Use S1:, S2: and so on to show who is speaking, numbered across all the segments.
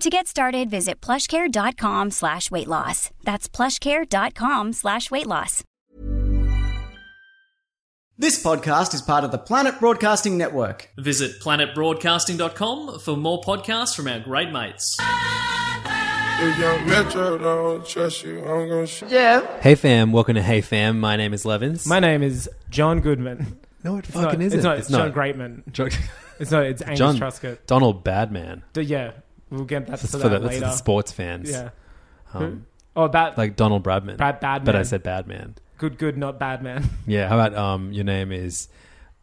S1: To get started, visit plushcare.com slash weight loss. That's plushcare.com slash weight loss.
S2: This podcast is part of the Planet Broadcasting Network.
S3: Visit planetbroadcasting.com for more podcasts from our great mates.
S4: If young Metro don't trust you, I'm gonna shoot.
S5: Hey fam, welcome to Hey Fam. My name is Levins.
S6: My name is John Goodman.
S5: no, it
S6: It's not-
S5: fucking isn't.
S6: It's not. It's, John Greatman.
S5: John,
S6: It's not. It's Angus
S5: John
S6: Truscott.
S5: Donald Badman.
S6: D- yeah, we'll get that
S5: That's
S6: to
S5: for
S6: that
S5: the, that's
S6: later.
S5: the sports fans.
S6: Yeah.
S5: Um,
S6: Oh, that like
S5: like Donald Bradman.
S6: Brad Badman.
S5: But I said Badman.
S6: good, good, not bad, man.
S5: Yeah. How about um, your name is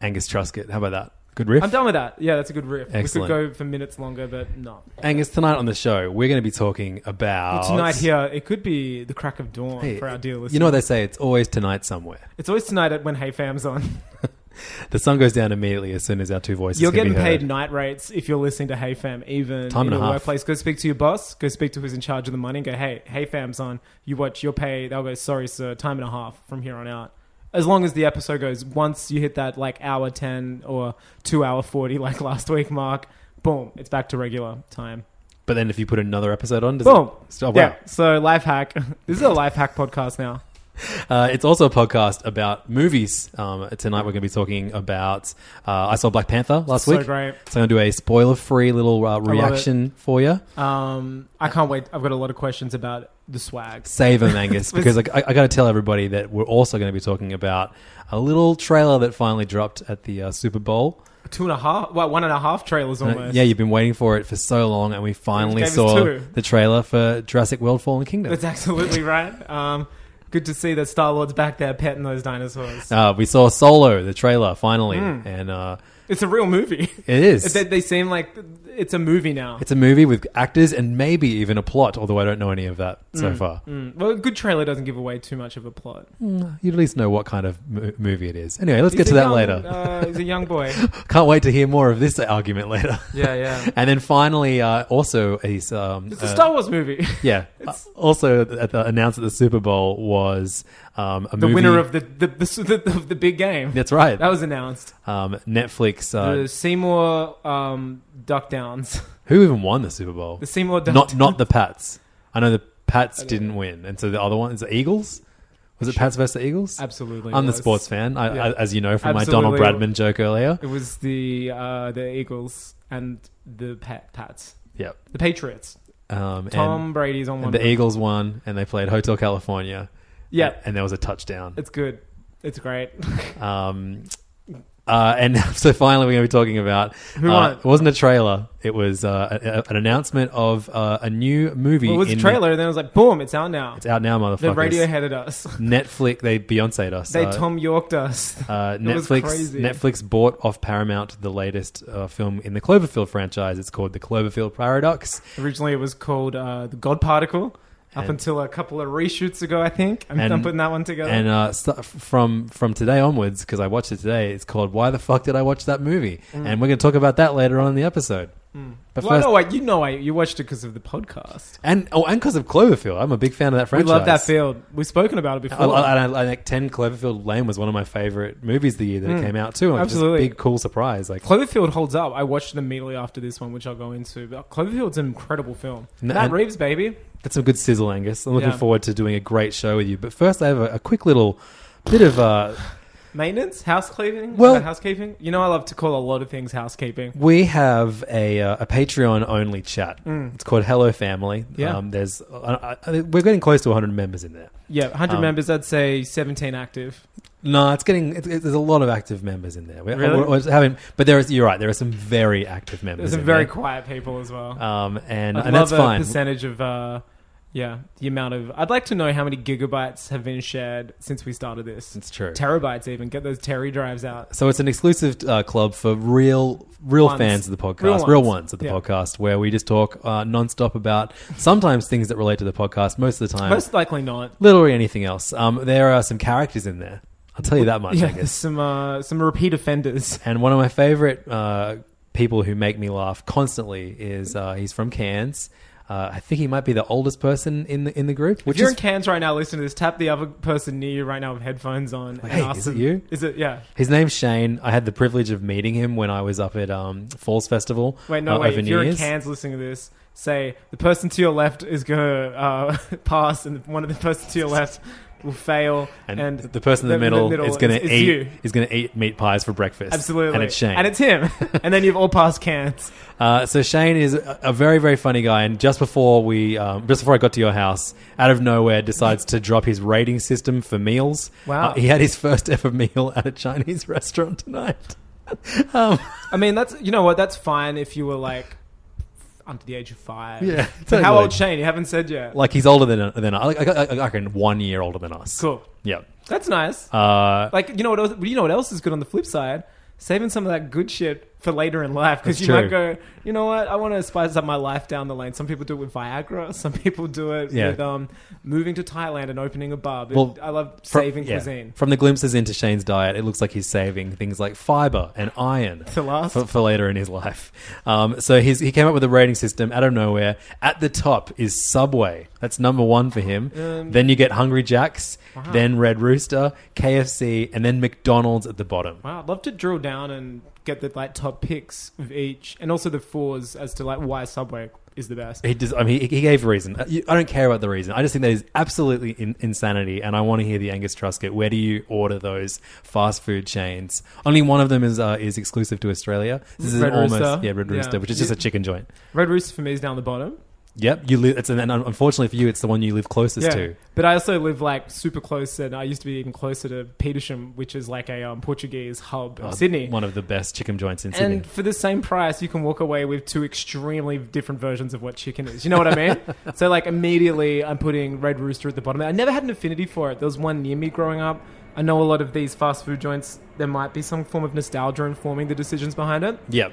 S5: Angus Truscott? How about that? Good riff.
S6: I'm done with that. Yeah, that's a good riff.
S5: Excellent.
S6: We could go for minutes longer, but no.
S5: Angus, tonight on the show, we're going to be talking about
S6: Well, tonight here, it could be the crack of dawn
S5: Oh, Hey,
S6: for our dear listeners.
S5: you know what they say? It's always tonight somewhere.
S6: it's always tonight at when Hey Fam's on.
S5: The sun goes down immediately as soon as our two voices.
S6: You're
S5: can be
S6: getting paid
S5: heard.
S6: night rates if you're listening to Hey Fam, even
S5: Time
S6: in
S5: and a
S6: your
S5: half.
S6: workplace. Go speak to your boss. Go speak to who's in charge of the money. And go, hey, Hey Fam's on. You watch your pay. They'll go, sorry, sir, time and a half from here on out. As long as the episode goes, once you hit that like hour ten or two hour forty, like last week mark, boom, it's back to regular time.
S5: But then if you put another episode on, does
S6: Boom.
S5: It stop?
S6: yeah. So life hack. this is a life hack podcast now.
S5: Uh, it's also a podcast about movies. Um, tonight we're going to be talking about. Uh, I saw Black Panther last
S6: So
S5: week.
S6: great.
S5: So I'm going to do a spoiler-free little uh, reaction for you.
S6: Um, I can't wait. I've got a lot of questions about the swag.
S5: Save them, Angus, because I, I got to tell everybody that we're also going to be talking about a little trailer that finally dropped at the uh, Super Bowl.
S6: Two and a half, well, one and a half trailers
S5: And, uh,
S6: almost.
S5: yeah, you've been waiting for it for so long, and we finally
S6: Gave us
S5: saw
S6: two.
S5: the trailer for Jurassic World: Fallen Kingdom.
S6: That's absolutely right. Um, good to see that Star Lord's back there petting those dinosaurs.
S5: uh, we saw Solo, the trailer, finally,
S6: Hmm.
S5: and uh,
S6: It's a real movie.
S5: it is.
S6: They, they seem like it's a movie now.
S5: It's a movie with actors and maybe even a plot, although I don't know any of that so far.
S6: Mm. Well, a good trailer doesn't give away too much of a plot.
S5: You'd at least know what kind of mo- movie it is. Anyway, let's
S6: He's
S5: get to
S6: a
S5: that
S6: young-
S5: later.
S6: Uh, he's a young boy.
S5: Can't wait to hear more of this argument later.
S6: Yeah, yeah.
S5: and then finally, uh, also, he's. Um,
S6: It's a
S5: uh,
S6: Star Wars movie.
S5: yeah. Uh, also, at the, announced at the Super Bowl was um, a
S6: the
S5: movie.
S6: winner of the the, the, the, the big game.
S5: That's right.
S6: That was announced.
S5: um, Netflix. Uh,
S6: the Seymour um, Duck Downs.
S5: who even won the Super Bowl?
S6: The Seymour Duck
S5: not not the Pats. I know the Pats didn't win, and so the other one is the Eagles. Was it Pats versus the Eagles?
S6: Absolutely
S5: I'm
S6: was.
S5: the sports fan, I,
S6: Yeah.
S5: I, as you know from my Donald
S6: Absolutely.
S5: Bradman joke earlier.
S6: It was the uh, the Eagles and the Pat, Pats.
S5: Yep.
S6: The Patriots.
S5: Um,
S6: Tom Brady's on
S5: and,
S6: one.
S5: and the
S6: of them.
S5: Eagles won, and they played Hotel California.
S6: Yeah.
S5: and there was a touchdown.
S6: It's good. It's great.
S5: Um, uh, and so finally, we're going to be talking about.
S6: Who
S5: uh,
S6: won?
S5: It wasn't a trailer. It was uh, a, a- an announcement of uh, a new movie.
S6: Well, it was a
S5: in-
S6: trailer, and then it was like, boom, it's out now.
S5: It's out now, motherfuckers.
S6: the radio headed us.
S5: Netflix. They Beyonceed us.
S6: They
S5: Uh,
S6: Tom Yorked us.
S5: Uh,
S6: It was
S5: Netflix
S6: crazy.
S5: Netflix bought off Paramount the latest uh, film in the Cloverfield franchise. It's called The Cloverfield Paradox.
S6: Originally, it was called uh, The God Particle. Up
S5: And-
S6: until a couple of reshoots ago, I think. I'm, I'm
S5: And-
S6: putting that one together.
S5: And uh, st- from from today onwards, because I watched it today, it's called "Why the fuck did I watch that movie?"
S6: Mm.
S5: And we're going to talk about that later on in the episode. But
S6: well,
S5: first,
S6: no, wait, you know, I, you watched it because of the podcast.
S5: and oh, and because of Cloverfield, I'm a big fan of that
S6: We
S5: franchise.
S6: love that field. We've spoken about it before.
S5: I, I, I, I think Ten Cloverfield Lane was one of my favorite movies the year that it came out too. And it was
S6: Mm. Absolutely.
S5: just a big cool surprise. Like
S6: Cloverfield holds up. I watched it immediately after this one, which I'll go into. But Cloverfield's an incredible film.
S5: And-
S6: Matt
S5: and-
S6: Reeves, baby.
S5: that's some good sizzle, Angus. I'm looking
S6: Yeah.
S5: forward to doing a great show with you. But first, I have a, a quick little bit of uh,
S6: Maintenance, housekeeping.
S5: Well-
S6: Well, housekeeping. You know, I love to call a lot of things housekeeping.
S5: We have a, uh, a Patreon only chat. It's called Hello Family.
S6: Mm. Yeah.
S5: Um, there's uh, I, I, we're getting close to 100 members in there.
S6: Yeah, 100
S5: Um,
S6: members. I'd say 17 active.
S5: No, it's getting it's, it's, there's a lot of active members in there. We,
S6: Really?
S5: we're, we're having, but there is you're right. There are some very active members.
S6: There's some
S5: in
S6: very
S5: there.
S6: quiet people as well.
S5: Um, and
S6: I'd
S5: and that's
S6: love a
S5: fine.
S6: percentage of. Uh, yeah, the amount of. I'd like to know how many gigabytes have been shared since we started this.
S5: It's true.
S6: Terabytes, even. Get those Terry drives out.
S5: So it's an exclusive uh, club for real, real
S6: Ones.
S5: fans of the podcast, real
S6: Real
S5: ones,
S6: ones.
S5: of the
S6: Yeah.
S5: podcast, where we just talk uh, nonstop about sometimes things that relate to the podcast, most of the time,
S6: Most likely not.
S5: literally anything else. Um, there are some characters in there. I'll tell you that much. I
S6: Yeah,
S5: guess.
S6: there's some uh, some repeat offenders.
S5: And one of my favorite uh, people who make me laugh constantly is uh, he's from Cairns. Uh, I think he might be the oldest person in the in the group. Which
S6: if you're
S5: is,
S6: in Cairns right now, listen to this. Tap the other person near you right now with headphones on.
S5: Like,
S6: and
S5: hey,
S6: ask
S5: is it
S6: them-
S5: you?
S6: Is it? Yeah.
S5: his name's Shane. I had the privilege of meeting him when I was up at um, Falls Festival.
S6: Wait, no,
S5: uh,
S6: wait.
S5: over
S6: If
S5: New
S6: you're
S5: Year's.
S6: in Cairns listening to this, say the person to your left is gonna uh, pass, and one of the person to your left will fail,
S5: and, the person in the, middle, is going to eat
S6: you.
S5: is going to eat meat pies for breakfast.
S6: Absolutely,
S5: and it's Shane.
S6: and it's him. and then you've all passed Cairns.
S5: Uh, so Shane is a a very very funny guy, and just before we, um, just before I got to your house, out of nowhere decides to drop his rating system for meals.
S6: Wow.
S5: Uh, he had his first ever meal at a Chinese restaurant tonight. um,
S6: I mean, that's you know what? That's fine if you were like under the age of five.
S5: Yeah,
S6: But How
S5: totally.
S6: old, Shane? You haven't said yet.
S5: like he's older than than I, I, I, I reckon one year older than us.
S6: cool.
S5: Yeah.
S6: That's nice.
S5: Uh,
S6: Like you know what else? You know what else is good on the flip side? Saving some of that good shit for later in life because
S5: That's
S6: you
S5: true.
S6: might go, you know what? I want to spice up my life down the lane. Some people do it with Viagra. Some people do it
S5: Yeah.
S6: with um, moving to Thailand and opening a bar. But
S5: Well,
S6: I love
S5: fro-
S6: saving
S5: yeah.
S6: cuisine.
S5: From the glimpses into Shane's diet, it looks like he's saving things like fiber and iron
S6: For last.
S5: for, for later in his life. Um, so he's, he came up with a rating system out of nowhere. At the top is Subway. That's number one for him.
S6: Um,
S5: then you get Hungry Jack's, then Red Rooster, KFC, and then McDonald's at the bottom.
S6: Wow, I'd love to drill down and get the like top picks of each, and also the fours as to like why Subway is the best.
S5: He, does, I mean, he, he gave a reason. Uh, you- I don't care about the reason. I just think that is absolutely in, insanity, and I want to hear the Angus Truscott. Where do you order those fast food chains? Only one of them is uh, is exclusive to Australia. This is
S6: Red
S5: an almost
S6: Rooster.
S5: yeah Red
S6: Yeah.
S5: Rooster, which is just a chicken joint.
S6: Red Rooster for me is down the bottom.
S5: Yep, you live. It's an, and unfortunately for you, it's the one you live closest to.
S6: But I also live like super close, and I used to be even closer to Petersham, which is like a um, Portuguese hub in
S5: Uh,
S6: Oh, Sydney.
S5: one of the best chicken joints in Sydney.
S6: and for the same price, you can walk away with two extremely different versions of what chicken is. You know what I mean? so, like, immediately I'm putting Red Rooster at the bottom. I never had an affinity for it. There was one near me growing up. I know a lot of these fast food joints, there might be some form of nostalgia informing the decisions behind it.
S5: Yep.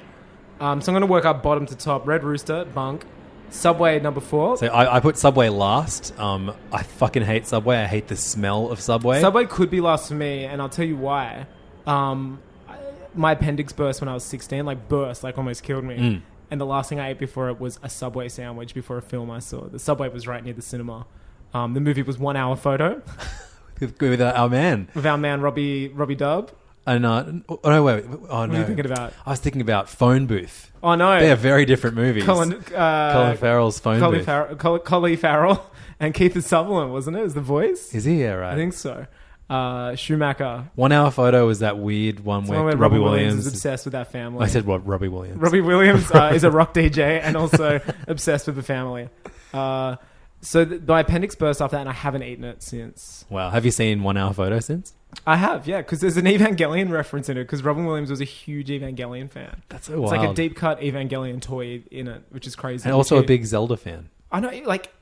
S6: Um, so, I'm going to work up bottom to top Red Rooster, Bunk, Subway at number four.
S5: So I, I put Subway last. Um, I fucking hate Subway. I hate the smell of Subway.
S6: Subway could be last for me, and I'll tell you why. Um, I- my appendix burst when I was 16, like burst, like almost killed me.
S5: Mm.
S6: And the last thing I ate before it was a Subway sandwich before a film I saw. The Subway was right near the cinema. Um, the movie was one hour photo
S5: with, with uh, our man.
S6: with our man Robbie Robbie Dub.
S5: And uh, oh no, wait. wait, Oh no.
S6: are you thinking about?
S5: I was thinking about Phone Booth.
S6: Oh no,
S5: They are very different movies.
S6: Colin, uh,
S5: Colin Farrell's phone
S6: Colin
S5: booth.
S6: Farrell, Col- Colin Farrell, and Keith Sutherland, wasn't it? Is the voice?
S5: Is he yeah right?
S6: I think so. Uh, Schumacher.
S5: One Hour Photo was that weird one
S6: The
S5: where
S6: one where
S5: Robbie,
S6: Robbie
S5: Williams.
S6: Williams is obsessed with that family.
S5: I said what Robbie Williams.
S6: Robbie Williams uh, is a rock DJ and also obsessed with the family. Uh, so th- my appendix burst after that, and I haven't eaten it since.
S5: Wow, have you seen One Hour Photo since?
S6: I have, yeah, because there's an Evangelion reference in it. Because Robin Williams was a huge Evangelion fan.
S5: That's so
S6: it's
S5: wild.
S6: like a deep cut Evangelion toy in it, which is crazy.
S5: and also a
S6: Which he-
S5: big Zelda fan.
S6: I know, like,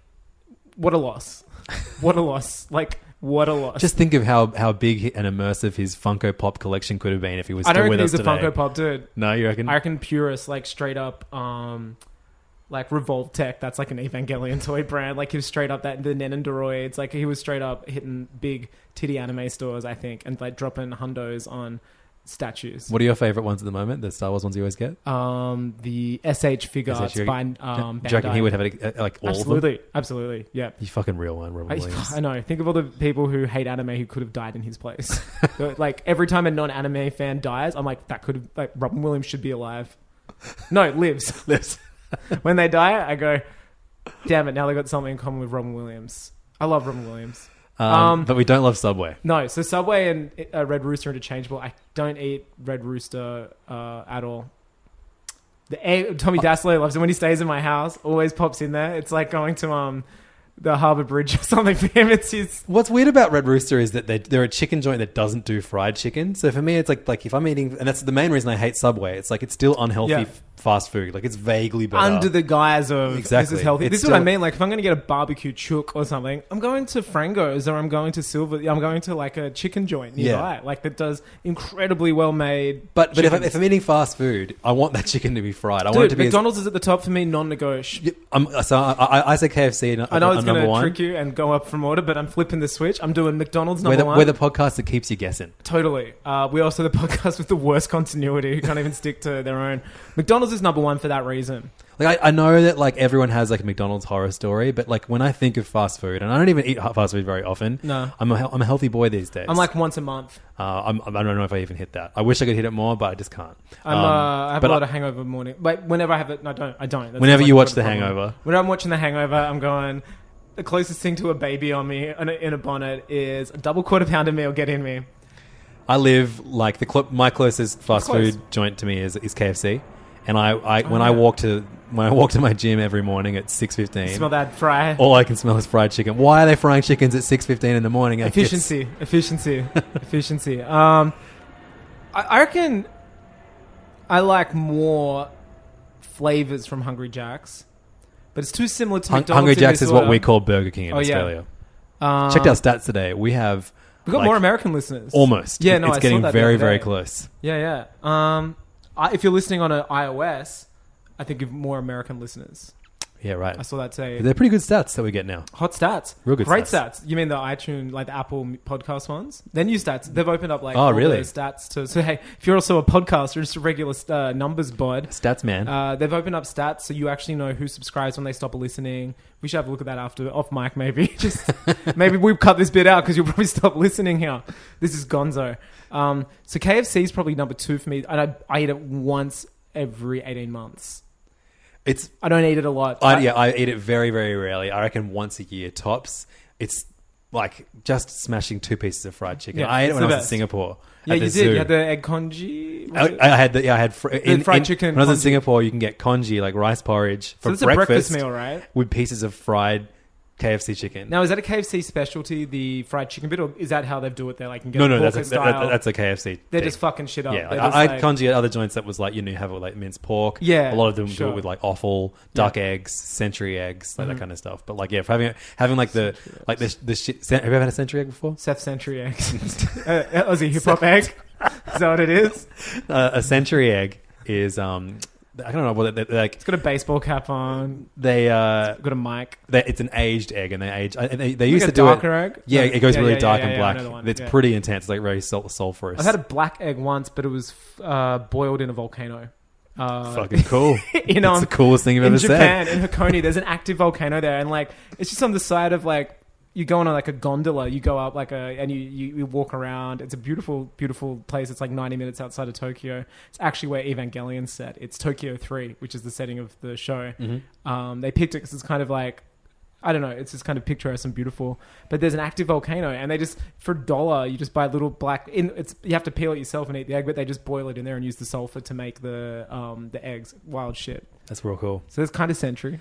S6: what a loss! What a loss! Like, what a loss!
S5: Just think of how, how big and immersive his Funko Pop collection could have been if he was
S6: I
S5: still
S6: don't
S5: with
S6: think
S5: us
S6: he's a
S5: today.
S6: Funko Pop dude.
S5: No, you reckon?
S6: I reckon purists like straight up, um, like Revolt Tech. That's like an Evangelion toy brand. Like he was straight up that the Nenandoroids. Like he was straight up hitting big titty anime stores, I think, and like dropping hundos on statues.
S5: what are your favorite ones at the moment? The Star Wars ones you always get.
S6: Um, the SH figure
S5: Is that
S6: arts
S5: you-
S6: by
S5: Do
S6: um,
S5: you reckon he
S6: Bandai.
S5: would have it, uh, like all of them?
S6: absolutely, absolutely, yeah.
S5: You fucking real one, Robin
S6: I,
S5: Williams.
S6: I know. Think of all the people who hate anime who could have died in his place. So, like every time a non-anime fan dies, I'm like, that could have, like Robin Williams should be alive. No, lives.
S5: Lives.
S6: when they die, I go, damn it, now they got something in common with Robin Williams. I love Robin Williams.
S5: Um,
S6: Um,
S5: but we don't love Subway.
S6: No, so Subway and uh, Red Rooster are interchangeable. I don't eat Red Rooster uh, at all. The egg, Tommy Dassler loves it when he stays in my house. Always pops in there. It's like going to um the Harbour Bridge or something for him. It's his.
S5: What's weird about Red Rooster is that they, they're a chicken joint that doesn't do fried chicken. So for me, it's like like if I'm eating, and that's the main reason I hate Subway. It's like it's still unhealthy
S6: Yeah.
S5: f- fast food. Like it's vaguely better.
S6: Under the guise of
S5: uh, Exactly.
S6: this is healthy.
S5: It's
S6: this is what I
S5: still-
S6: mean. Like if I'm going to get a barbecue chook or something, I'm going to Frango's or I'm going to Silver. I'm going to like a chicken joint nearby, like that does incredibly well made.
S5: but but if, I'm, if I'm eating fast food, I want that chicken to be fried. I want it
S6: Dude,
S5: to be as-
S6: McDonald's is at the top for me, non-negotiable.
S5: Yeah, I'm, so I, I, I say KFC. And,
S6: I know it's
S5: uh, number
S6: going to
S5: one.
S6: trick you and go up from order, but I'm flipping the switch. I'm doing McDonald's
S5: We're
S6: number
S5: the,
S6: one.
S5: we're the podcast that keeps you guessing.
S6: totally. Uh, we also the podcast with the worst continuity who can't even stick to their own. McDonald's is number one for that reason.
S5: Like I, I know that like everyone has like a McDonald's horror story, but like when I think of fast food, and I don't even eat ho- fast food very often.
S6: No.
S5: I'm a, hel- I'm a healthy boy these days.
S6: I'm like once a month.
S5: uh, I'm, I don't know if I even hit that. I wish I could hit it more, but I just can't.
S6: I'm,
S5: Um,
S6: uh, I have a
S5: but
S6: lot
S5: I-
S6: of hangover morning. But whenever I have it, no, I don't. I don't. That's
S5: Whenever
S6: like
S5: you
S6: a
S5: watch The
S6: problem.
S5: Hangover.
S6: When I'm watching The Hangover, I'm going. The closest thing to a baby on me in a, in a bonnet is a double quarter pounder meal. Get in me.
S5: I live like the cl- my closest fast
S6: Close. Oh,
S5: food joint to me is, is KFC, and I, I when I walk to when I walk to my gym every morning at six fifteen,
S6: Smell that fry.
S5: all I can smell is fried chicken. Why are they frying chickens at six fifteen in the morning? Like, it's-
S6: efficiency, efficiency, efficiency. Um, I, I reckon I like more flavors from Hungry Jack's, but it's too similar to
S5: Hun-
S6: McDonald's.
S5: Hungry
S6: in
S5: Jack's
S6: this
S5: is what
S6: order.
S5: we call Burger King in
S6: Oh, yeah.
S5: Australia.
S6: Um,
S5: Checked our stats today. We have
S6: We've got
S5: like,
S6: more American listeners.
S5: Almost.
S6: Yeah, no,
S5: it's
S6: I saw
S5: getting
S6: that the
S5: very
S6: other
S5: very
S6: day.
S5: close.
S6: Yeah, yeah. Um, I, if you're listening on an iOS, I think you've more American listeners.
S5: Yeah, right.
S6: I saw that today.
S5: They're pretty good stats that we get now.
S6: Hot stats,
S5: Real good
S6: great
S5: stats.
S6: stats. You mean the iTunes, like the Apple m- podcast ones? Their new stats. They've opened up like
S5: Oh,
S6: all
S5: really?
S6: those stats to. So hey, if you're also a podcaster, just a regular uh, numbers bod,
S5: Stats man.
S6: uh, they've opened up stats so you actually know who subscribes when they stop listening. We should have a look at that after off mic, maybe. Just maybe we've cut this bit out because you'll probably stop listening here. This is Gonzo. Um, so KFC is probably number two for me, and I, I eat it once every eighteen months.
S5: it's
S6: I don't eat it a lot.
S5: I, yeah, I eat it very, very rarely. I reckon once a year tops. It's like just smashing two pieces of fried chicken.
S6: Yeah,
S5: I ate it
S6: it's
S5: when I
S6: the
S5: was in
S6: best.
S5: Singapore.
S6: Yeah,
S5: at the
S6: you did.
S5: zoo.
S6: You had the egg congee. was
S5: I,
S6: it?
S5: I had the, yeah, I had fr- in,
S6: fried
S5: in-
S6: chicken
S5: When I was in
S6: congee.
S5: Singapore, you can get congee like rice porridge for
S6: that's a
S5: breakfast,
S6: breakfast meal, right?
S5: With pieces of fried KFC chicken.
S6: Now, is that a KFC specialty, the fried chicken bit, or is that how they do it? They like can get
S5: no, no,
S6: pork
S5: that's a, that,
S6: style.
S5: that- that's a KFC.
S6: They're
S5: thing.
S6: just fucking shit up.
S5: Yeah, like,
S6: They're
S5: I,
S6: Um, just
S5: I
S6: like-
S5: had congee at other joints that was like you know you have it with, like minced pork.
S6: Yeah,
S5: a lot of them do
S6: sure. Mm-hmm.
S5: it with like offal, duck eggs, century eggs, like that kind of stuff. But like yeah, for having having like the like the the shit. Have you ever had a century egg before?
S6: Seth Century egg. uh, that was a hip hop egg. Is that what it is?
S5: Uh, a century egg is um I don't know what it- like
S6: It's got a baseball cap on.
S5: they uh
S6: Got a mic.
S5: they, it's an aged egg and they age and they, they used
S6: a
S5: to do
S6: darker
S5: it.
S6: egg?
S5: Yeah,
S6: No.
S5: it goes
S6: Yeah,
S5: really
S6: yeah,
S5: dark
S6: yeah,
S5: and
S6: yeah, I know the
S5: black.
S6: one.
S5: It's
S6: Yeah.
S5: pretty intense, like very sul- sulfurous.
S6: I've had a black egg once, but it was f- uh, boiled in a volcano. Uh,
S5: fucking cool.
S6: in,
S5: That's
S6: um,
S5: the coolest thing you've
S6: in
S5: ever
S6: Japan,
S5: said.
S6: in Hakone, there's an active volcano there, and like it's just on the side of like you go on like a gondola, you go up like a and you, you, you walk around. It's a beautiful, beautiful place. It's like 90 minutes outside of Tokyo. It's actually where Evangelion's set. It's Tokyo 3, which is the setting of the show.
S5: Mm-hmm.
S6: Um, they picked it because it's kind of like. I don't know. It's just kind of picturesque and beautiful, but there's an active volcano, and they just for a dollar you just buy little black. In, it's you have to peel it yourself and eat the egg, but they just boil it in there and use the sulfur to make the um, the eggs. Wild shit.
S5: That's real cool.
S6: So it's kind of century.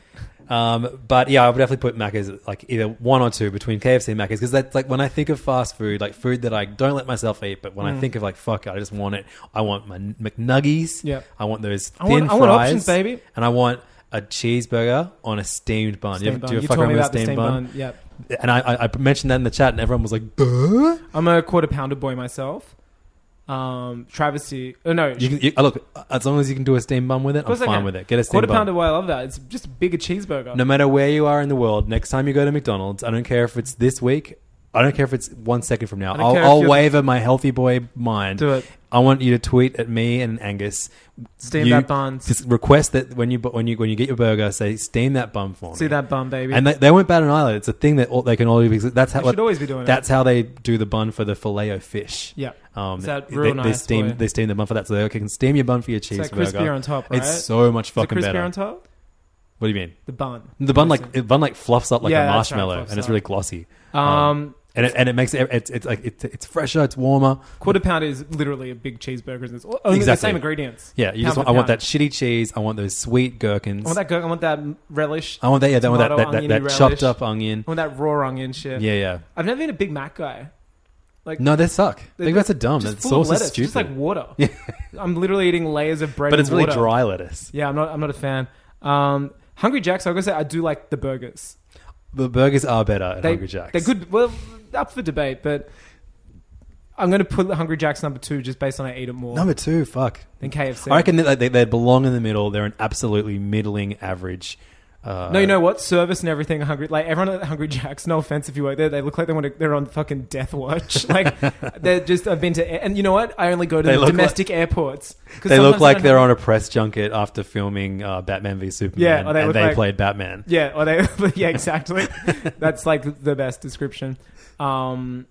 S5: Um, but yeah, I would definitely put Macca's at, like either one or two between KFC and Macca's because that's like when I think of fast food, like food that I don't let myself eat, but when
S6: Mm.
S5: I think of like fuck, it, I just want it. I want my McNuggies.
S6: Yep.
S5: I want those thin
S6: I want- I
S5: fries,
S6: want options, baby.
S5: and I want a cheeseburger on a steamed bun. you,
S6: Steam
S5: ever-
S6: bun.
S5: do you,
S6: You
S5: fuck
S6: told me
S5: around with a
S6: about the
S5: steamed,
S6: steam
S5: bun?
S6: bun. Yep.
S5: And I, I, I mentioned that in the chat, and everyone was like, "Buh."
S6: I'm a quarter pounder boy myself. Um, travesty. Oh no,
S5: You can, you, uh, look, as long as you can do a steamed bun with it, I'm
S6: course I
S5: fine
S6: can.
S5: with it. Get a steamed
S6: quarter
S5: bun.
S6: pounder boy. I love that. It's just a bigger cheeseburger.
S5: No matter where you are in the world, next time you go to McDonald's, I don't care if it's this week. I don't care if it's one second from now.
S6: don't
S5: I'll,
S6: care if
S5: I'll
S6: you're-
S5: waver my healthy boy mind.
S6: Do it.
S5: I want you to tweet at me and Angus.
S6: Steam
S5: You-
S6: that bun.
S5: Just request that when you bu- when you when you get your burger, say steam that bun for me.
S6: See that bun, baby.
S5: And they, they weren't bad on either. It's a thing that all, they can all do because that's how
S6: They should always be doing it.
S5: That's how they do the bun for the filet o fish.
S6: Yeah.
S5: um,
S6: It's that
S5: they,
S6: real
S5: they
S6: nice
S5: steam
S6: way.
S5: they steam the bun for that, so they can steam your bun for your cheeseburger.
S6: that crispier on top, right?
S5: It's so much
S6: Is it
S5: fucking
S6: crispier
S5: better.
S6: on top?
S5: What do you mean?
S6: The bun.
S5: The bun like oh.
S6: Obviously.
S5: the bun like fluffs up like a
S6: Yeah, that's right,
S5: marshmallow,
S6: fluffs
S5: and it's
S6: up.
S5: really glossy.
S6: Um,
S5: and it, and it makes it, it's it's like it's, it's fresher, it's warmer.
S6: Quarter pounder is literally a big cheeseburger. and It's all- only the
S5: Exactly.
S6: same ingredients.
S5: Yeah, you just
S6: Pound
S5: want,
S6: for
S5: I want that
S6: pound.
S5: shitty cheese. I want those sweet gherkins.
S6: I want that. Go- I want that relish.
S5: I want that. Yeah, I want that that,
S6: tomato,
S5: that,
S6: oniony
S5: that chopped
S6: relish.
S5: up onion.
S6: I want that raw onion shit.
S5: Yeah, yeah.
S6: I've never been a Big Mac guy. Like
S5: No, they suck.
S6: they're
S5: Big Macs are dumb. That
S6: just full of
S5: sauce is
S6: lettuce, Just like
S5: stupid.
S6: water. I'm literally eating layers of bread.
S5: but it's
S6: and
S5: really
S6: water.
S5: dry lettuce.
S6: Yeah, I'm not. I'm not a fan. Um, Hungry Jack's. I gotta say, I do like the burgers.
S5: The burgers are better at
S6: They,
S5: Hungry Jack's.
S6: They're good. Well, up for debate, but I'm gonna put Hungry Jack's number two just based on I eat it more
S5: Number two, fuck.
S6: than KFC.
S5: I reckon that like, they, they belong in the middle. They're an absolutely middling average. Uh,
S6: No, you know what? Service and everything. Hungry, like everyone at Hungry Jack's. No offense if you work there, they look like they want to. They're on fucking death watch. Like they're just. I've been to, and you know what? I only go to
S5: They
S6: the
S5: look
S6: domestic airports. 'Cause
S5: they look
S6: sometimes I
S5: like
S6: don't
S5: they're
S6: have-
S5: on a press junket after filming uh, Batman v Superman,
S6: or they
S5: and
S6: look
S5: they
S6: like-
S5: played Batman.
S6: Yeah, or they. yeah, exactly. That's like the best description. Um,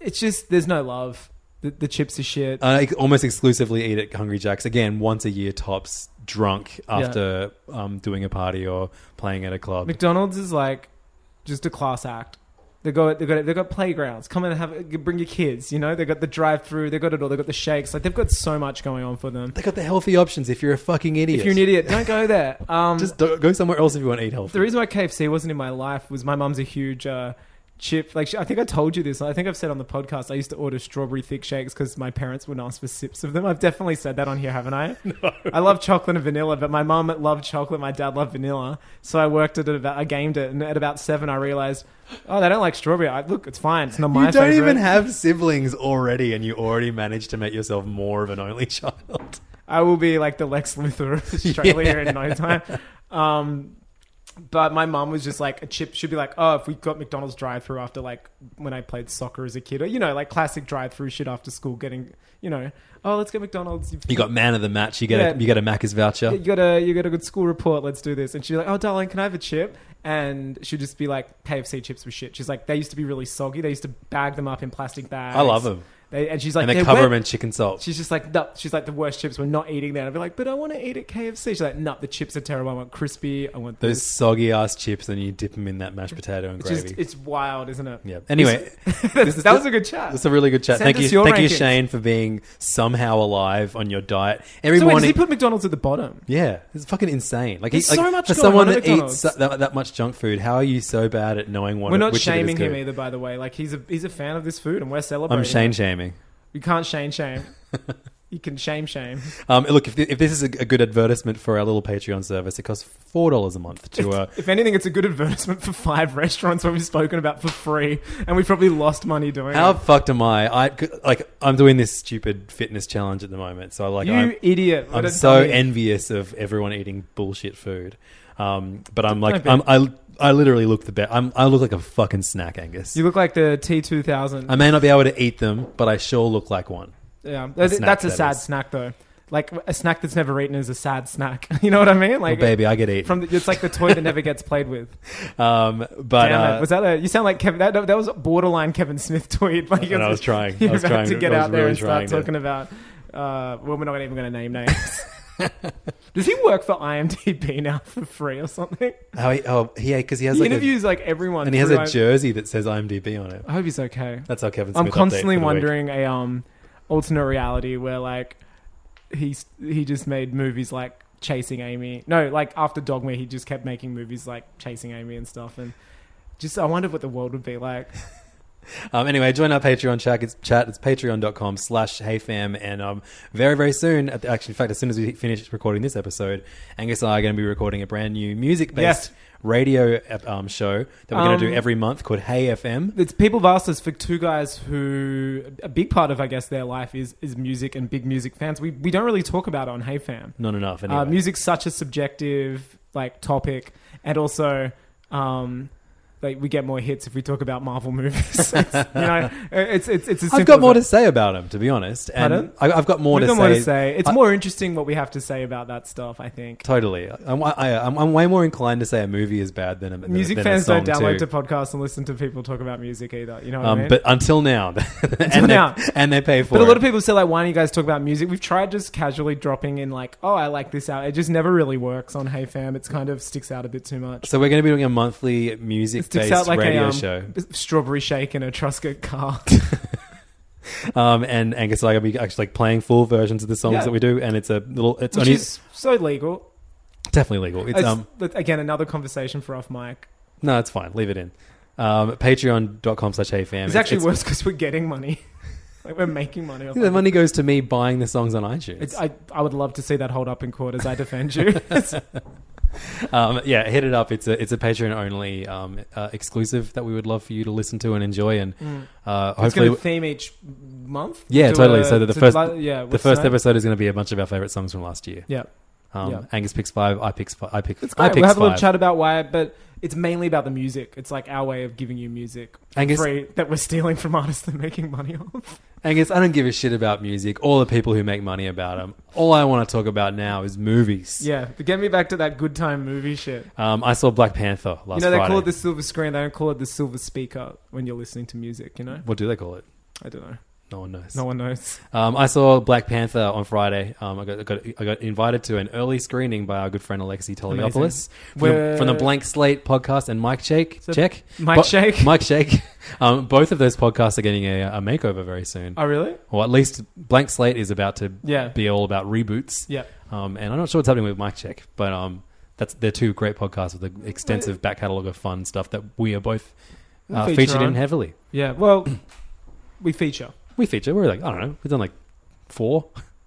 S6: it's just there's no love. The, the chips are shit.
S5: Uh, I ex- almost exclusively eat at Hungry Jack's again once a year tops, drunk after um, doing a party or playing at a club.
S6: McDonald's is like just a class act. They go. They got. They got playgrounds. Come and have. Bring your kids. You know. They got the drive-through. They got it all. They got the shakes. Like they've got so much going on for them.
S5: they got the healthy options if you're a fucking idiot.
S6: If you're an idiot, don't go there. Um,
S5: just do- go somewhere else if you want to eat healthy.
S6: the reason why KFC wasn't in my life was my mum's a huge uh, chip. Like she, I think I told you this. I think I've said on the podcast. I used to order strawberry thick shakes because my parents wouldn't ask for sips of them. I've definitely said that on here, haven't I? No. I love chocolate and vanilla, but my mum loved chocolate. My dad loved vanilla. So I worked at it. About, I gamed it, and at about seven, I realized, oh, they don't like strawberry. I, look, it's fine. It's not my.
S5: you don't
S6: favorite.
S5: even have siblings already, and you already managed to make yourself more of an only child.
S6: I will be like the Lex Luthor of Australia in no time. Um, but my mum was just like, a chip should be like, oh, if we got McDonald's drive through after like when I played soccer as a kid, or you know, like classic drive through shit after school, getting, you know, oh, let's get McDonald's. You've,
S5: You got man of the match. You get
S6: Yeah.
S5: a, you get a Macca's voucher.
S6: you got a you got a good school report. Let's do this. And she'd be like, oh, darling, can I have a chip? And she'd just be like, KFC chips were shit. She's like, they used to be really soggy. They used to bag them up in plastic bags.
S5: I love them,
S6: They, and she's like,
S5: and they
S6: "They're
S5: cover
S6: wet."
S5: them in chicken salt.
S6: She's just like, no. She's like, the worst chips. We're not eating that. I'd be like, but I want to eat at KFC. She's like, no, the chips are terrible. I want crispy. I want
S5: Those
S6: this.
S5: soggy ass chips, and you dip them in that mashed potato and
S6: It's
S5: gravy.
S6: just, it's wild, isn't it?
S5: yeah. Anyway, this is-
S6: that was a good chat.
S5: That's a really good chat.
S6: Send
S5: thank
S6: us
S5: you,
S6: your
S5: thank you,
S6: rankings.
S5: Shane, for being somehow alive on your diet every
S6: So wait, does
S5: morning.
S6: he put McDonald's at the bottom?
S5: yeah, it's fucking insane. Like,
S6: There's
S5: he- like,
S6: so much
S5: for
S6: going
S5: someone
S6: on at
S5: that eats
S6: McDonald's.
S5: so- that, that much junk food. How are you so bad at knowing what?
S6: We're not
S5: which of it is
S6: shaming him
S5: good?
S6: either, by the way. Like he's a he's a fan of this food, and we're celebrating.
S5: I'm Shane shaming.
S6: You can't Shane shame. you can shame shame.
S5: Um, look, if, thi- if this is a, a good advertisement for our little Patreon service, it costs four dollars a month to. Uh,
S6: If anything, it's a good advertisement for five restaurants where we've spoken about for free, and we probably lost money doing
S5: how
S6: it.
S5: fucked am I? I c- like I'm doing this stupid fitness challenge at the moment, so like
S6: You
S5: I'm,
S6: idiot! What
S5: I'm
S6: a
S5: so
S6: dummy.
S5: envious of everyone eating bullshit food. Um, but I'm like
S6: be.
S5: I'm, I I literally look the best. I'm, I look like a fucking snack, Angus.
S6: You look like the T two thousand.
S5: I may not be able to eat them, but I sure look like one.
S6: Yeah, that's,
S5: snack
S6: that's a
S5: that
S6: sad
S5: is.
S6: snack though. Like a snack that's never eaten is a sad snack. You know what I mean? Like
S5: Well, Oh, baby, I get eaten.
S6: From the, it's like the toy that never gets played with.
S5: Um, but
S6: Damn
S5: uh,
S6: it! Was that a? You sound like Kevin. That, that was a borderline Kevin Smith tweet. Like
S5: And I was trying.
S6: You're
S5: I was
S6: about
S5: trying.
S6: to get
S5: I was
S6: out there
S5: really
S6: and start
S5: trying to-
S6: talking about. Uh, well, we're not even going to name names. Does he work for IMDb now for free or something?
S5: how he, oh yeah, because he has
S6: He
S5: like a,
S6: interviews like everyone,
S5: and he has
S6: through
S5: a
S6: I-
S5: jersey that says IMDb on it.
S6: I hope he's okay.
S5: That's our Kevin. Smith
S6: I'm
S5: update
S6: constantly
S5: for the week.
S6: wondering a um alternate reality where like he's he just made movies like Chasing Amy. No, like after Dogma, he just kept making movies like Chasing Amy and stuff. And just I wonder what the world would be like.
S5: Um, anyway, join our Patreon chat. It's, chat, it's patreon.com slash heyfam. And um, very, very soon, at- actually, in fact, as soon as we finish recording this episode, Angus and I are going to be recording a brand new music based
S6: Yes.
S5: radio ep- um, show that we're going to do
S6: Um,
S5: every month called Hey FM.
S6: It's people have asked us for two guys who a big part of I guess their life is is music and big music fans. We we don't really talk about it on Hey Fam.
S5: Not enough. Anyway.
S6: Uh, music's such a subjective like topic, and also, um, like we get more hits if we talk about Marvel movies. It's, you know, uh, it's it's it's. as
S5: I've
S6: simple
S5: got more to
S6: as
S5: say about him, to be honest. And
S6: Pardon?
S5: I, I've got more,
S6: We've
S5: to,
S6: got
S5: say.
S6: more to say. It's
S5: I-
S6: more interesting what we have to say about that stuff. I think
S5: Totally. I'm, I, I'm, I'm way more inclined to say a movie is bad than a than,
S6: music
S5: than
S6: fans
S5: a song
S6: don't download
S5: too.
S6: to podcasts and listen to people talk about music either. You know what I
S5: um,
S6: mean?
S5: but until now, and,
S6: now.
S5: They, and they pay for
S6: But a
S5: it.
S6: lot of people say like, why don't you guys talk about music? We've tried just casually dropping in like, oh, I like this out. It just never really works on Hey Fam. It's kind of sticks out a bit too much.
S5: So we're going to be doing a monthly music
S6: It's sticks
S5: based
S6: out like
S5: radio
S6: a um,
S5: show.
S6: strawberry shake in a Truscott car.
S5: Um, and Angus and I will be actually like playing full versions of the songs
S6: Yeah.
S5: that we do, and it's a little. It's
S6: which
S5: only
S6: is so legal.
S5: definitely legal. It's,
S6: It's,
S5: um
S6: th- again another conversation for off mic.
S5: no, it's fine. Leave it in. Um, Patreon.com slash HeyFam.
S6: It's actually worse because we're getting money. like we're making money. Off
S5: The
S6: it.
S5: money goes to me buying the songs on iTunes.
S6: It's, I I would love to see that hold up in court as I defend you.
S5: um, yeah, hit it up. It's a it's a Patreon only um, uh, exclusive that we would love for you to listen to and enjoy, and uh,
S6: Mm. it's
S5: hopefully.
S6: going to theme each month.
S5: Yeah,
S6: Do
S5: totally.
S6: a-
S5: so the
S6: to
S5: first,
S6: li- yeah,
S5: the
S6: what's
S5: first
S6: that?
S5: episode is going to be a bunch of our favorite songs from last year.
S6: Yeah,
S5: Um,
S6: Yeah.
S5: Angus picks five. I picks five. I pick.
S6: it's
S5: I
S6: great.
S5: picks
S6: We'll have a
S5: five.
S6: little chat about why, but it's mainly about the music. It's like our way of giving you music
S5: Angus-
S6: free that we're stealing from artists and making money off.
S5: Angus, I don't give a shit about music or the people who make money about them. All I want to talk about now is movies.
S6: Yeah, but get me back to that good time movie shit.
S5: Um, I saw Black Panther last
S6: You know they
S5: Friday.
S6: call it the silver screen. They don't call it the silver speaker when you're listening to music. You know,
S5: What do they call it?
S6: I don't know.
S5: No one knows.
S6: No one knows.
S5: Um, I saw Black Panther on Friday. Um, I, got, I, got, I got invited to an early screening by our good friend Alexi Toliopoulos from, the-
S6: Where-
S5: from the Blank Slate podcast and Mike Shake.
S6: So-
S5: Check
S6: Mike Shake?
S5: Mike Shake. Um, both of those podcasts are getting a, a makeover very soon.
S6: Oh, really?
S5: Or at least Blank Slate is about to
S6: Yeah.
S5: be all about reboots.
S6: Yeah.
S5: Um, and I'm not sure what's happening with Mike Check, but um, that's they're two great podcasts with an extensive back catalogue of fun stuff that we are both uh,
S6: feature
S5: featured in
S6: on.
S5: heavily.
S6: Yeah. Well, we feature.
S5: We feature. We're like I don't know. We've done like four.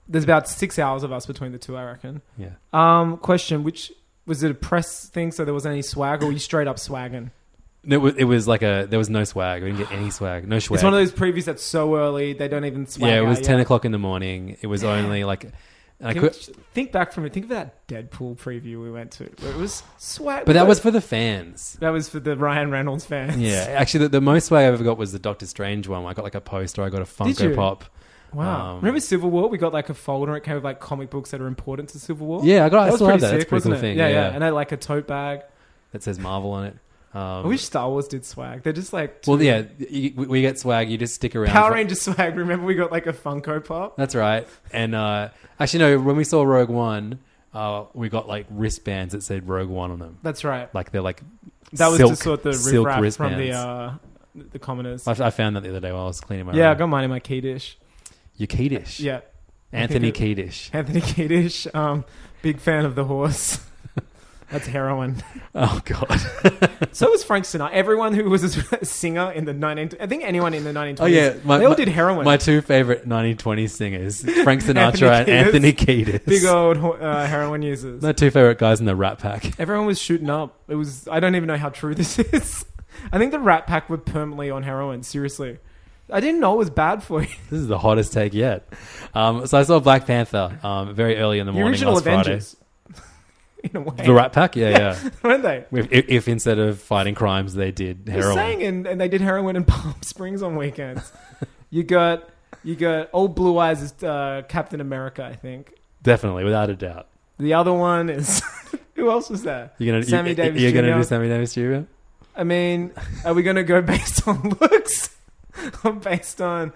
S6: There's about six hours of us between the two, I reckon.
S5: Yeah.
S6: Um, question: Which was it a press thing? So there wasn't any swag, or were you straight up swagging?
S5: No, It was, it was like a there was no swag. We didn't get any swag. No swag.
S6: It's one of those previews that's so early they don't even swag.
S5: yeah, it was
S6: out
S5: ten
S6: yet.
S5: o'clock in the morning. It was only like, and I
S6: Can
S5: could,
S6: we just think back from it. Think of that Deadpool preview we went to. Where it was swag,
S5: but that was for the fans.
S6: that was for the Ryan Reynolds fans.
S5: Yeah, actually, the, the most swag I ever got was the Doctor Strange one. I got like a poster. I got a Funko
S6: you?
S5: Pop.
S6: Wow.
S5: Um,
S6: Remember Civil War? We got like a folder. It came with like comic books that are important to Civil War.
S5: Yeah, I got. I still have that. That's a pretty
S6: wasn't
S5: cool
S6: it?
S5: thing.
S6: Yeah,
S5: Yeah,
S6: yeah, And I like a tote bag.
S5: that says Marvel on it. Um,
S6: I wish Star Wars did swag. They're just like
S5: Well, yeah, you, we- we get swag. You just stick around.
S6: Power
S5: for-
S6: Ranger swag. Remember, we got like a Funko Pop.
S5: That's right. And uh, actually, no. When we saw Rogue One, uh, we got like wristbands that said Rogue One on them.
S6: That's right.
S5: Like they're like
S6: That was
S5: silk,
S6: to sort the
S5: silk
S6: riffraff from the
S5: wristbands.
S6: uh, the commoners.
S5: I, I found that the other day while I was cleaning my
S6: yeah, I
S5: room.
S6: got mine in my Keatish.
S5: You're Keedish.
S6: Yeah,
S5: Anthony
S6: I think
S5: Keedish.
S6: Anthony Keatish. Um, big fan of the horse. That's heroin.
S5: Oh god.
S6: So was Frank Sinatra. Everyone who was a singer in the 19... I think anyone in the 1920s.
S5: Oh yeah. My,
S6: they all
S5: my-
S6: did heroin.
S5: My two favorite 1920s singers, Frank Sinatra and Anthony
S6: Anthony
S5: Kiedis.
S6: Big old ho- uh, heroin users.
S5: My two favorite guys in the Rat Pack.
S6: Everyone was shooting up. It was. I don't even know how true this is. I think the Rat Pack were permanently on heroin. Seriously, I didn't know it was bad for you.
S5: This is the hottest take yet. Um, so I saw Black Panther um, very early in the
S6: The
S5: morning
S6: original
S5: last
S6: Avengers, in a way,
S5: Friday. The Rat Pack, yeah, yeah.
S6: weren't they?
S5: If, if, if instead of fighting crimes, they did
S6: They sang
S5: heroin.
S6: and, and they did heroin in Palm Springs on weekends. you got you got old Blue Eyes is uh, Captain America, I think.
S5: Definitely, without a doubt.
S6: The other one is who else was there?
S5: You're gonna
S6: Sammy
S5: you,
S6: Davis
S5: You're gonna do
S6: Jr..
S5: Sammy Davis Jr.
S6: I mean, are we gonna go based on looks or based on?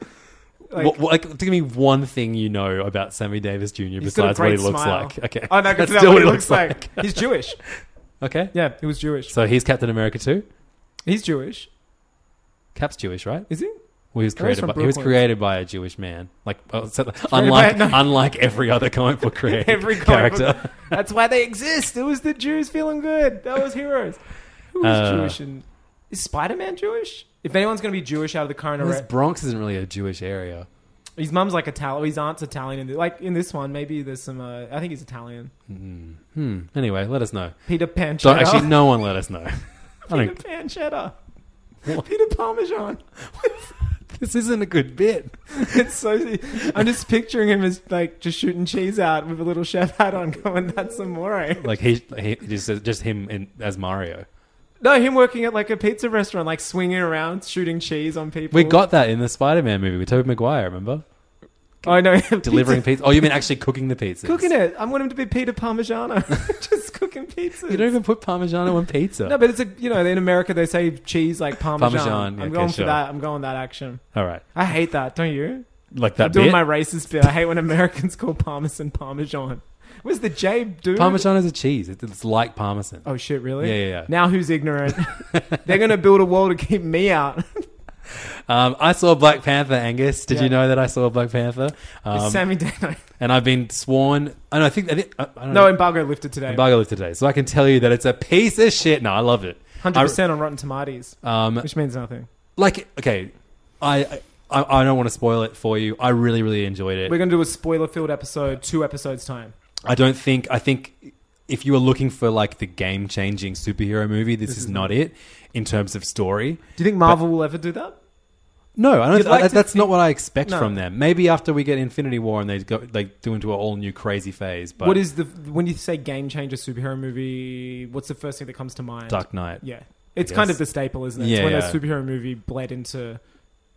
S5: Like,
S6: Like,
S5: what, what- like, give me one thing you know about Sammy Davis Jr.
S6: He's got a
S5: besides what he
S6: great
S5: looks
S6: smile.
S5: like. Okay,
S6: Oh, no, I can
S5: That's
S6: tell
S5: still
S6: what he looks like. He's Jewish.
S5: Okay,
S6: Yeah, he was Jewish.
S5: so he's Captain America too.
S6: He's Jewish.
S5: Cap's Jewish, right?
S6: Is he?
S5: Well, he was
S6: No, he's
S5: created.
S6: from
S5: By, he was
S6: Brooklyn.
S5: created by a Jewish man, like well, so-
S6: by-
S5: unlike
S6: no.
S5: unlike every other comic book creator.
S6: Every comic book-
S5: character.
S6: That's why they exist. It was the Jews feeling good. That was heroes. Who was
S5: Uh,
S6: Jewish? And is Spider Man Jewish? If anyone's going to be Jewish out of the current
S5: This
S6: array,
S5: Bronx isn't really a Jewish area.
S6: his mum's like Italian. His aunt's Italian. And like in this one, maybe there's some. Uh, I think he's Italian.
S5: Hmm. Anyway, let us know.
S6: Peter Panchetta.
S5: So actually, no one let us know. I
S6: Peter
S5: don't,
S6: Panchetta. Peter Parmesan.
S5: this isn't a good bit.
S6: It's so. I'm just picturing him as like just shooting cheese out with a little chef hat on, going, "That's amore."
S5: Like he, he just just him in, as Mario.
S6: No, him working at like a pizza restaurant, like swinging around, shooting cheese on people.
S5: We got that in the Spider-Man movie with Tobey Maguire. Remember
S6: Oh no,
S5: delivering pizza? Oh, you mean actually cooking the pizza?
S6: cooking it. I want him to be Peter Parmigiano, just cooking pizza.
S5: You don't even put Parmigiano on pizza.
S6: no, but it's a you know in America they say cheese like Parmesan.
S5: Parmesan, yeah,
S6: I'm
S5: okay,
S6: going
S5: sure.
S6: for that. I'm going that action.
S5: All right,
S6: I hate that. Don't you?
S5: like
S6: I'm
S5: that
S6: doing
S5: bit.
S6: my racist bit. I hate when Americans call Parmesan Parmesan. Where's the J, dude?
S5: Parmesan is a cheese. It- It's like parmesan.
S6: Oh shit! Really?
S5: Yeah, yeah, yeah.
S6: Now who's ignorant? They're gonna build a wall to keep me out.
S5: Um, I saw Black Panther, Angus. Did
S6: Yeah.
S5: you know that I saw Black Panther? Um,
S6: Sammy Dano.
S5: and I've been sworn. And I think I, think, I, I don't
S6: No
S5: know.
S6: embargo lifted today.
S5: uh, Embargo lifted today, so I can tell you that it's a piece of shit. No, I love it.
S6: Hundred percent on Rotten Tomatoes,
S5: I- um,
S6: which means nothing.
S5: like okay, I, I I don't want to spoil it for you. I really really enjoyed it.
S6: We're gonna do a spoiler-filled episode two episodes time.
S5: I don't think I think if you were looking for like the game changing superhero movie, this, is not it in terms of story.
S6: Do you think Marvel will ever do that?
S5: No, I
S6: You'd
S5: don't.
S6: like
S5: I-
S6: to
S5: that's not what I expect
S6: No.
S5: from them. Maybe after we get Infinity War and they go like do into a all new crazy phase. But
S6: what is the when you say game changer superhero movie? What's the first thing that comes to mind?
S5: Dark Knight?
S6: Yeah, it's kind
S5: Yes.
S6: of the staple, isn't it? it's
S5: Yeah,
S6: when
S5: yeah.
S6: a superhero movie bled into.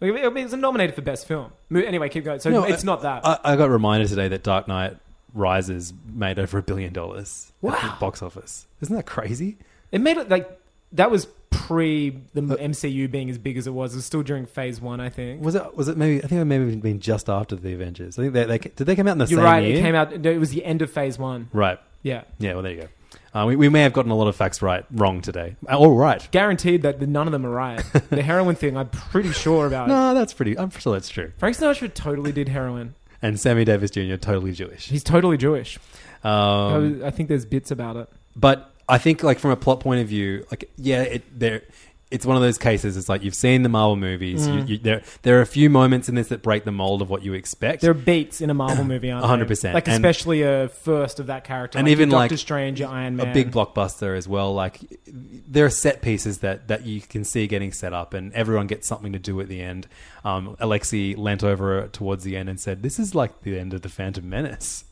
S6: I mean, it was nominated for best film. Mo- Anyway, keep going. So
S5: No,
S6: it's not that.
S5: I, I got reminded today that Dark Knight Rises made over a billion dollars at
S6: Wow.
S5: the box office. Isn't that crazy?
S6: It made it like that was pre the MCU being as big as it was. It was still during Phase One, I think.
S5: Uh, Was it? Was it maybe? I think it may have been just after the Avengers. I think they, they did they come out in the
S6: You're
S5: same
S6: right.
S5: year.
S6: It came out. no, It was the end of Phase One.
S5: right.
S6: Yeah,
S5: Yeah. Well, there you go. Uh, we, we may have gotten a lot of facts right wrong today. Uh, All right.
S6: guaranteed that the, none of them are right. the heroin thing, I'm pretty sure about.
S5: No, Uh, that's pretty. I'm sure that's true.
S6: Frank Sinatra totally did heroin.
S5: And Sammy Davis Jr. totally Jewish.
S6: He's totally Jewish. I
S5: Um,
S6: was- I think there's bits about it.
S5: but I think like from a plot point of view, like yeah, it there. It's one of those cases. It's like you've seen the Marvel movies.
S6: Mm.
S5: You, you, there, there are a few moments in this that break the mold of what you expect.
S6: There are beats in a Marvel movie, aren't there?
S5: 100%.
S6: Like
S5: And-
S6: especially a first of that character,
S5: and
S6: like
S5: even
S6: your
S5: like
S6: Doctor Strange, your Iron Man,
S5: a big blockbuster as well. Like there are set pieces that that you can see getting set up, and everyone gets something to do at the end. Um, Alexi leant over towards the end and said, "This is like the end of the Phantom Menace."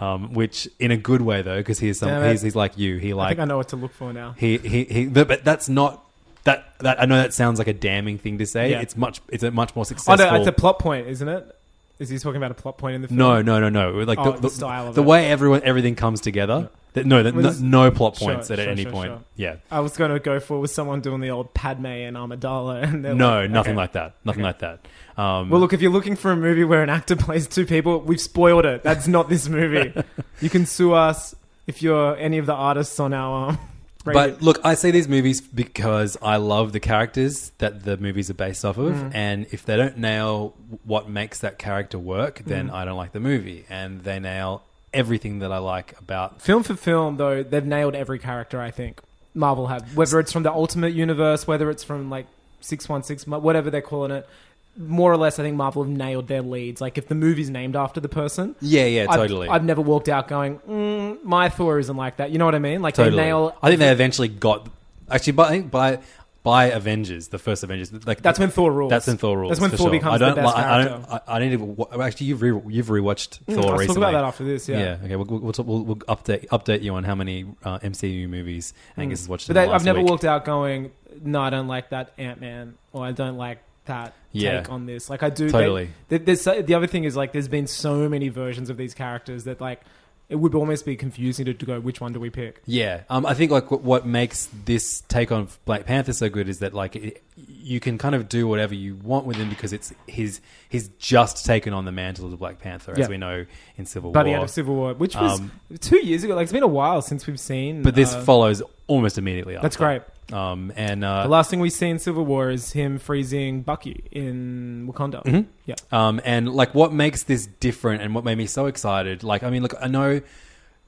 S5: Um, which in a good way though, because he's some,
S6: Damn it.
S5: he's, he's like you. He
S6: I
S5: like
S6: think I know what to look for now.
S5: he he he. But, but that's not that that I know that sounds like a damning thing to say.
S6: Yeah.
S5: It's much it's a much more
S6: Oh
S5: successful.
S6: no, it's a plot point, isn't it? Is he talking about a plot point in the film?
S5: No, no, no, no. Like
S6: Oh,
S5: the,
S6: the
S5: the,
S6: style of
S5: the
S6: it.
S5: way everyone everything comes together. That, no, that,
S6: Well,
S5: no,
S6: this-
S5: no plot
S6: Sure,
S5: points at
S6: sure,
S5: any
S6: sure,
S5: point.
S6: sure.
S5: Yeah.
S6: I was going to go for was someone doing the old Padme and Amidala, and they're
S5: No,
S6: like,
S5: nothing
S6: okay.
S5: like that. Nothing like that. Um,
S6: Well, look, if you're looking for a movie where an actor plays two people, we've spoiled it. That's not this movie. you can sue us if you're any of the artists on our. Um,
S5: but look, I see these movies because I love the characters that the movies are based off of, and if they don't nail what makes that character work, then I don't like the movie. And they nail everything that I like about.
S6: film for film, though, they've nailed every character. I think Marvel have, whether it's from the Ultimate Universe, whether it's from like six one six, whatever they're calling it. More or less, I think Marvel have nailed their leads. Like, if the movie's named after the person,
S5: Yeah, yeah,
S6: I've-
S5: totally.
S6: I've, never walked out going, mm, my Thor isn't like that. You know what I mean? Like
S5: totally.
S6: they nail.
S5: I think they eventually got actually, but I think by by Avengers, the first Avengers, like
S6: That's when Thor rules.
S5: That's when Thor rules.
S6: That's when
S5: for
S6: Thor
S5: sure.
S6: becomes
S5: I don't,
S6: the best
S5: like, I don't.
S6: character. Mm,
S5: I, I need to wa- actually. You've re- you've rewatched Thor
S6: I'll
S5: recently.
S6: talk about that after this. Yeah.
S5: Okay. We'll, we'll, we'll, we'll update update you on how many uh, MCU movies Angus has watched.
S6: Mm.
S5: in
S6: But
S5: the
S6: they,
S5: last
S6: I've never
S5: week.
S6: walked out going, no, I don't like that Ant Man, or I don't like that
S5: Yeah.
S6: take on this. Like I do. they-
S5: Totally.
S6: th- there's so- the other thing is like there's been so many versions of these characters that like it would almost be confusing to, to go which one do we pick.
S5: Yeah, um, I think like what, what makes this take on Black Panther so good is that like it, you can kind of do whatever you want with him because it's his he's just taken on the mantle of the Black Panther as
S6: Yeah.
S5: we know in Civil
S6: By
S5: War.
S6: the end of Civil War, which was
S5: Um,
S6: two years ago. Like it's been a while since we've seen.
S5: but this
S6: uh,
S5: follows almost immediately. After.
S6: that's great.
S5: Um, and
S6: The
S5: uh,
S6: last thing we see in Civil War is him freezing Bucky in Wakanda. Yeah.
S5: um, and like what makes this different and what made me so excited. Like, I mean, look, I know.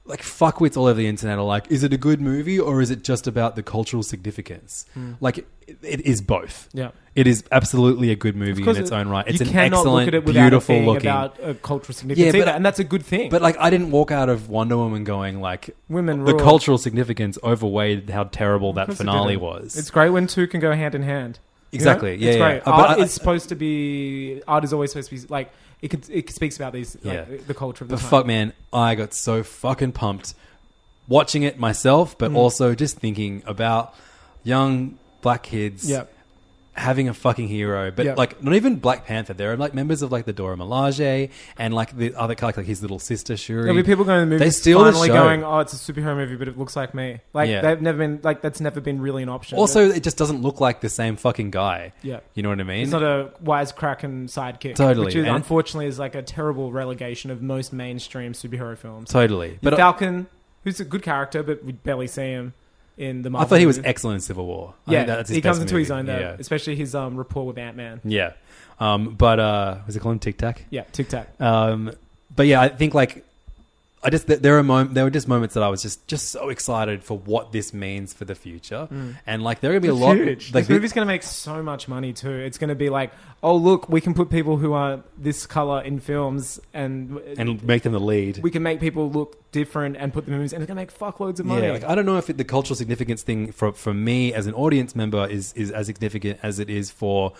S5: Like fuckwits all over the internet are like, is it a good movie or is it just about the cultural significance?
S6: Hmm.
S5: Like, it, it is both.
S6: Yeah.
S5: It is absolutely a good movie in
S6: Because
S5: its own right. It's
S6: you
S5: an
S6: cannot
S5: excellent,
S6: look at it without
S5: beautiful
S6: it being
S5: looking.
S6: about uh, cultural significance,
S5: but-
S6: either, and that's a good thing.
S5: but like, I didn't walk out of Wonder Woman going like,
S6: Women
S5: the
S6: rule.
S5: cultural significance overweighed how terrible that
S6: Of course it
S5: finale
S6: didn't.
S5: was.
S6: It's great when two can go hand in hand. You know?
S5: Exactly. Yeah,
S6: it's
S5: yeah.
S6: great.
S5: Uh, but
S6: art
S5: I-
S6: is supposed to be. Art is always supposed to be like it. Could, it speaks about these, like,
S5: Yeah.
S6: the culture of the
S5: but
S6: time.
S5: fuck, man, I got so fucking pumped watching
S6: Mm.
S5: it myself, but also just thinking about young black kids
S6: Yep.
S5: having a fucking hero, but
S6: Yep.
S5: like not even Black Panther. There are like members of like the Dora Milaje and like the other like, like his little sister Shuri.
S6: There'll be people going to the movies
S5: They steal the
S6: finally
S5: show.
S6: going, oh, it's a superhero movie, but it looks like me. Like
S5: Yeah.
S6: they've never been like that's never been really an option.
S5: also, it just doesn't look like the same fucking guy.
S6: Yeah.
S5: you know what I mean.
S6: it's not a wisecracking sidekick.
S5: Totally,
S6: which is,
S5: and-
S6: unfortunately is like a terrible relegation of most mainstream superhero films.
S5: totally, but uh, I,
S6: Falcon, who's a good character, but we barely see him in the.
S5: I
S6: Marvel
S5: thought he was
S6: movies.
S5: excellent in Civil War. I
S6: yeah,
S5: think that's his
S6: he comes
S5: best
S6: into his
S5: movie.
S6: own though,
S5: Yeah,
S6: especially his um, rapport with Ant Man.
S5: yeah. Um, but uh, was it called him Tic Tac?
S6: Yeah, Tic Tac.
S5: Um, but yeah, I think like I just th- there are mom- there were just moments that I was just just so excited for what this means for the future, and like there are gonna be a lot.
S6: Mm. Huge.
S5: Like
S6: this movie's going to make so much money too. It's going to be like, oh look, we can put people who are this color in films, and,
S5: and make them the lead.
S6: we can make people look different and put them in movies, and it's going to make fuckloads of money.
S5: yeah, like, I don't know if it, the cultural significance thing for for me as an audience member is is as significant as it is for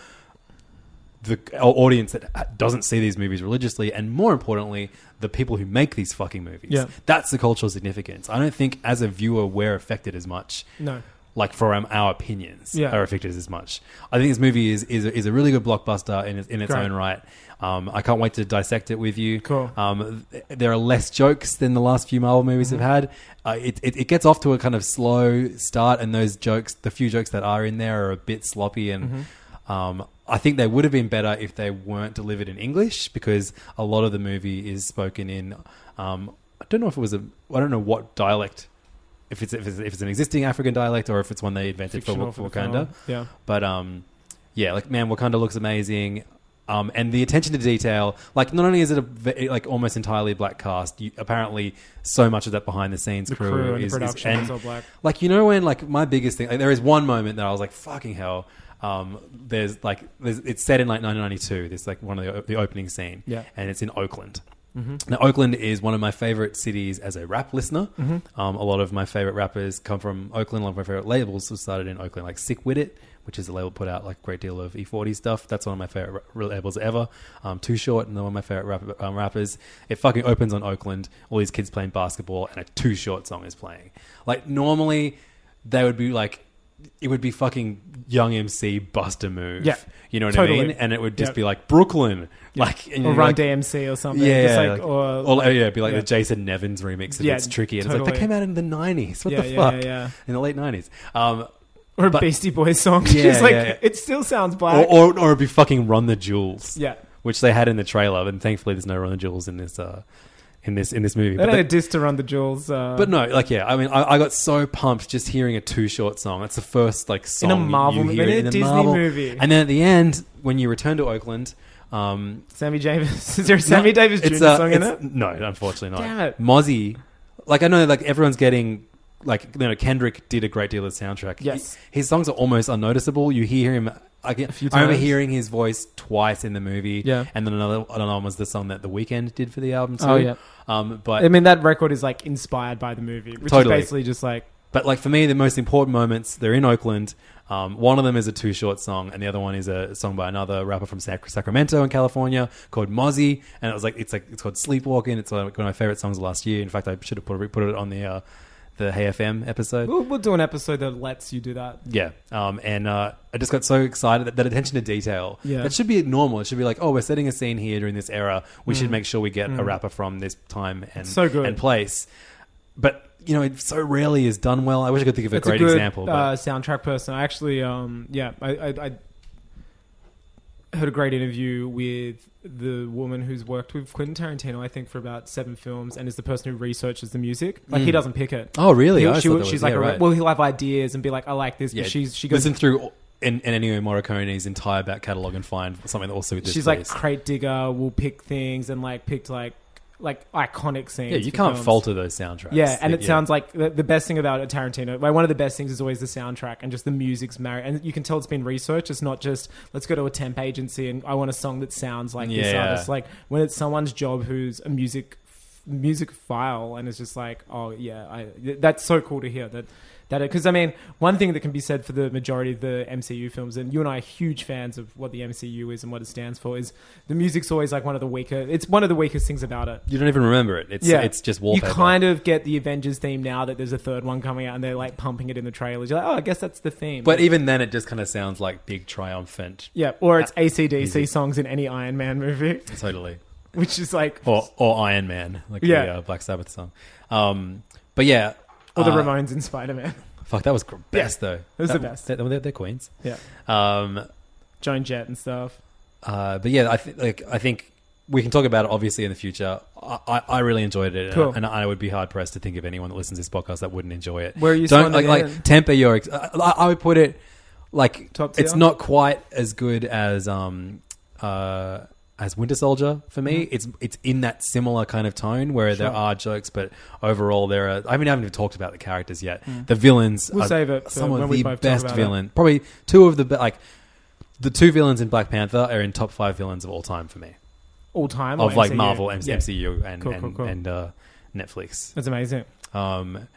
S5: the our audience that uh, doesn't see these movies religiously, and more importantly, the people who make these fucking movies.
S6: Yeah.
S5: that's the cultural significance. I don't think as a viewer we're affected as much.
S6: No.
S5: Like for um, our opinions
S6: Yeah.
S5: are affected as much. I think this movie is is, is a really good blockbuster in, its- in its
S6: Great.
S5: own right. Um, I can't wait to dissect it with you.
S6: Cool.
S5: Um, th- there are less jokes than the last few Marvel movies
S6: Mm-hmm.
S5: have had. Uh, it, it, it gets off to a kind of slow start, and those jokes, the few jokes that are in there, are a bit sloppy. And
S6: Mm-hmm.
S5: um, I think they would have been better if they weren't delivered in English because a lot of the movie is spoken in. Um, I don't know if it was a. I don't know what dialect. If it's, if it's if it's an existing African dialect or if it's one they invented for,
S6: Fictional
S5: Wa- for
S6: for the
S5: Wakanda,
S6: film. Yeah.
S5: but um, yeah, like man, Wakanda looks amazing. Um, and the attention to detail, like not only is it a ve- like almost entirely black cast, you, apparently so much of that behind the scenes
S6: The
S5: crew,
S6: crew and the
S5: is,
S6: production
S5: and-
S6: is all black.
S5: Like you know when like my biggest thing, like there is one moment that I was like fucking hell. Um, there's like there's, it's set in like 1992. There's like one of the, the opening scene,
S6: Yeah.
S5: and it's in Oakland. Mm-hmm. Now, Oakland is one of my favorite cities as a rap listener.
S6: Mm-hmm.
S5: Um, a lot of my favorite rappers come from Oakland. A lot of my favorite labels have started in Oakland, like Sick With It, which is a label put out like a great deal of E40 stuff. That's one of my favorite ra- labels ever. Um, Too Short, and one of my favorite rap- um, rappers. It fucking opens on Oakland. All these kids playing basketball, and a Too Short song is playing. Like normally, they would be like, it would be fucking Young MC Buster Move.
S6: Yeah.
S5: you know what I
S6: Totally.
S5: mean. And it would just
S6: Yeah.
S5: be like Brooklyn, like and
S6: or
S5: you're
S6: Run
S5: like-
S6: DMC or something.
S5: yeah,
S6: Just like,
S5: like-
S6: or,
S5: like, yeah, it'd be like
S6: yeah.
S5: the Jason Nevins remix. If
S6: Yeah,
S5: it's tricky, and it's like
S6: totally.
S5: they came out in the nineties. What
S6: Yeah,
S5: the
S6: yeah,
S5: fuck?
S6: yeah.
S5: In the late nineties. Um,
S6: or a
S5: but-
S6: Beastie Boys song.
S5: Yeah,
S6: Just like
S5: yeah, yeah.
S6: it still sounds
S5: or,
S6: black.
S5: or or it'd be fucking Run the Jewels.
S6: Yeah.
S5: which they had in the trailer, and thankfully there's no Run the Jewels in this uh, in this in this movie.
S6: that
S5: But
S6: ain't a
S5: that-
S6: diss to Run the Jewels. Uh,
S5: but no, like yeah, I mean, I, I got so pumped just hearing a too short song. That's the first like song
S6: Marvel
S5: you
S6: movie,
S5: hear
S6: in a
S5: in
S6: Disney
S5: Marvel.
S6: movie.
S5: and then at the end when you return to Oakland, um,
S6: Sammy Davis. Is there a Sammy Davis Jr.
S5: it's, uh,
S6: song in it?
S5: it's- No, unfortunately not.
S6: Damn it.
S5: Mozzie, like I know, like everyone's getting, like you know, Kendrick did a great deal of the soundtrack.
S6: Yes.
S5: He- his songs are almost unnoticeable. You hear him. I, get,
S6: few
S5: I remember
S6: times.
S5: hearing his voice twice in the movie.
S6: Yeah.
S5: and then another another one was the song that The Weeknd did for the album. Too.
S6: Oh, yeah.
S5: Um, but
S6: I mean, that record is like inspired by the movie, which
S5: Totally.
S6: is basically just like
S5: But like for me, the most important moments they're in Oakland. Um, one of them is a too short song, and the other one is a song by another rapper from Sac- Sacramento in California called Mozzie. And it was like it's like it's called Sleepwalking. It's like one of my favorite songs of last year. In fact, I should have put it, put it on the uh, the Hey FM episode.
S6: we'll, we'll do an episode that lets you do that.
S5: Yeah, um, and uh, I just got so excited that, that attention to detail.
S6: Yeah.
S5: that should be normal. It should be like, oh, we're setting a scene here during this era. We should make sure we get a rapper from this time and
S6: Mm. So good.
S5: and place. But you know, it so rarely is done well. I wish I could think of a
S6: It's
S5: great
S6: a good
S5: example. But
S6: uh, soundtrack person. I actually, um, yeah, I, I, I heard a great interview with the woman who's worked with Quentin Tarantino, I think, for about seven films, and is the person who researches the music. Like he doesn't pick it.
S5: Oh, really? I
S6: He'll-
S5: always
S6: she,
S5: thought
S6: will-
S5: that
S6: she's
S5: was-
S6: like,
S5: yeah,
S6: a-
S5: right.
S6: well, he'll have ideas and be like, I like this,
S5: yeah,
S6: but she's she goes
S5: listen through in Ennio Morricone's entire back catalog and find something that will suit this.
S6: she's like
S5: place.
S6: crate digger will pick things and like picked like like iconic scenes
S5: yeah, you
S6: for
S5: can't
S6: films.
S5: falter those soundtracks.
S6: yeah and it
S5: yeah.
S6: sounds like the, the best thing about a tarantino well, one of the best things is always the soundtrack and just the music's married and you can tell it's been researched it's not just let's go to a temp agency and i want a song that sounds like this
S5: Yeah.
S6: artist like when it's someone's job who's a music music file, and it's just like, oh yeah, I, th- that's so cool to hear that. That because I mean, one thing that can be said for the majority of the MCU films, and you and I are huge fans of what the MCU is and what it stands for, is the music's always like one of the weaker. It's one of the weakest things about it.
S5: You don't even remember it. It's it's just wallpaper.
S6: You kind of get the Avengers theme now that there's a third one coming out, and they're like pumping it in the trailers. You're like, oh, I guess that's the theme.
S5: but even then, it just kind of sounds like big triumphant.
S6: yeah, or it's ACDC songs in any Iron Man movie,
S5: Totally.
S6: which is like
S5: Or or Iron Man, like
S6: Yeah.
S5: the uh, Black Sabbath song. Um, but yeah,
S6: or the
S5: uh,
S6: Ramones in Spider Man.
S5: Fuck, that was gr- best though. It
S6: was the best.
S5: They're, they're queens.
S6: Yeah,
S5: Um,
S6: Joan Jett and stuff.
S5: Uh, but yeah, I think like I think we can talk about it obviously in the future. I, I, I really enjoyed it, and-
S6: Cool.
S5: and, I would be hard pressed to think of anyone that listens to this podcast that wouldn't enjoy it.
S6: Where are you
S5: Don't like,
S6: signing
S5: like
S6: in?
S5: temper your. Ex- I, I I would put it like
S6: Top
S5: it's
S6: tier?
S5: not quite as good as um uh as Winter Soldier for me.
S6: Mm-hmm.
S5: It's it's in that similar kind of tone where there are jokes, but overall there are. I mean, I haven't even talked about the characters yet.
S6: Mm.
S5: The villains
S6: We'll
S5: are
S6: save it for
S5: some
S6: when
S5: of
S6: we
S5: the
S6: both talk
S5: best
S6: about it.
S5: villain. Probably two of the be- like the two villains in Black Panther are in top five villains of all time for me,
S6: all time
S5: of
S6: or
S5: like
S6: MCU?
S5: Marvel, M-
S6: Yeah.
S5: MCU, and
S6: Cool,
S5: and,
S6: cool, cool.
S5: and uh, Netflix.
S6: That's amazing.
S5: Um,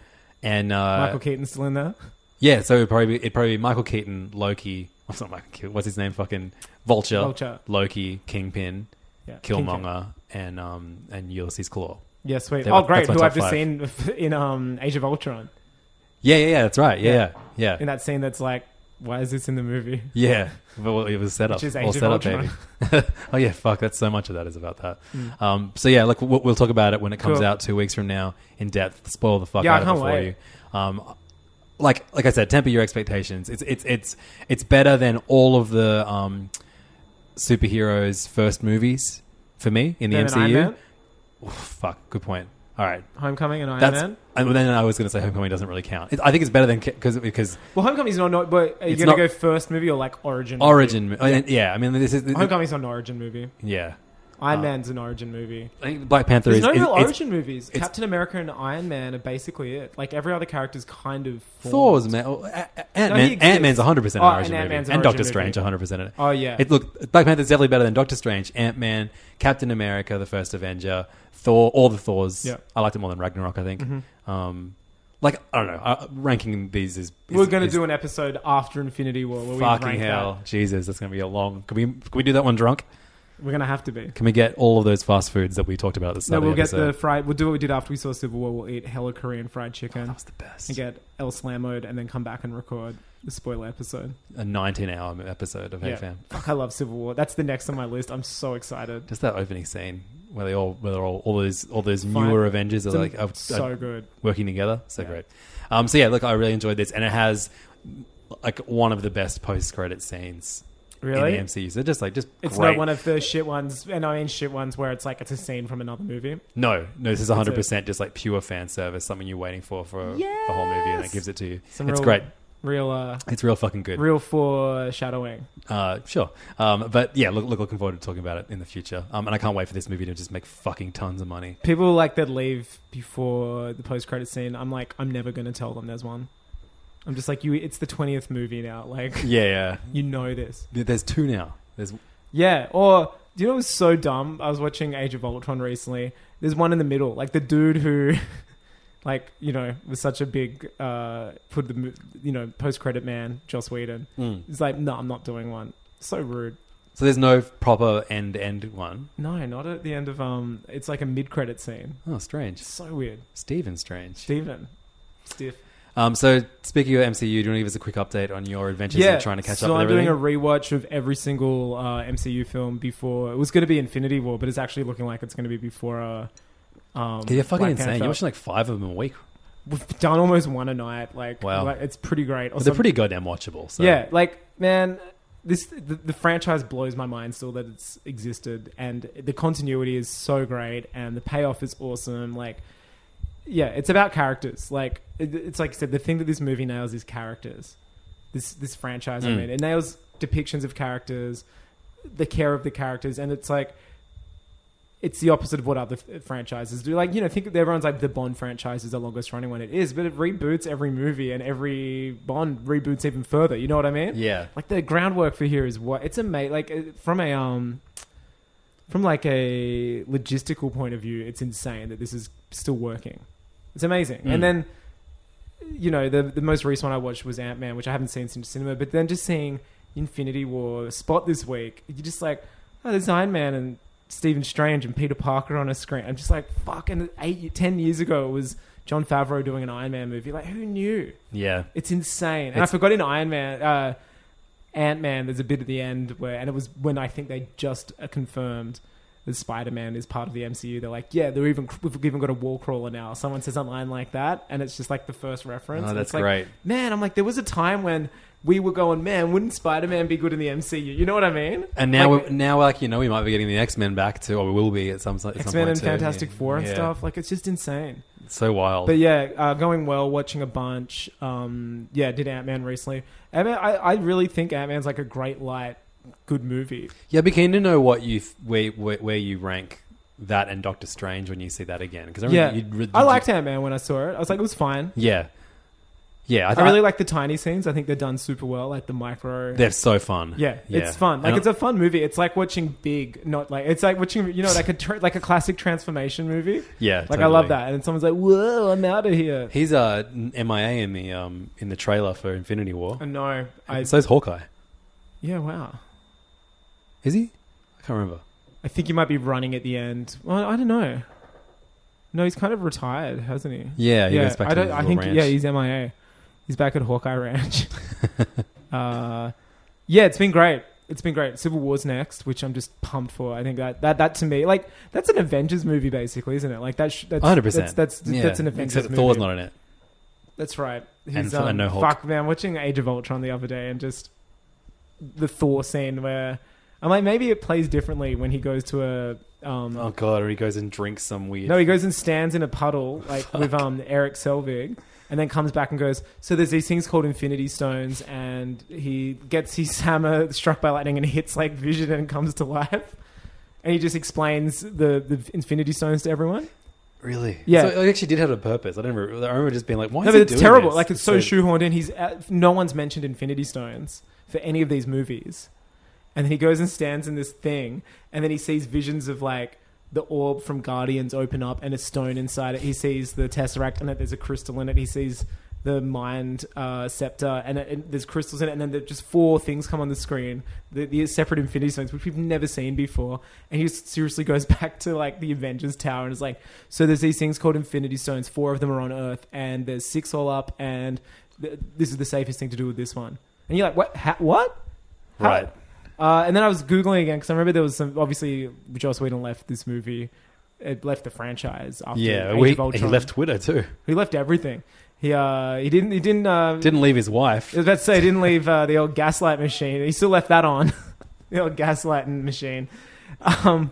S5: and uh,
S6: Michael Keaton's still in there.
S5: yeah, so it'd probably be, it'd probably be Michael Keaton, Loki. What's not Michael Keaton? What's his name? Fucking Vulture,
S6: Vulture.
S5: Loki, Kingpin,
S6: Yeah,
S5: Killmonger, and um and Ulysses Claw.
S6: Yeah, sweet.
S5: They
S6: oh,
S5: were-
S6: great.
S5: that's my
S6: Who I've
S5: top
S6: just seen in um, Age of Ultron
S5: Yeah, yeah, yeah. That's right. Yeah, yeah,
S6: Yeah.
S5: yeah.
S6: in that scene that's like, why is this in the movie?
S5: Yeah, well, it was set up.
S6: Which is
S5: All
S6: Age of
S5: set up,
S6: Ultron. Mm.
S5: baby. oh yeah, fuck. That's so much of that is about that. Um, so yeah, look, we'll, we'll talk about it when it comes
S6: Cool.
S5: out two weeks from now in depth. Spoil the fuck
S6: Yeah, I
S5: out of it
S6: can't
S5: for
S6: wait.
S5: you. Um, like like I said, temper your expectations. It's it's it's it's better than all of the um, superheroes first movies for me in the
S6: Then an Iron
S5: MCU.
S6: Man,
S5: Oh, fuck. Good point. All right.
S6: Homecoming and Iron
S5: That's
S6: Man.
S5: and then I was going to say Homecoming doesn't really count. It, I think it's better than because because
S6: Well, Homecoming's not, not but are you
S5: It's
S6: going
S5: not-
S6: to go first movie or like origin? movie?
S5: Origin. Yeah. yeah, I mean this is
S6: Homecoming's not an origin movie.
S5: yeah.
S6: Iron Man's an origin movie.
S5: I think Black Panther
S6: There's
S5: Ah. is
S6: no
S5: is-
S6: real
S5: it's-
S6: origin movies.
S5: it's-
S6: Captain America and Iron Man are basically it. Like every other character's kind of formed.
S5: Thor's man, oh, A- A- Ant-Man,
S6: exists.
S5: Ant-Man's 100% an
S6: Oh,
S5: origin
S6: and
S5: movie,
S6: Ant-Man's
S5: and
S6: origin
S5: Doctor
S6: movie.
S5: Strange 100% in it.
S6: Oh, yeah.
S5: It look Black Panther's definitely better than Doctor Strange, Ant-Man, Captain America, the First Avenger, Thor, all the Thors.
S6: Yeah. Mm-hmm.
S5: I liked it more than Ragnarok, I think. Um, like I don't know, uh, ranking these is, is
S6: We're going to
S5: is
S6: do an episode after Infinity War where we
S5: fucking
S6: rank
S5: hell, Jesus, that's gonna be a long. Can we can we do that one drunk?
S6: that. We're going to have to be.
S5: Can we get all of those fast foods that we talked about at the
S6: No,
S5: start?
S6: we'll
S5: of the
S6: get the
S5: episode?
S6: fried. We'll do what we did after we saw Civil War. We'll eat hella Korean fried chicken
S5: Oh, That was the best.
S6: and get El Slamoed, and then come back and record the spoiler episode.
S5: A 19-hour episode of
S6: Yeah.
S5: AFM.
S6: Fuck, I love Civil War. That's the next on my list. I'm so excited.
S5: Just that opening scene where they all, where they're all, all those, all those
S6: Fine.
S5: newer Avengers are
S6: It's
S5: like, oh, uh, are,
S6: so
S5: are
S6: good.
S5: working together. So great. Um, so yeah, look, I really enjoyed this, and it has like one of the best post-credit scenes
S6: Really?
S5: in the MCU. So just like, just
S6: It's
S5: great.
S6: not one of the shit ones, and I mean shit ones where it's like it's a scene from another movie.
S5: no, no, this is one hundred percent just like pure fan service, something you're waiting for for the whole movie, and it
S6: Yes!
S5: gives it to you.
S6: Some
S5: it's
S6: real,
S5: great.
S6: Real, uh,
S5: It's real fucking good.
S6: real foreshadowing.
S5: Uh, sure. Um, but yeah, look, look, looking forward to talking about it in the future. Um, and I can't wait for this movie to just make fucking tons of money.
S6: People like that leave before the post credit scene. I'm like, I'm never gonna tell them there's one. I'm just like, you. It's the twentieth movie now. Like,
S5: Yeah, yeah.
S6: you know this.
S5: There- There's two now. There's
S6: Yeah, or do you know it was so dumb? I was watching Age of Ultron recently. There's one in the middle, like the dude who, like you know, was such a big uh, put the mo- you know post credit man, Joss Whedon.
S5: Mm.
S6: He's like, no, I'm not doing one. So rude.
S5: So there's no proper end end one.
S6: No, not at the end of um. It's like a mid credit scene.
S5: Oh, strange.
S6: So weird.
S5: Stephen Strange.
S6: Steven. stiff.
S5: Um, so speaking of MCU, do you want to give us a quick update on your adventures in trying to catch
S6: so
S5: up with
S6: I'm
S5: everything?
S6: doing a rewatch of every single uh, MCU film before. It was going to be Infinity War, but it's actually looking like it's going to be before. Uh, um,
S5: yeah, you're fucking
S6: Black
S5: insane.
S6: Panther.
S5: You're watching like five of them a week.
S6: we've done almost one a night. Like,
S5: Wow.
S6: like, it's pretty great.
S5: But
S6: Also,
S5: they're pretty goddamn watchable. So.
S6: yeah, like man, this the, the franchise blows my mind still that it's existed, and the continuity is so great, and the payoff is awesome. Like, yeah, it's about characters. Like, it, it's like I said, the thing that this movie nails is characters. This this franchise, I mean, it nails depictions of characters, the care of the characters, and it's like it's the opposite of what other f- franchises do. Like, you know, think everyone's like the Bond franchise is the longest running one. It is, but it reboots every movie and every Bond reboots even further. You know what I mean?
S5: Yeah.
S6: Like the groundwork for here is what it's a mate. Like uh, from a um, from like a logistical point of view, it's insane that this is still working. It's amazing. And then, you know, the the most recent one I watched was Ant Man, which I haven't seen since cinema. But then just seeing Infinity War spot this week, you're just like, oh, there's Iron Man and Stephen Strange and Peter Parker on a screen. I'm just like, fuck. And eight, ten years ago, it was John Favreau doing an Iron Man movie. Like, who knew?
S5: Yeah.
S6: It's insane. And
S5: It's-
S6: I forgot in Iron Man, uh, Ant Man, there's a bit at the end where, and it was when I think they just uh, confirmed that Spider Man is part of the MCU. They're like, yeah, they're even we've even got a wall crawler now. Someone says a line like that, and it's just like the first reference.
S5: Oh,
S6: And
S5: that's
S6: it's like,
S5: great.
S6: Man, I'm like, there was a time when we were going, man, wouldn't Spider Man be good in the MCU? You know what I mean?
S5: And now,
S6: Like,
S5: we're, now, like you know, we might be getting the X Men back too, or we will be at some at some
S6: X Men
S5: point
S6: and
S5: too.
S6: Fantastic
S5: Yeah.
S6: Four and
S5: Yeah.
S6: stuff. Like, it's just insane.
S5: It's so wild.
S6: But yeah, uh, going well, watching a bunch. Um, yeah, did Ant Man recently. Ant Man, I, I really think Ant Man's like a great light, good movie.
S5: yeah, I'd be keen to know what you th- where, where where you rank that and Doctor Strange when you see that again because I
S6: Yeah,
S5: remember you'd, re-
S6: I liked Ant Man when I saw it. I was like, it was fine.
S5: Yeah, yeah.
S6: I really like the tiny scenes. I think they're done super well, like the micro.
S5: They're so fun.
S6: yeah, it's fun. Like
S5: And
S6: it's a fun movie. It's like watching Big, not like it's like watching you know like a tr- like a classic transformation movie.
S5: Yeah,
S6: like I love
S5: totally.
S6: that. And then someone's like, "Whoa, I'm out of here."
S5: He's uh, n- MIA in the um in the trailer for Infinity War.
S6: Oh, no, I
S5: And so's Hawkeye.
S6: yeah, wow.
S5: Is he? I can't remember.
S6: I think he might be running at the end. Well, I don't know. No, he's kind of retired, hasn't he?
S5: Yeah, he goes back to
S6: I don't.
S5: his
S6: I
S5: little
S6: think
S5: ranch.
S6: yeah, he's MIA. He's back at Hawkeye Ranch. uh, yeah, it's been great. It's been great. Civil War's next, which I'm just pumped for. I think that that that to me, like that's an Avengers movie, basically, isn't it? Like that. Sh- that's
S5: One hundred
S6: That's
S5: percent.
S6: that's, that's an Avengers
S5: Except
S6: movie.
S5: Thor's not in it.
S6: That's right. He's, um,
S5: And Thor- and no Hulk.
S6: Fuck man, watching Age of Ultron the other day and just the Thor scene where I'm like, maybe it plays differently when he goes to a um,
S5: Oh god, or he goes and drinks some weird.
S6: No, he goes and stands in a puddle like with um Eric Selvig, and then comes back and goes. So there's these things called Infinity Stones, and he gets his hammer struck by lightning and hits like Vision and comes to life. And he just explains the, the Infinity Stones to everyone.
S5: really?
S6: Yeah.
S5: So it actually did have a purpose. I don't remember. I remember just being like, why?
S6: No,
S5: is
S6: but
S5: he
S6: it's
S5: doing
S6: terrible.
S5: this?
S6: Like it's so, shoehorned in. He's at, no one's mentioned Infinity Stones for any of these movies, and then he goes and stands in this thing, and then he sees visions of like the orb from Guardians open up and a stone inside it. He sees the Tesseract and that there's a crystal in it. He sees the mind uh, scepter and, it, and there's crystals in it. And then there just four things come on the screen, the, the separate Infinity Stones, which we've never seen before. And he just seriously goes back to like the Avengers Tower and is like, so there's these things called Infinity Stones. Four of them are on Earth, and there's six all up. And th- this is the safest thing to do with this one. And you're like, what? Ha- what? How-
S5: Right.
S6: uh, and then I was googling again because I remember there was some. Obviously, Joss Whedon left this movie. It left the franchise after
S5: Yeah,
S6: Age
S5: we,
S6: of Ultron.
S5: he left Twitter too.
S6: He left everything. He uh, he didn't. He didn't. Uh,
S5: Didn't leave his wife.
S6: I was about to say he didn't leave uh, the old gaslight machine. He still left that on the old gaslighting machine. Um,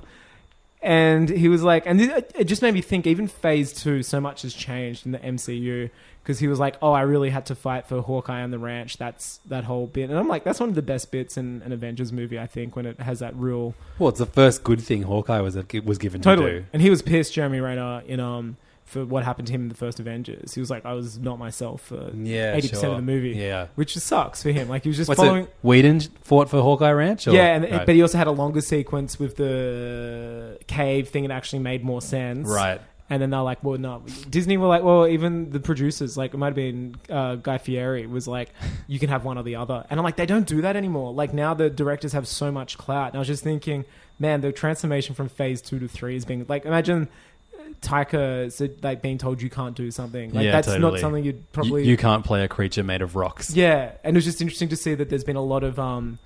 S6: and he was like, and it, it just made me think. Even Phase Two, so much has changed in the MCU because he was like, oh, I really had to fight for Hawkeye on the ranch. That's that whole bit, and I'm like, that's one of the best bits in an Avengers movie. I think when it has that real
S5: Well, it's the first good thing Hawkeye was was given to do.
S6: And he was pissed, Jeremy Renner, in um for what happened to him in the first Avengers. He was like, I was not myself for
S5: Yeah,
S6: eighty percent
S5: sure.
S6: of the movie.
S5: Yeah.
S6: which just sucks for him. Like he was just
S5: What's
S6: following.
S5: it? Whedon fought for Hawkeye Ranch. Or?
S6: Yeah, and,
S5: Right.
S6: but he also had a longer sequence with the cave thing. It actually made more sense,
S5: Right.
S6: And then they're like, "Well, no." Disney were like, "Well, even the producers, like it might have been uh, Guy Fieri, was like, you can have one or the other." And I'm like, they don't do that anymore. Like now the directors have so much clout. And I was just thinking, man, the transformation from phase two to three is being like, imagine. uh, Taika said, like being told you can't do something like
S5: Yeah,
S6: that's not
S5: totally.
S6: something you'd
S5: You-
S6: probably
S5: you, can't play a creature made of rocks.
S6: yeah, and it was just interesting to see that there's been a lot of um,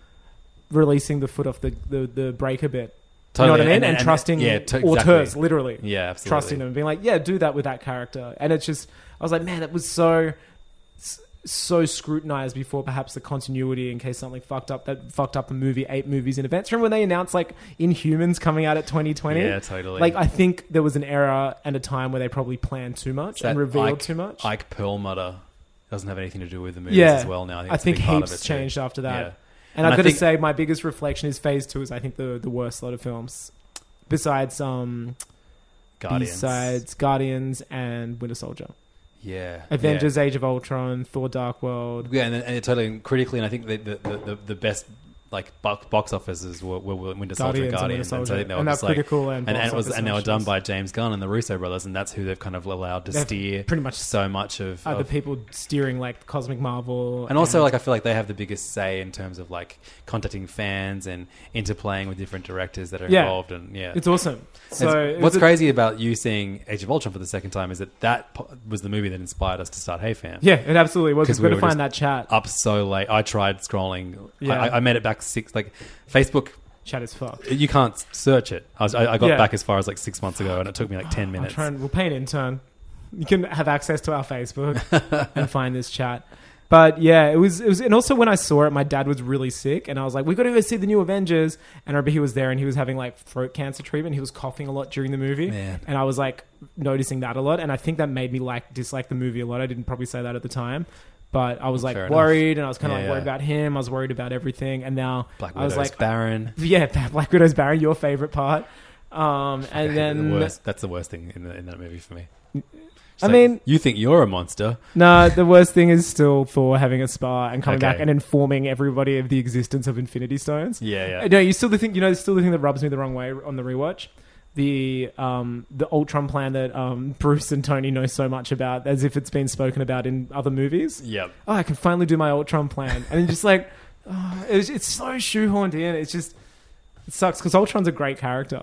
S6: releasing the foot off the the, the breaker bit. You know what I mean? And, trusting
S5: yeah, t- exactly.
S6: auteurs, literally.
S5: Yeah, absolutely.
S6: Trusting them and being like, yeah, do that with that character. And it's just, I was like, man, that was so s- so scrutinized before perhaps the continuity in case something fucked up that fucked up a movie eight movies in advance remember when they announced like inhumans coming out at 2020
S5: Yeah, totally.
S6: like i think there was an era and a time where they probably planned too much
S5: It's that
S6: and revealed
S5: Ike,
S6: too much
S5: Ike Perlmutter doesn't have anything to do with the movies as well now. I think, it's a big part of
S6: heaps
S5: it too.
S6: changed after that.
S5: Yeah.
S6: And,
S5: And
S6: I've
S5: I
S6: got
S5: think-
S6: to say, my biggest reflection is Phase Two is I think the the worst lot of films, besides um
S5: Guardians.
S6: besides Guardians and Winter Soldier,
S5: yeah,
S6: Avengers:
S5: Yeah.
S6: Age of Ultron, Thor: Dark World.
S5: Yeah, and, and it totally and critically, and I think the the, the, the, the best like box, box offices were, were, were Winter Soldier and Guardian,
S6: Guardians and Winter
S5: and so I think they
S6: Soldier.
S5: were
S6: And
S5: just
S6: they're
S5: like,
S6: critical and
S5: and,
S6: box
S5: it was,
S6: office
S5: and they were done
S6: nationals.
S5: by James Gunn and the Russo brothers, and that's who they've kind of allowed to
S6: They've
S5: steer
S6: pretty much
S5: so much of,
S6: Are the
S5: of
S6: people steering like Cosmic Marvel?
S5: and also like I feel like they have the biggest say in terms of like contacting fans and interplaying with different directors that are
S6: Yeah.
S5: involved and yeah
S6: it's awesome. So
S5: And
S6: it
S5: what's
S6: was a-
S5: crazy about you seeing Age of Ultron for the second time is that that po- was the movie that inspired us to start Hey Fam
S6: Yeah, it absolutely was. We've
S5: we
S6: got to
S5: were
S6: find that
S5: just
S6: chat.
S5: up so late I tried scrolling I-
S6: Yeah.
S5: I, I made it back six like Facebook
S6: Chat is fucked.
S5: you can't search it I, was, I, I got
S6: Yeah.
S5: back as far as like six months ago and it took me like 10
S6: I'll
S5: minutes
S6: try and we'll pay an intern. You can have access to our Facebook and find this chat. But yeah, it was it was, and also when I saw it, my dad was really sick, and I was like, "We got to go see the new Avengers." And I remember he was there, and he was having like throat cancer treatment. He was coughing a lot during the movie,
S5: Man.
S6: and I was like noticing that a lot, and I think that made me like dislike the movie a lot. I didn't probably say that at the time, but I was like
S5: Fair enough.
S6: worried, and I was kind of
S5: Yeah,
S6: like worried
S5: yeah.
S6: about him. I was worried about everything, and now
S5: Black
S6: I was
S5: Widow's
S6: like,
S5: Baron
S6: yeah, Black Widow's Baron, your favorite part. Um, and then
S5: the worst, that's the worst thing in, the, in that movie for me It's
S6: I
S5: like,
S6: mean-
S5: you think you're a monster
S6: No, the worst thing is still Thor having a spa and coming
S5: Okay.
S6: back and informing everybody of the existence of Infinity Stones.
S5: Yeah, yeah.
S6: Uh, No, you still the thing. You know, still the thing that rubs me the wrong way on the rewatch. The um, the Ultron plan that um, Bruce and Tony know so much about, as if it's been spoken about in other movies.
S5: Yep.
S6: Oh, I can finally do my Ultron plan, and then just like, oh, it's, it's so shoehorned in. It's just it sucks because Ultron's a great character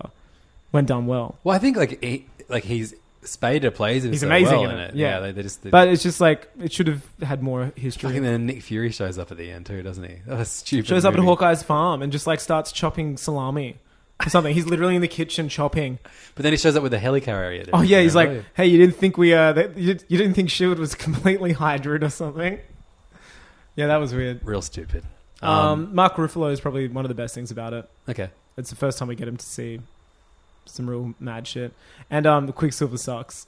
S6: when done well.
S5: Well, I think like he, like he's Spader plays him
S6: He's
S5: so
S6: amazing
S5: well
S6: in
S5: in
S6: it,
S5: it.
S6: yeah.
S5: Yeah, they, they just. They,
S6: But it's just like it should have had more
S5: I
S6: history.
S5: think then Nick Fury shows up at the end too, doesn't he? That was stupid.
S6: shows up at
S5: movie.
S6: Hawkeye's farm and just like starts chopping salami or something. He's literally in the kitchen chopping.
S5: but then he shows up with a helicarrier. at the
S6: Oh
S5: end,
S6: yeah,
S5: you
S6: he's
S5: know?
S6: like, hey, you didn't think we uh, that, you, you didn't think Shield was completely hybrid or something? Yeah, that was weird.
S5: real stupid.
S6: Um, Mark Ruffalo is probably one of the best things about it.
S5: Okay,
S6: It's the first time we get him to see some real mad shit, and um, Quicksilver sucks.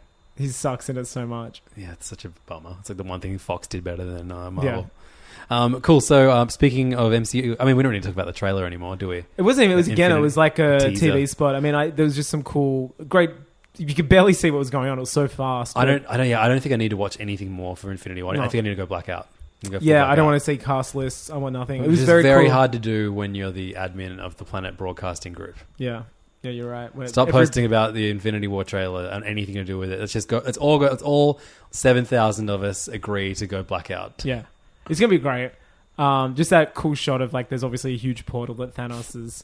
S6: He sucks in it so much.
S5: yeah, it's such a bummer. It's like the one thing Fox did better than uh,
S6: Yeah.
S5: Marvel. Um, cool. So um, speaking of MCU, I mean, we don't need to talk about the trailer anymore, do we?
S6: It wasn't even. It was again. It
S5: Infinite
S6: was like a
S5: teaser.
S6: TV spot. I mean, I, there was just some cool, great. You could barely see what was going on. It was so fast.
S5: I don't. I don't. Yeah, I don't think I need to watch anything more for Infinity War.
S6: No.
S5: I think I need to go black out. and go full
S6: Yeah,
S5: black
S6: I don't
S5: out.
S6: want to see cast lists. I want nothing. It
S5: Which
S6: was
S5: is
S6: very, cool.
S5: hard to do when you're the admin of the Planet Broadcasting Group.
S6: Yeah, yeah, you're right. When
S5: Stop
S6: every-
S5: posting about the Infinity War trailer and anything to do with it. Let's just go. It's all. Go, it's all. Seven thousand of us agree to go blackout.
S6: Yeah, it's gonna be great. Um, just that cool shot of like, there's obviously a huge portal that Thanos has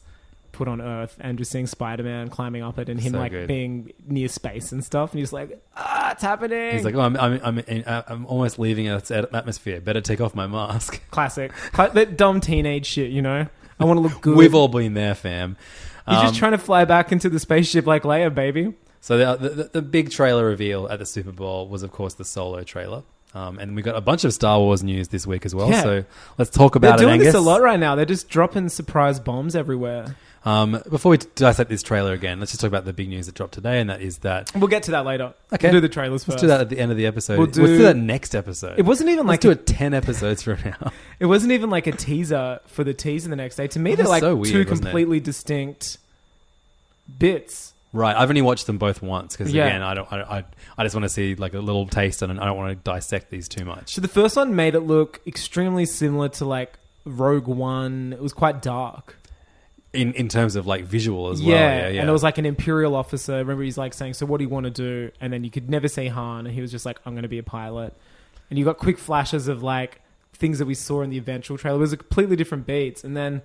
S6: put on Earth, and just seeing Spider-Man climbing up it, and him
S5: So
S6: like
S5: good.
S6: being near space and stuff, and he's like, ah, it's happening.
S5: He's like, oh, I'm, I'm, I'm, I'm almost leaving Earth's at- atmosphere. Better take off my mask.
S6: classic, Cla- that dumb teenage shit, you know. I want to look good.
S5: We've all been there, fam.
S6: He's
S5: Um,
S6: just trying to fly back into the spaceship like Leia, baby.
S5: So the, the the big trailer reveal at the Super Bowl was, of course, the Solo trailer. Um, and we got a bunch of Star Wars news this week as well.
S6: Yeah.
S5: So let's talk
S6: They're
S5: about it.
S6: doing this
S5: Angus.
S6: a lot right now. They're just dropping surprise bombs everywhere.
S5: Um, before we dissect this trailer again, let's just talk about the big news that dropped today, and that is that.
S6: We'll get to that later.
S5: Okay.
S6: We'll do the trailers 1st
S5: Let's do that at the end of the episode.
S6: We'll
S5: We'll
S6: do-
S5: do, let's do that next episode.
S6: It wasn't even
S5: Let's
S6: like
S5: do it ten episodes from now.
S6: It wasn't even like a teaser for the teaser the next day. To me,
S5: That
S6: they're
S5: was
S6: like
S5: so weird,
S6: two
S5: wasn't it?
S6: completely distinct bits.
S5: Right, I've only watched them both once because
S6: Yeah.
S5: again, I don't, I, I, I just want to see like a little taste, and I don't want to dissect these too much.
S6: So the first one made it look extremely similar to like Rogue One. It was quite dark.
S5: In in terms of like visual as well, yeah, yeah.
S6: And it was like an Imperial officer. Remember, he's like saying, So what do you want to do? And then you could never see Han. And he was just like, I'm going to be a pilot. And you got quick flashes of like things that we saw in the eventual trailer. It was a completely different beats. And then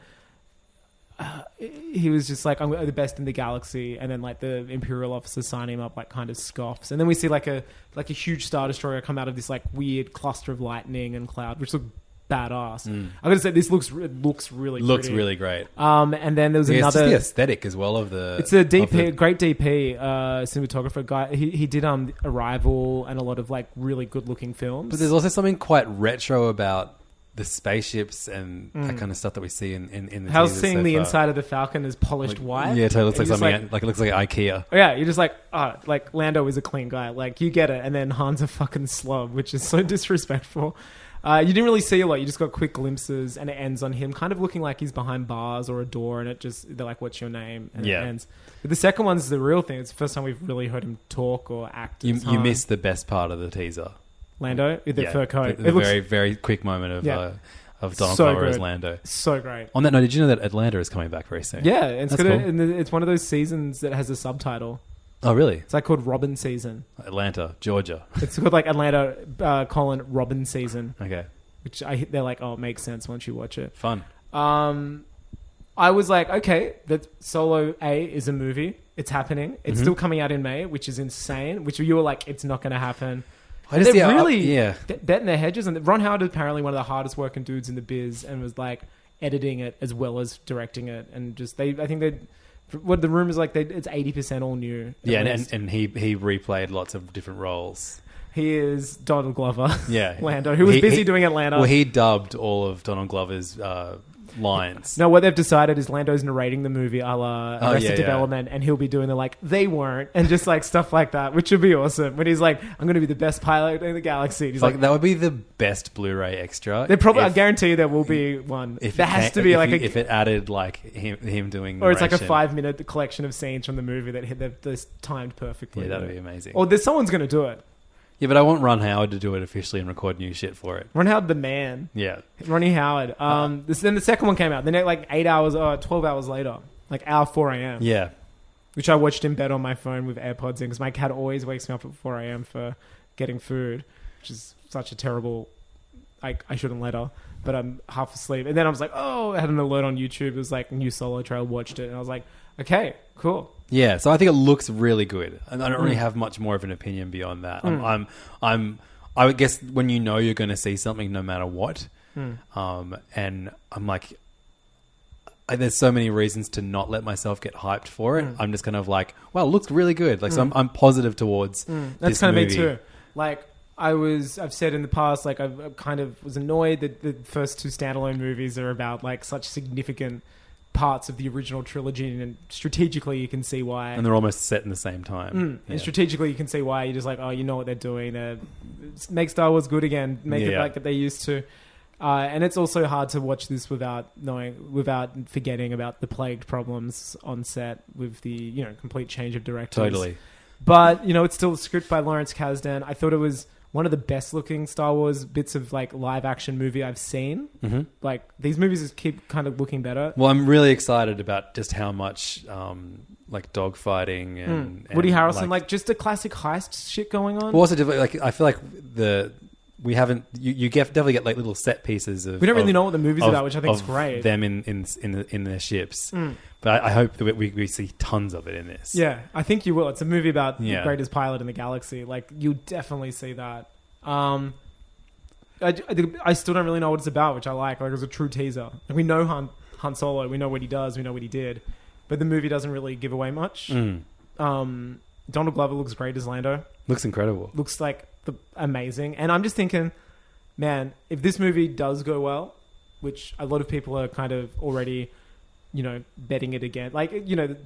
S6: uh, he was just like, I'm the best in the galaxy. And then like the Imperial officer signing him up, like kind of scoffs. And then we see like a like a huge Star Destroyer come out of this like weird cluster of lightning and cloud, which looked badass. i got to say, this looks, it looks really
S5: Mm. looks
S6: pretty.
S5: really great.
S6: Um, and then there was
S5: Yeah, it's just
S6: another
S5: the aesthetic as well of the.
S6: it's a DP,
S5: of the-
S6: great DP, uh, cinematographer guy. He, he did um Arrival and a lot of like really good looking films.
S5: but there's also something quite retro about the spaceships and that kind of stuff that we see in in, in the.
S6: Mm. How's
S5: teasers
S6: seeing
S5: so
S6: the
S5: far.
S6: inside of the Falcon is polished white?
S5: Yeah, totally looks
S6: You're
S5: like
S6: just
S5: something like, it looks like IKEA.
S6: oh, yeah, you're just like, oh, like Lando is a clean guy. Like you get it, and then Han's a fucking slob, which is so disrespectful. Uh, you didn't really see a lot. You just got quick glimpses, and it ends on him kind of looking like he's behind bars or a door, and it just they're like, "What's your name?" And
S5: Yeah.
S6: it ends. But the second one's the real thing. It's the first time we've really heard him talk or act.
S5: You
S6: as
S5: you
S6: Han.
S5: missed the best part of the teaser.
S6: Lando with the
S5: Yeah,
S6: fur coat.
S5: The, the
S6: it looks
S5: very very quick moment of
S6: Yeah.
S5: uh, of Donald
S6: So
S5: Glover as
S6: good.
S5: Lando.
S6: so great.
S5: On that note, did you know that Atlanta is coming back very soon?
S6: Yeah, and it's,
S5: That's
S6: gonna,
S5: cool.
S6: and it's one of those seasons that has a subtitle.
S5: Oh, really?
S6: It's like called Robin Season.
S5: Atlanta, Georgia.
S6: It's called like Atlanta uh, colon Robin Season,
S5: Okay,
S6: which I they're like, oh, it makes sense once you watch it.
S5: fun.
S6: Um, I was like, okay, that Solo A is a movie. It's happening. It's
S5: Mm-hmm.
S6: still coming out in May, which is insane. Which you were like, it's not going to happen.
S5: I just-
S6: they're
S5: yeah, I-
S6: really
S5: yeah.
S6: th- betting their hedges. And Ron Howard is apparently one of the hardest working dudes in the biz, and was like editing it as well as directing it, and just they. I think they. What the rumors like? They, it's eighty percent all new. at
S5: Yeah, and, and,
S6: least.
S5: and he he replayed lots of different roles.
S6: he is Donald Glover.
S5: Yeah,
S6: Lando, who was
S5: He-
S6: busy
S5: he-
S6: doing Atlanta.
S5: Well, he dubbed all of Donald Glover's uh, lines.
S6: No, what they've decided is Lando's narrating the movie a la
S5: Oh,
S6: Arrested
S5: yeah, yeah.
S6: Development, and he'll be doing the like, they weren't, and just like stuff like that, which would be awesome. When he's like, I'm going to be the best pilot in the galaxy. And he's
S5: It's
S6: like,
S5: like that would be the best Blu-ray extra.
S6: they probably, I
S5: if-
S6: guarantee you there will be one.
S5: if it
S6: there has
S5: came-
S6: to be
S5: if
S6: like
S5: you-
S6: a,
S5: if it added like him him doing
S6: or it's like a
S5: narration.
S6: five minute collection of scenes from the movie that hit they've just timed perfectly.
S5: Yeah, that'd be amazing.
S6: Or there's someone's going to do it.
S5: Yeah, but I want Ron Howard to do it officially and record new shit for it.
S6: Ron Howard, the man,
S5: Yeah,
S6: Ronnie Howard.
S5: Uh.
S6: Um, this, then the second one came out. Then like eight hours or twelve hours later, like hour four a.m.
S5: yeah.
S6: which I watched in bed on my phone with AirPods in because my cat always wakes me up at 4 a.m. for getting food, which is such a terrible. I, I shouldn't let her, but I'm half asleep. And then I was like, oh, I had an alert on YouTube. It was like new solo trail, watched it. And I was like, okay, cool.
S5: Yeah, so I think it looks really good, and I don't
S6: Mm.
S5: really have much more of an opinion beyond that. I'm, I'm, I'm, I would guess when you know you're going to see something, no matter what,
S6: Mm.
S5: um, and I'm like, I, there's so many reasons to not let myself get hyped for
S6: Mm.
S5: it. I'm just kind of like, wow, it looks really good. Like, so I'm, I'm positive towards
S6: Mm. That's
S5: this
S6: kind
S5: movie.
S6: of me too. Like I was, I've said in the past, like I've, i kind of was annoyed that the first two standalone movies are about like such significant parts of the original trilogy, and strategically you can see why.
S5: And they're almost set in the same time. Yeah.
S6: And strategically, you can see why you're just like, oh, you know what they're doing. They're, make Star Wars good again. Make it
S5: Yeah.
S6: like that they used to. Uh, and it's also hard to watch this without knowing, without forgetting about the plagued problems on set with the you know complete change of directors.
S5: Totally.
S6: But you know, it's still a script by Lawrence Kasdan. I thought it was one of the best looking Star Wars bits of like live action movie I've seen. Mm-hmm. Like these movies just keep kind of looking better.
S5: Well, I'm really excited about just how much um, like dogfighting and,
S6: Hmm. Mm. Woody
S5: and,
S6: Harrelson, like, just a classic heist shit going on.
S5: But also, defi- like I feel like the we haven't you, you get definitely get like little set pieces of
S6: We don't really
S5: of-
S6: know what the movie's
S5: of-
S6: about, which I think is
S5: of
S6: great. Mm.
S5: Them in in in, the, in their ships, but I, I hope that we, we see tons of it in this.
S6: Yeah, I think you will. It's a movie about the
S5: Yeah.
S6: greatest pilot in the galaxy. Like you'll definitely see that. Um, I, I still don't really know what it's about, which I like. Like it was a true teaser. Like, we know Han, Han Solo. We know what he does. We know what he did. But the movie doesn't really give away much. Um, Donald Glover looks great as Lando.
S5: looks incredible.
S6: Looks like the amazing. And I'm just thinking, man, if this movie does go well, which a lot of people are kind of already you know, betting it again. Like, you know, the,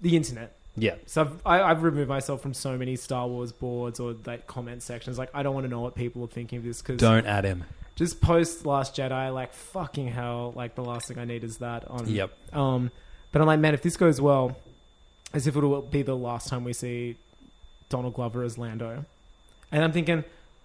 S6: the internet.
S5: Yeah.
S6: So I've, I, I've removed myself from so many Star Wars boards or like comment sections. Like, I don't want to know what people are thinking of this because
S5: Don't add him.
S6: just post Last Jedi, like fucking hell, like the last thing I need is that on.
S5: Yep.
S6: Um, but I'm like, man, if this goes well, as if it'll be the last time we see Donald Glover as Lando, and I'm thinking,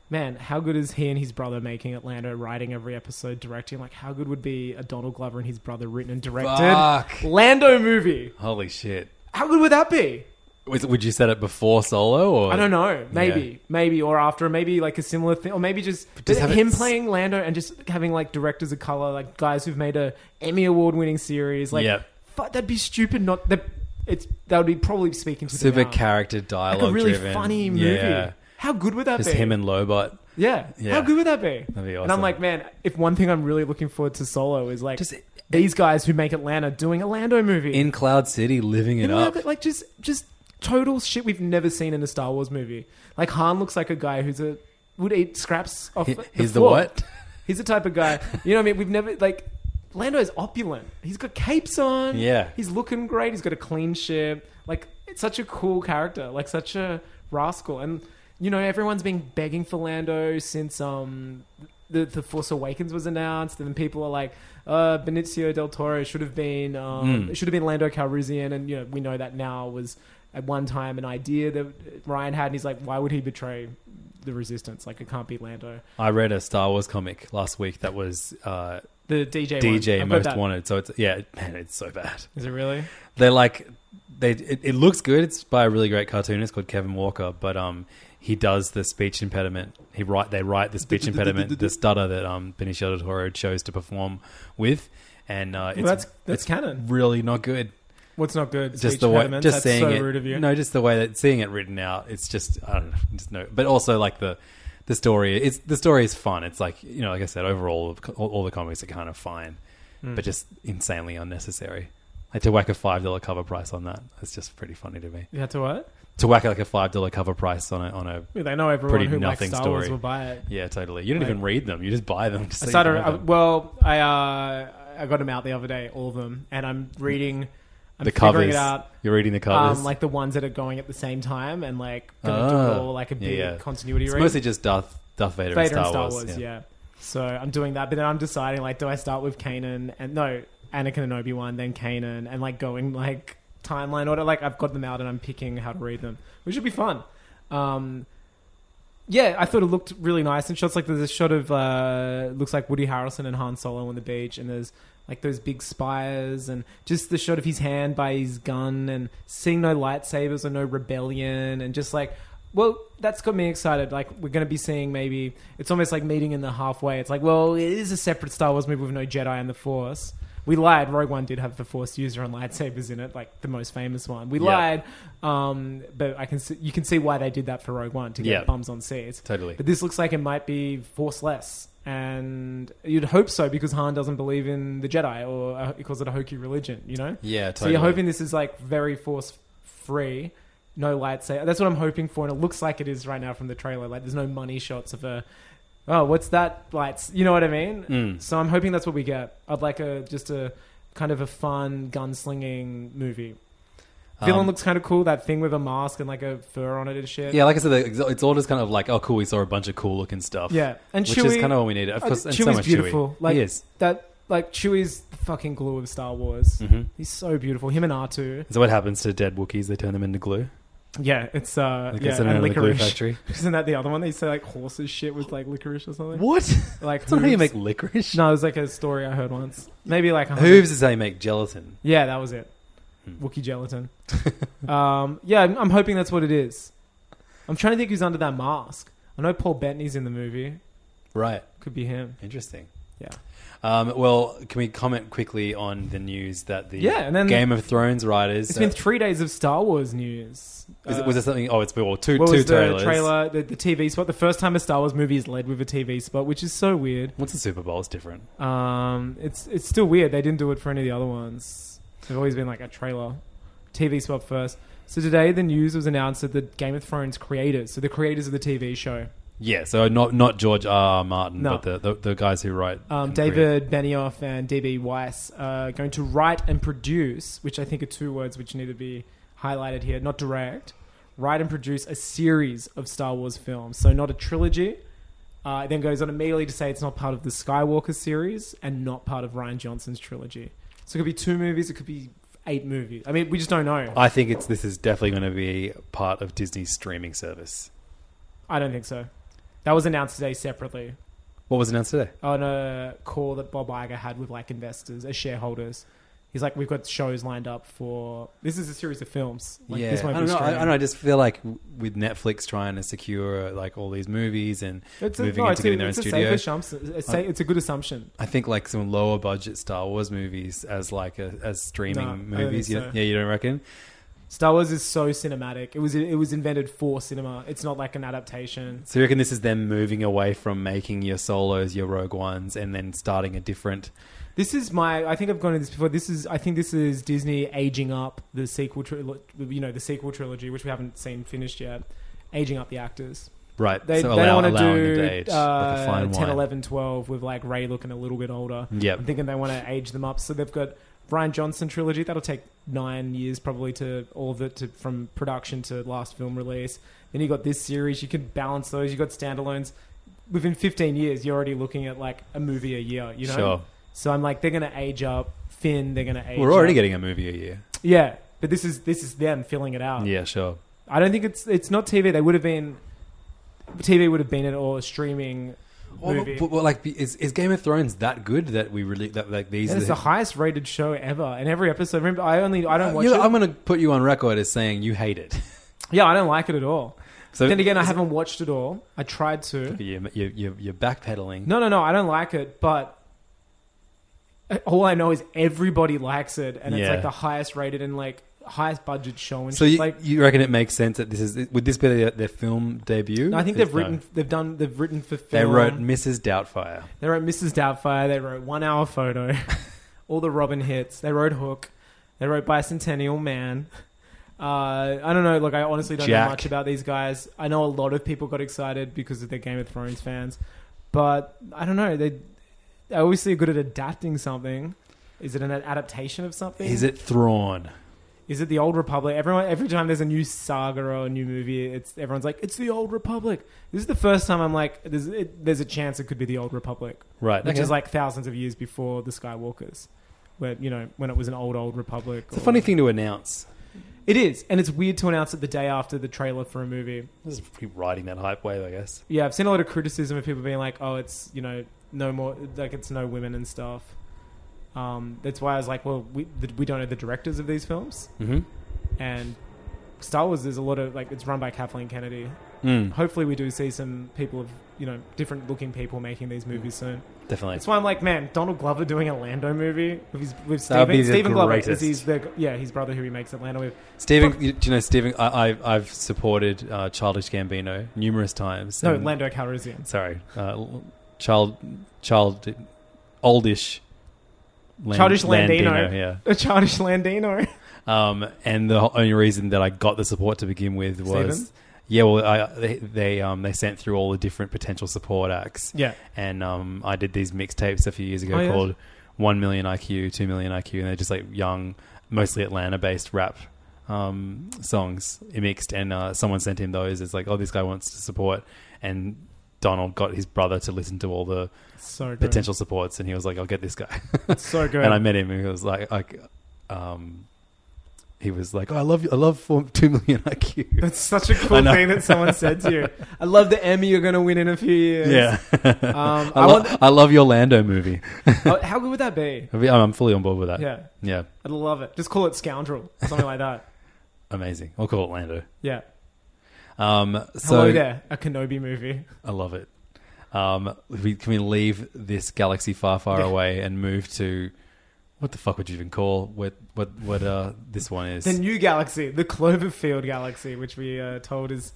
S6: man, how good is he and his brother making it? Lando writing every episode, directing. Like, how good would be a Donald Glover and his brother written and directed
S5: Fuck.
S6: Lando movie?
S5: Holy shit.
S6: How good would that be?
S5: Was- Would you set it before Solo or
S6: I don't know. Maybe, maybe, or after, maybe like a similar thing, or maybe just,
S5: just have
S6: him
S5: it s-
S6: playing Lando and just having like directors of color, like guys who've made a Emmy award winning series. Like,
S5: Yep.
S6: fuck, that'd be stupid. Not that it's that would be probably speaking to
S5: super
S6: the now.
S5: character
S6: like
S5: dialogue
S6: a really
S5: driven?
S6: funny movie.
S5: Yeah.
S6: How good would that
S5: Just
S6: be?
S5: him and Lobot.
S6: yeah.
S5: Yeah.
S6: how good would that be?
S5: That'd be
S6: And I'm
S5: awesome.
S6: like, man, if one thing I'm really looking forward to Solo is like
S5: Just-
S6: these guys who make Atlanta doing a Lando movie
S5: In Cloud City, living it
S6: you know,
S5: up.
S6: Like, like, just just total shit we've never seen in a Star Wars movie. Like Han looks like a guy who's a would eat scraps off.
S5: He-
S6: the
S5: he's the
S6: floor.
S5: what?
S6: He's the type of guy. You know what I mean? We've never like Lando is opulent. He's got capes on.
S5: Yeah.
S6: he's looking great. He's got a clean ship. Like it's such a cool character. Like such a rascal. And you know everyone's been begging for Lando since um. The, the Force Awakens was announced, and then people are like, uh, "Benicio del Toro should have been um, it should have been Lando Calrissian," and you know we know that now was at one time an idea that Ryan had, and he's like, "Why would he betray the Resistance? Like it can't be Lando."
S5: I read a Star Wars comic last week that was uh,
S6: The DJ
S5: DJ
S6: one. I've got
S5: Most
S6: that.
S5: Wanted. So it's yeah, man, it's so bad.
S6: Is it really?
S5: They're like they. It, it looks good. It's by a really great cartoonist called Kevin Walker, but um, he does the speech impediment. He write they write the speech impediment, the stutter that um Benicio del Toro chose to perform with, and uh, it's,
S6: that's- that's
S5: it's
S6: canon.
S5: Really not good.
S6: What's not good?
S5: just
S6: Speech
S5: the way,
S6: impediment?
S5: just
S6: That's
S5: seeing
S6: so
S5: it.
S6: rude of you.
S5: No, just the way that seeing it written out. It's just I don't know, just no. But also like the the story. It's the story is fun. It's like you know, like I said, overall all, all the comics are kind of fine,
S6: Hmm.
S5: but just insanely unnecessary. Like to whack a five dollar cover price on that, it's just pretty funny to me.
S6: you had to what?
S5: To whack like a five dollar cover price on a on a
S6: I mean, they know everyone
S5: Pretty
S6: who likes
S5: nothing
S6: Star Wars
S5: story.
S6: will buy it.
S5: yeah, totally. You don't
S6: Like-
S5: even read them; you just buy them. Just so
S6: I
S5: you
S6: started.
S5: can
S6: I,
S5: have them.
S6: well, I uh, I got them out the other day, all of them, and I'm reading. I'm
S5: the
S6: figuring
S5: covers.
S6: it out.
S5: You're reading the covers.
S6: Um, like the ones that are going at the same time, and like gonna do it
S5: Ah.
S6: all like a
S5: Yeah,
S6: big
S5: yeah.
S6: continuity.
S5: It's
S6: read.
S5: mostly just Darth Darth Vader,
S6: Vader
S5: and
S6: and Star Wars, yeah. So I'm doing that, but then I'm deciding like, do I start with Kanan and no Anakin and Obi Wan, then Kanan, and like going like timeline order. Like I've got them out and I'm picking how to read them, which should be fun. Um, yeah, I thought it looked really nice. And shots like there's a shot of uh, looks like Woody Harrelson and Han Solo on the beach, and there's like those big spires, and just the shot of his hand by his gun, and seeing no lightsabers or no rebellion, and just like, well, that's got me excited. Like we're going to be seeing maybe it's almost like meeting in the halfway. It's like, well, it is a separate Star Wars movie with no Jedi and the Force. We lied. Rogue One did have the Force user and lightsabers in it, like the most famous one. We
S5: Yeah.
S6: lied, um, but I can see, you can see why they did that for Rogue One to get
S5: Yeah.
S6: bums on seats.
S5: Totally.
S6: But this looks like it might be force less. And you'd hope so because Han doesn't believe in the Jedi or uh, he calls it a hokey religion, you know?
S5: Yeah,
S6: So you're
S5: totally.
S6: hoping this is like very force free, no lightsaber. That's what I'm hoping for. And it looks like it is right now from the trailer. Like there's no money shots of a, oh, what's that lights? You know what I mean?
S5: Mm.
S6: So I'm hoping that's what we get. I'd like a, just a kind of a fun gunslinging movie. Villain
S5: Um,
S6: looks kind of cool. That thing with a mask and like a fur on it and shit.
S5: Yeah, like I said, the- it's all just kind of like, oh, cool, we saw a bunch of cool looking stuff.
S6: Yeah, and
S5: which
S6: Chewie,
S5: is kind of what we needed. Of course, and
S6: Chewie's
S5: so much
S6: beautiful.
S5: Chewie.
S6: Like
S5: he is.
S6: that, like Chewie's the fucking glue of Star Wars.
S5: Mm-hmm.
S6: He's so beautiful. Him and R two.
S5: So what happens to dead Wookiees? They turn them into glue.
S6: Yeah, it's uh,
S5: Like,
S6: yeah,
S5: it's in
S6: and
S5: another glue
S6: licorice.
S5: factory.
S6: Isn't that the other one? They say like horses shit with like licorice or something.
S5: What?
S6: Like
S5: That's not how you
S6: hooves.
S5: make licorice.
S6: No, it was like a story I heard once. Maybe like a hundred-
S5: Hooves Hmm. is how you make gelatin.
S6: Yeah, that was it. Wookie gelatin. um, yeah, I'm, I'm hoping that's what it is. I'm trying to think who's under that mask. I know Paul Bettany's in the movie.
S5: Right.
S6: Could be him.
S5: Interesting.
S6: Yeah.
S5: Um, well, can we comment quickly on the news that the
S6: Yeah, and then-
S5: Game of Thrones writers? uh,
S6: It's been three days of Star Wars news.
S5: is it,
S6: Uh,
S5: was there something? Oh, it's been well, two,
S6: what
S5: two
S6: was
S5: trailers.
S6: the trailer, the, the TV spot? The first time a Star Wars movie is led with a TV spot, which is so weird.
S5: What's the Super Bowl? It's different.
S6: Um, it's it's still weird. They didn't do it for any of the other ones. They've always been like a trailer, TV spot first. So today, the news was announced that the Game of Thrones creators, so the creators of the TV show,
S5: Yeah, so not not George R. R. Martin,
S6: No.
S5: but the, the the guys who write
S6: Um,
S5: and create.
S6: David Benioff and DB Weiss are going to write and produce, which I think are two words which need to be highlighted here, not direct. Write and produce a series of Star Wars films, so not a trilogy. Uh, it then goes on immediately to say it's not part of the Skywalker series and not part of Ryan Johnson's trilogy. So it could be two movies, it could be eight movies. I mean, we just don't know.
S5: I think it's this is definitely going to be part of Disney's streaming service.
S6: I don't think so. That was announced today separately.
S5: What was announced today?
S6: on a call that Bob Iger had with like investors as shareholders. He's like, we've got shows lined up for this is a series of films. Like, this
S5: I
S6: won't
S5: don't
S6: be
S5: know. I, I
S6: streaming.
S5: don't know. I just feel like w- with Netflix trying to secure like all these movies and
S6: It's a,
S5: moving
S6: no,
S5: into
S6: it's a,
S5: getting their own
S6: it's a
S5: studio,
S6: safe assumption. It's a,
S5: I-
S6: it's a good assumption.
S5: I think like some lower budget Star Wars movies as like a, as streaming
S6: No, I don't
S5: movies.
S6: think
S5: You-
S6: so.
S5: Yeah, you don't reckon?
S6: Star Wars is so cinematic. It was it was invented for cinema. It's not like an adaptation.
S5: So you reckon this is them moving away from making your solos, your Rogue Ones, and then starting a different.
S6: This is my. I think I've gone into this before. This is. I think this is Disney aging up the sequel. Tri- you know, the sequel trilogy, which we haven't seen finished yet. Aging up the actors.
S5: Right.
S6: They,
S5: so
S6: they
S5: allow,
S6: don't want
S5: allowing
S6: to
S5: them
S6: do
S5: to age
S6: uh,
S5: like a fine
S6: 10,
S5: wine.
S6: 11, 12 with like Ray looking a little bit older.
S5: Yep.
S6: I'm thinking they want to age them up. So they've got Brian Johnson trilogy. That'll take nine years probably to all of it to, from production to last film release. Then you got this series. You can balance those. You got standalones. Within 15 years, you're already looking at like a movie a year. You know.
S5: Sure.
S6: So I'm like, they're going to age up Finn. They're going to age.
S5: We're already
S6: up.
S5: getting a movie a year.
S6: Yeah, but this is this is them filling it out.
S5: Yeah, sure.
S6: I don't think it's it's not TV. They would have been TV would have been it or a streaming
S5: Well,
S6: movie.
S5: but- but, like, is, is Game of Thrones that good that we really that like these?
S6: And it's
S5: are
S6: the highest rated show ever, and every episode. Remember, I only I don't watch
S5: Uh, You know,
S6: it.
S5: I'm going to put you on record as saying you hate it.
S6: yeah, I don't like it at all.
S5: So-
S6: then again, I haven't watched it all. I tried to.
S5: you, you, you, you're backpedaling.
S6: No, no, no. I don't like it, but uh, all I know is everybody likes it, and it's
S5: Yeah.
S6: like the highest rated and like highest budget show. And
S5: so
S6: shit.
S5: you,
S6: like,
S5: you reckon it makes sense that this is would this be their, their film debut?
S6: I think they've written, they've done, they've written for. Film.
S5: They wrote Mrs. Doubtfire.
S6: They wrote Mrs. Doubtfire. They wrote One Hour Photo. all the Robin hits. They wrote Hook. They wrote Bicentennial Man. Uh, I don't know. Like, I honestly don't
S5: Jack.
S6: know much about these guys. I know a lot of people got excited because of their Game of Thrones fans, but I don't know. They they're obviously good at adapting something. Is it an adaptation of something?
S5: Is it Thrawn?
S6: Is it the Old Republic? Everyone, every time there's a new saga or a new movie, it's everyone's like, "It's the Old Republic." This is the first time I'm like, "There's, it, there's a chance it could be the Old Republic,"
S5: Right,
S6: Which
S5: okay.
S6: is like thousands of years before the Skywalkers, where you know when it was an old old Republic.
S5: It's a funny thing to announce.
S6: It is, and it's weird to announce it the day after the trailer for a movie.
S5: This is pretty riding that hype wave, I guess.
S6: Yeah, I've seen a lot of criticism of people being like, "Oh, it's you know no more like it's no women and stuff." Um, that's why I was like, "Well, we the, we don't know the directors of these films."
S5: Mm-hmm.
S6: and Star Wars there's a lot of like it's run by Kathleen Kennedy.
S5: Hmm.
S6: Hopefully, we do see some people of you know different looking people making these movies
S5: Hmm.
S6: soon.
S5: Definitely.
S6: That's why I'm like, man, Donald Glover doing a Lando movie with his, with
S5: That would be
S6: Steven,
S5: the
S6: Steven Glover because
S5: greatest.
S6: he's the yeah his brother who he makes Atlanta with.
S5: Stephen, you, do you know Stephen? I, I, I've supported uh, Childish Gambino numerous times.
S6: No,
S5: and-
S6: Lando Calrissian.
S5: Sorry, uh, child, child, oldish, Lan-
S6: Childish Landino.
S5: Yeah.
S6: A childish Landino.
S5: Um, and the only reason that I got the support to begin with was
S6: Stephen?
S5: yeah, well, I, they they, um, they sent through all the different potential support acts.
S6: Yeah.
S5: and um, I did these mixtapes a few years ago
S6: Oh, yeah.
S5: called One Million IQ, Two Million IQ, and they're just like young, mostly Atlanta-based rap um, songs mixed. And uh, someone sent him those. It's like, oh, this guy wants to support, and Donald got his brother to listen to all the
S6: So good.
S5: potential supports, and he was like, "I'll get this guy."
S6: So good.
S5: And I met him, and he was like, like, um, he was like, oh, "I love you. I love four, two million IQ."
S6: That's such a cool
S5: know.
S6: thing that someone said to you. I love the Emmy you're going to win in a few years.
S5: yeah. I,
S6: Um, I
S5: lo-
S6: want-
S5: I love your Lando movie.
S6: Oh, how good would that be?
S5: I mean, I'm fully on board with that.
S6: Yeah.
S5: yeah,
S6: I'd love it. Just call it Scoundrel, something like that.
S5: amazing. I'll call it Lando.
S6: Yeah.
S5: Um, so
S6: Hello there, a Kenobi movie.
S5: I love it. Um, we, can we leave this galaxy far, far away and move to what the fuck would you even call what what what uh this one is?
S6: The new galaxy, the Cloverfield galaxy, which we are told is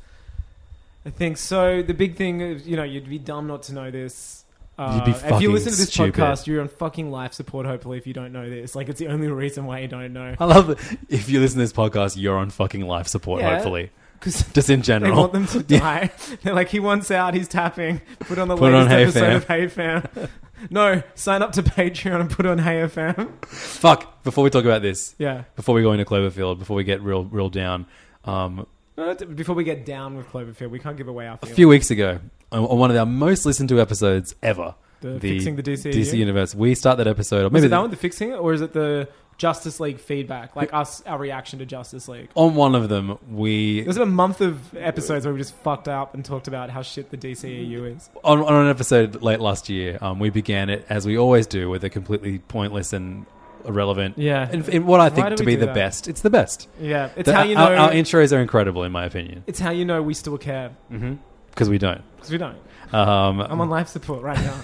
S6: a thing. So the big thing, is, you know, you'd be dumb not to know this. Uh,
S5: You'd be
S6: if
S5: fucking
S6: you listen to this
S5: stupid.
S6: podcast, you're on fucking life support. Hopefully, if you don't know this, like it's the only reason why you don't know.
S5: I love it. If you listen to this podcast, you're on fucking life support,
S6: Yeah.
S5: hopefully. Just in
S6: They
S5: general.
S6: want them to die. They're like, he wants out. He's tapping. Put on the
S5: Put on
S6: latest episode
S5: Hey
S6: of Hey Fam. no, sign up to Patreon and put on Hey Fam.
S5: Fuck. Before we talk about this,
S6: Yeah.
S5: Before we go into Cloverfield, before we get real, real down, um,
S6: Uh, t- Before we get down with Cloverfield, we can't give away our
S5: a
S6: feelings.
S5: few weeks ago, on on one of our most listened to episodes ever,
S6: The Fixing the DCU?
S5: universe, we start that episode, or
S6: Is
S5: maybe
S6: it that
S5: the-
S6: one, the fixing it, or is it the Justice League feedback, like us, our reaction to Justice League?
S5: on one of them, we
S6: There's been a month of episodes where we just fucked up and talked about how shit the DCEU is.
S5: on, on an episode late last year, um, we began it as we always do with a completely pointless and irrelevant.
S6: Yeah.
S5: and, and what I
S6: Why do
S5: think to
S6: we
S5: be
S6: do
S5: the
S6: that?
S5: best. It's the best.
S6: Yeah, it's
S5: The-
S6: how you know.
S5: our, our intros are incredible, in my opinion,
S6: it's how you know we still care
S5: because we don't.
S6: because we don't.
S5: Um,
S6: I'm on life support right now.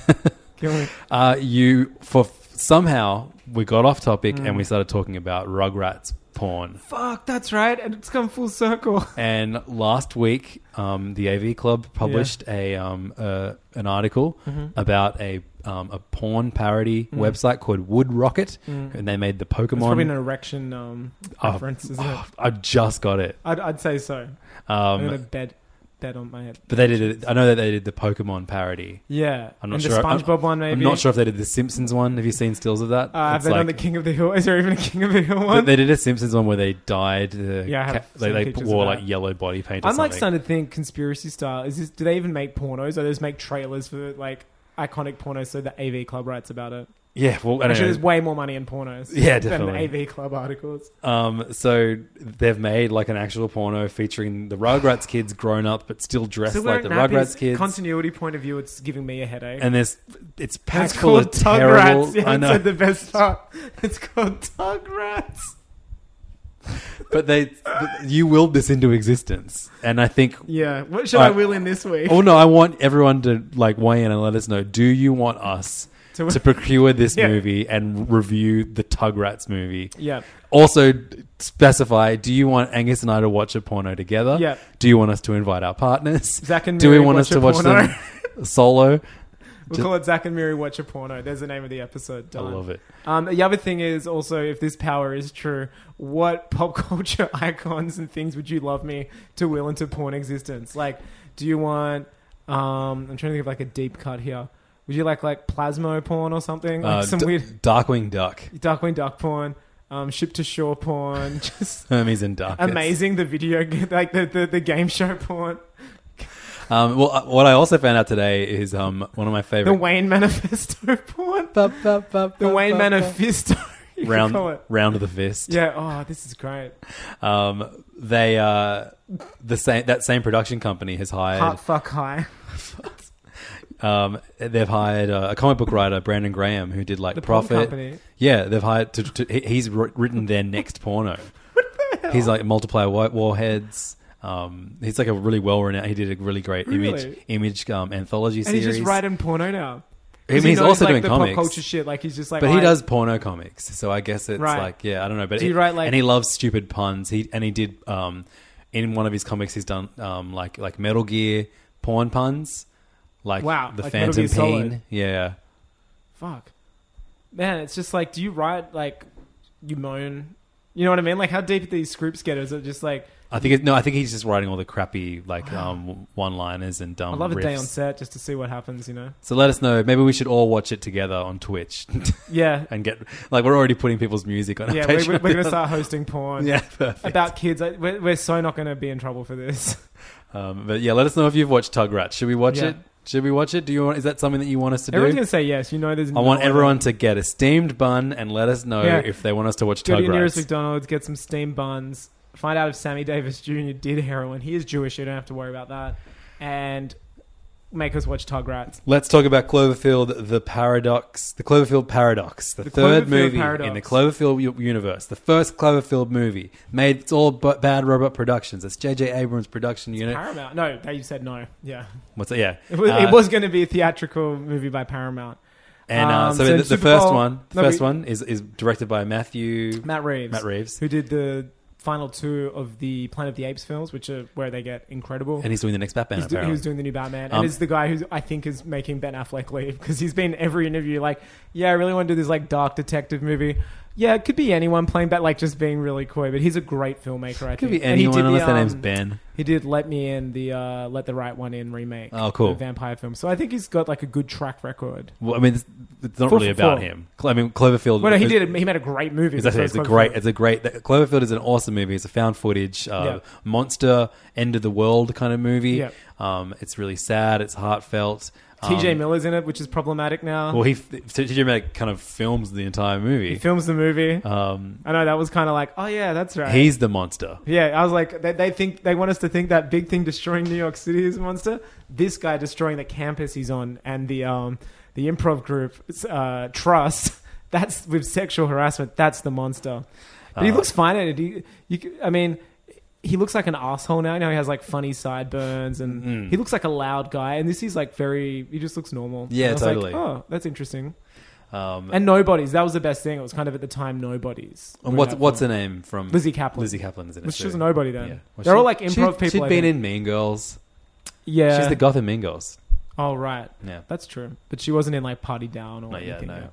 S6: Kill me.
S5: uh, you for somehow we got off topic and
S6: Mm.
S5: we started talking about Rugrats porn.
S6: Fuck, that's right, and it's come full circle.
S5: And last week, um, the AV Club published a um, uh, an article
S6: Mm-hmm.
S5: about a um, a porn parody website called Wood Rocket, and they made the Pokemon.
S6: Mm. It's probably an erection um,
S5: Oh,
S6: reference, isn't
S5: oh,
S6: it?
S5: I just got it.
S6: I'd, I'd say so. I'm gonna
S5: Um,
S6: bet bet on my head.
S5: but they did. It, I know that they did the Pokemon parody.
S6: Yeah,
S5: I'm not
S6: and
S5: sure.
S6: the
S5: I'm-
S6: SpongeBob one, maybe.
S5: I'm not sure if they did the Simpsons one. Have you seen stills of that?
S6: Uh, I've
S5: It's
S6: been on the
S5: like-
S6: King of the Hill. Is there even a King of the Hill one?
S5: They did a Simpsons one where they dyed the
S6: Yeah, I have
S5: ca- they,
S6: seen
S5: they
S6: pictures
S5: wore
S6: of
S5: like
S6: that.
S5: yellow body paint. Or
S6: I'm like
S5: something.
S6: starting to think conspiracy style. Is this? Do they even make pornos, or they just make trailers for like iconic pornos? So the AV Club writes about it.
S5: Yeah, well, I
S6: Actually,
S5: don't
S6: there's
S5: know.
S6: way more money in pornos.
S5: Yeah,
S6: Than
S5: definitely.
S6: AV Club articles.
S5: Um, so they've made like an actual porno featuring the Rugrats kids grown up but still dressed like the Rugrats kids.
S6: Continuity point of view, it's giving me a headache.
S5: and there's it's
S6: it's
S5: packed full
S6: called
S5: of terrible.
S6: Tugrats. Yeah,
S5: I
S6: I
S5: know,
S6: the best part. It's called Tugrats.
S5: but they you willed this into existence, and I think.
S6: Yeah. What should I
S5: Alright.
S6: will in this week?
S5: Oh no! I want everyone to like weigh in and let us know. Do you want us
S6: To-
S5: to, procure this
S6: Yeah.
S5: movie and review the Tugrats movie?
S6: Yeah.
S5: Also specify: Do you want Angus and I to watch a porno together?
S6: Yeah.
S5: Do you want us to invite our partners?
S6: Zach and
S5: Do we
S6: Miri
S5: want us
S6: watch
S5: to
S6: a
S5: watch
S6: porno.
S5: them solo?
S6: We'll
S5: Just-
S6: call it Zach and Miri watch a porno. There's the name of the episode. Done.
S5: I love it.
S6: Um, the other thing is also, if this power is true, what pop culture icons and things would you love me to will into porn existence? Like, do you want? Um, I'm trying to think of like a deep cut here. Would you like like plasmo porn or something? Like
S5: Uh,
S6: some
S5: D-
S6: weird
S5: Darkwing Duck,
S6: Darkwing Duck porn, um, ship to shore porn, just
S5: Hermes and Dark.
S6: amazing. The video, ga- like the, the the game show porn,
S5: Um, well, uh, what I also found out today is um, one of my
S6: the
S5: favorite.
S6: Wayne Manifesto porn,
S5: Bup, bup, bup,
S6: the
S5: bup,
S6: Wayne
S5: bup,
S6: Manifesto.
S5: bup.
S6: You could call
S5: round
S6: it.
S5: round of the fist.
S6: Yeah. Oh, this is great.
S5: Um, they uh, the same that same production company has hired.
S6: Heart fuck high.
S5: Um, they've hired uh, a comic book writer, Brandon Graham, who did like
S6: The porn
S5: Prophet.
S6: company.
S5: Yeah, they've hired to. to he- he's wr- written their next porno. He's like multiplayer wa- warheads. Um, he's like a really well renowned. He did a really great image
S6: Really?
S5: image um, anthology
S6: And
S5: series.
S6: he's just writing porno now.
S5: I mean,
S6: He
S5: he's
S6: knows,
S5: also
S6: like,
S5: doing
S6: the
S5: comics,
S6: pop culture shit. Like he's just like,
S5: but
S6: "Oh,
S5: he
S6: I-
S5: does porno comics. So I guess it's
S6: Right.
S5: like, yeah, I don't know. But
S6: Do you
S5: he-
S6: write, like-
S5: and he loves stupid puns. He and he did um, in one of his comics, he's done um, like like Metal Gear porn puns, like
S6: Wow,
S5: the
S6: like Metal
S5: Phantom
S6: Gear Solid.
S5: Pain. Yeah,
S6: Fuck, man, it's just like, do you write like you moan? You know what I mean? Like how deep these scripts get? Is it just like
S5: I think it, no, I think he's just writing all the crappy like um, one liners and dumb.
S6: I love a day
S5: riffs.
S6: on set just to see what happens? You know?
S5: So let us know. Maybe we should all watch it together on Twitch
S6: Yeah,
S5: and get like we're already putting people's music on.
S6: yeah.
S5: our
S6: We're,
S5: Patreon.
S6: we're gonna start hosting porn.
S5: yeah, perfect.
S6: About kids, Like, we're, we're so not going to be in trouble for this.
S5: Um, but yeah, let us know if you've watched Tugrat. Should we watch
S6: Yeah.
S5: it? Should we watch it? Do you want? Is that something that you want us to
S6: Everyone's
S5: do?
S6: going to say yes. You know, there's.
S5: I
S6: no
S5: want
S6: other-
S5: everyone to get a steamed bun and let us know
S6: Yeah.
S5: if they want us to watch
S6: go to your nearest
S5: Tugrats.
S6: McDonald's, get some steam buns, find out if Sammy Davis Jr. did heroin. He is Jewish, you don't have to worry about that. And make us watch Tugrats.
S5: Let's talk about Cloverfield: The Paradox, the Cloverfield Paradox, the,
S6: The
S5: third
S6: Cloverfield
S5: movie
S6: Paradox.
S5: in the Cloverfield u- universe, the first Cloverfield movie made. It's all b- Bad Robot Productions. It's J.J. Abrams' production unit.
S6: Paramount? No, they said no. Yeah,
S5: What's that? Yeah,
S6: it was,
S5: Uh,
S6: it was going to be a theatrical movie by Paramount.
S5: And uh,
S6: Um,
S5: so,
S6: so
S5: the, the
S6: Super
S5: first
S6: Bowl-
S5: one, the
S6: no,
S5: first
S6: we-
S5: one is is directed by Matthew
S6: Matt Reeves,
S5: Matt Reeves.
S6: who did the final two of the Planet of the Apes films, which are where they get incredible.
S5: and he's doing the next Batman.
S6: He's do- he
S5: apparently.
S6: was doing the new Batman, and
S5: Um,
S6: is the guy who I think is making Ben Affleck leave because he's been every interview like, "Yeah, I really want to do this like dark detective movie. Yeah, it could be anyone playing back, like just being really coy. But he's a great filmmaker. I
S5: Could
S6: think.
S5: be
S6: And he
S5: anyone
S6: did um,
S5: unless their name's Ben.
S6: He did "Let Me In," the uh, "Let the Right One In" remake.
S5: Oh, cool.
S6: the vampire film. So I think he's got like a good track record.
S5: Well, I mean, it's, it's not
S6: Four
S5: really
S6: for
S5: about
S6: four.
S5: him. Cl- I mean, Cloverfield.
S6: Well, no, he
S5: is-
S6: did. He made a great movie.
S5: Exactly. It's
S6: That's
S5: a
S6: Cloverfield.
S5: great. It's a great. that- Cloverfield is an awesome movie. It's a found footage, uh,
S6: Yeah.
S5: monster, end of the world kind of movie.
S6: Yeah.
S5: Um, it's really sad. It's heartfelt. Um,
S6: T.J. Miller's in it, which is problematic now.
S5: Well, he TJ Mack kind of films the entire movie.
S6: He films the movie.
S5: um,
S6: I know that was kind of like, oh yeah, that's right.
S5: he's the monster.
S6: Yeah, I was like, they, they think they want us to think that big thing destroying New York City is a monster. This guy destroying the campus he's on and the um the improv group uh, trust. That's with sexual harassment. That's the monster. But
S5: Uh.
S6: he looks fine in it. He, you, c- I mean, he looks like an asshole now. You know, he has like funny sideburns and
S5: Mm-hmm.
S6: he looks like a loud guy. And this is like very. He just looks normal.
S5: Yeah,
S6: And I was
S5: totally.
S6: Like, oh, that's interesting.
S5: Um,
S6: And nobodies. That was the best thing. It was kind of at the time nobodies.
S5: and what's what's her name from
S6: Lizzie Kaplan.
S5: Lizzie Kaplan is in it.
S6: Which
S5: too.
S6: she's a nobody then.
S5: Well,
S6: They're all like
S5: she'd-
S6: improv people,
S5: She'd
S6: I
S5: been
S6: think.
S5: in Mean Girls.
S6: Yeah.
S5: She's the Gotham Mean Girls.
S6: Oh right.
S5: Yeah.
S6: That's true. But she wasn't in like Party Down or
S5: Not yet,
S6: anything.
S5: no.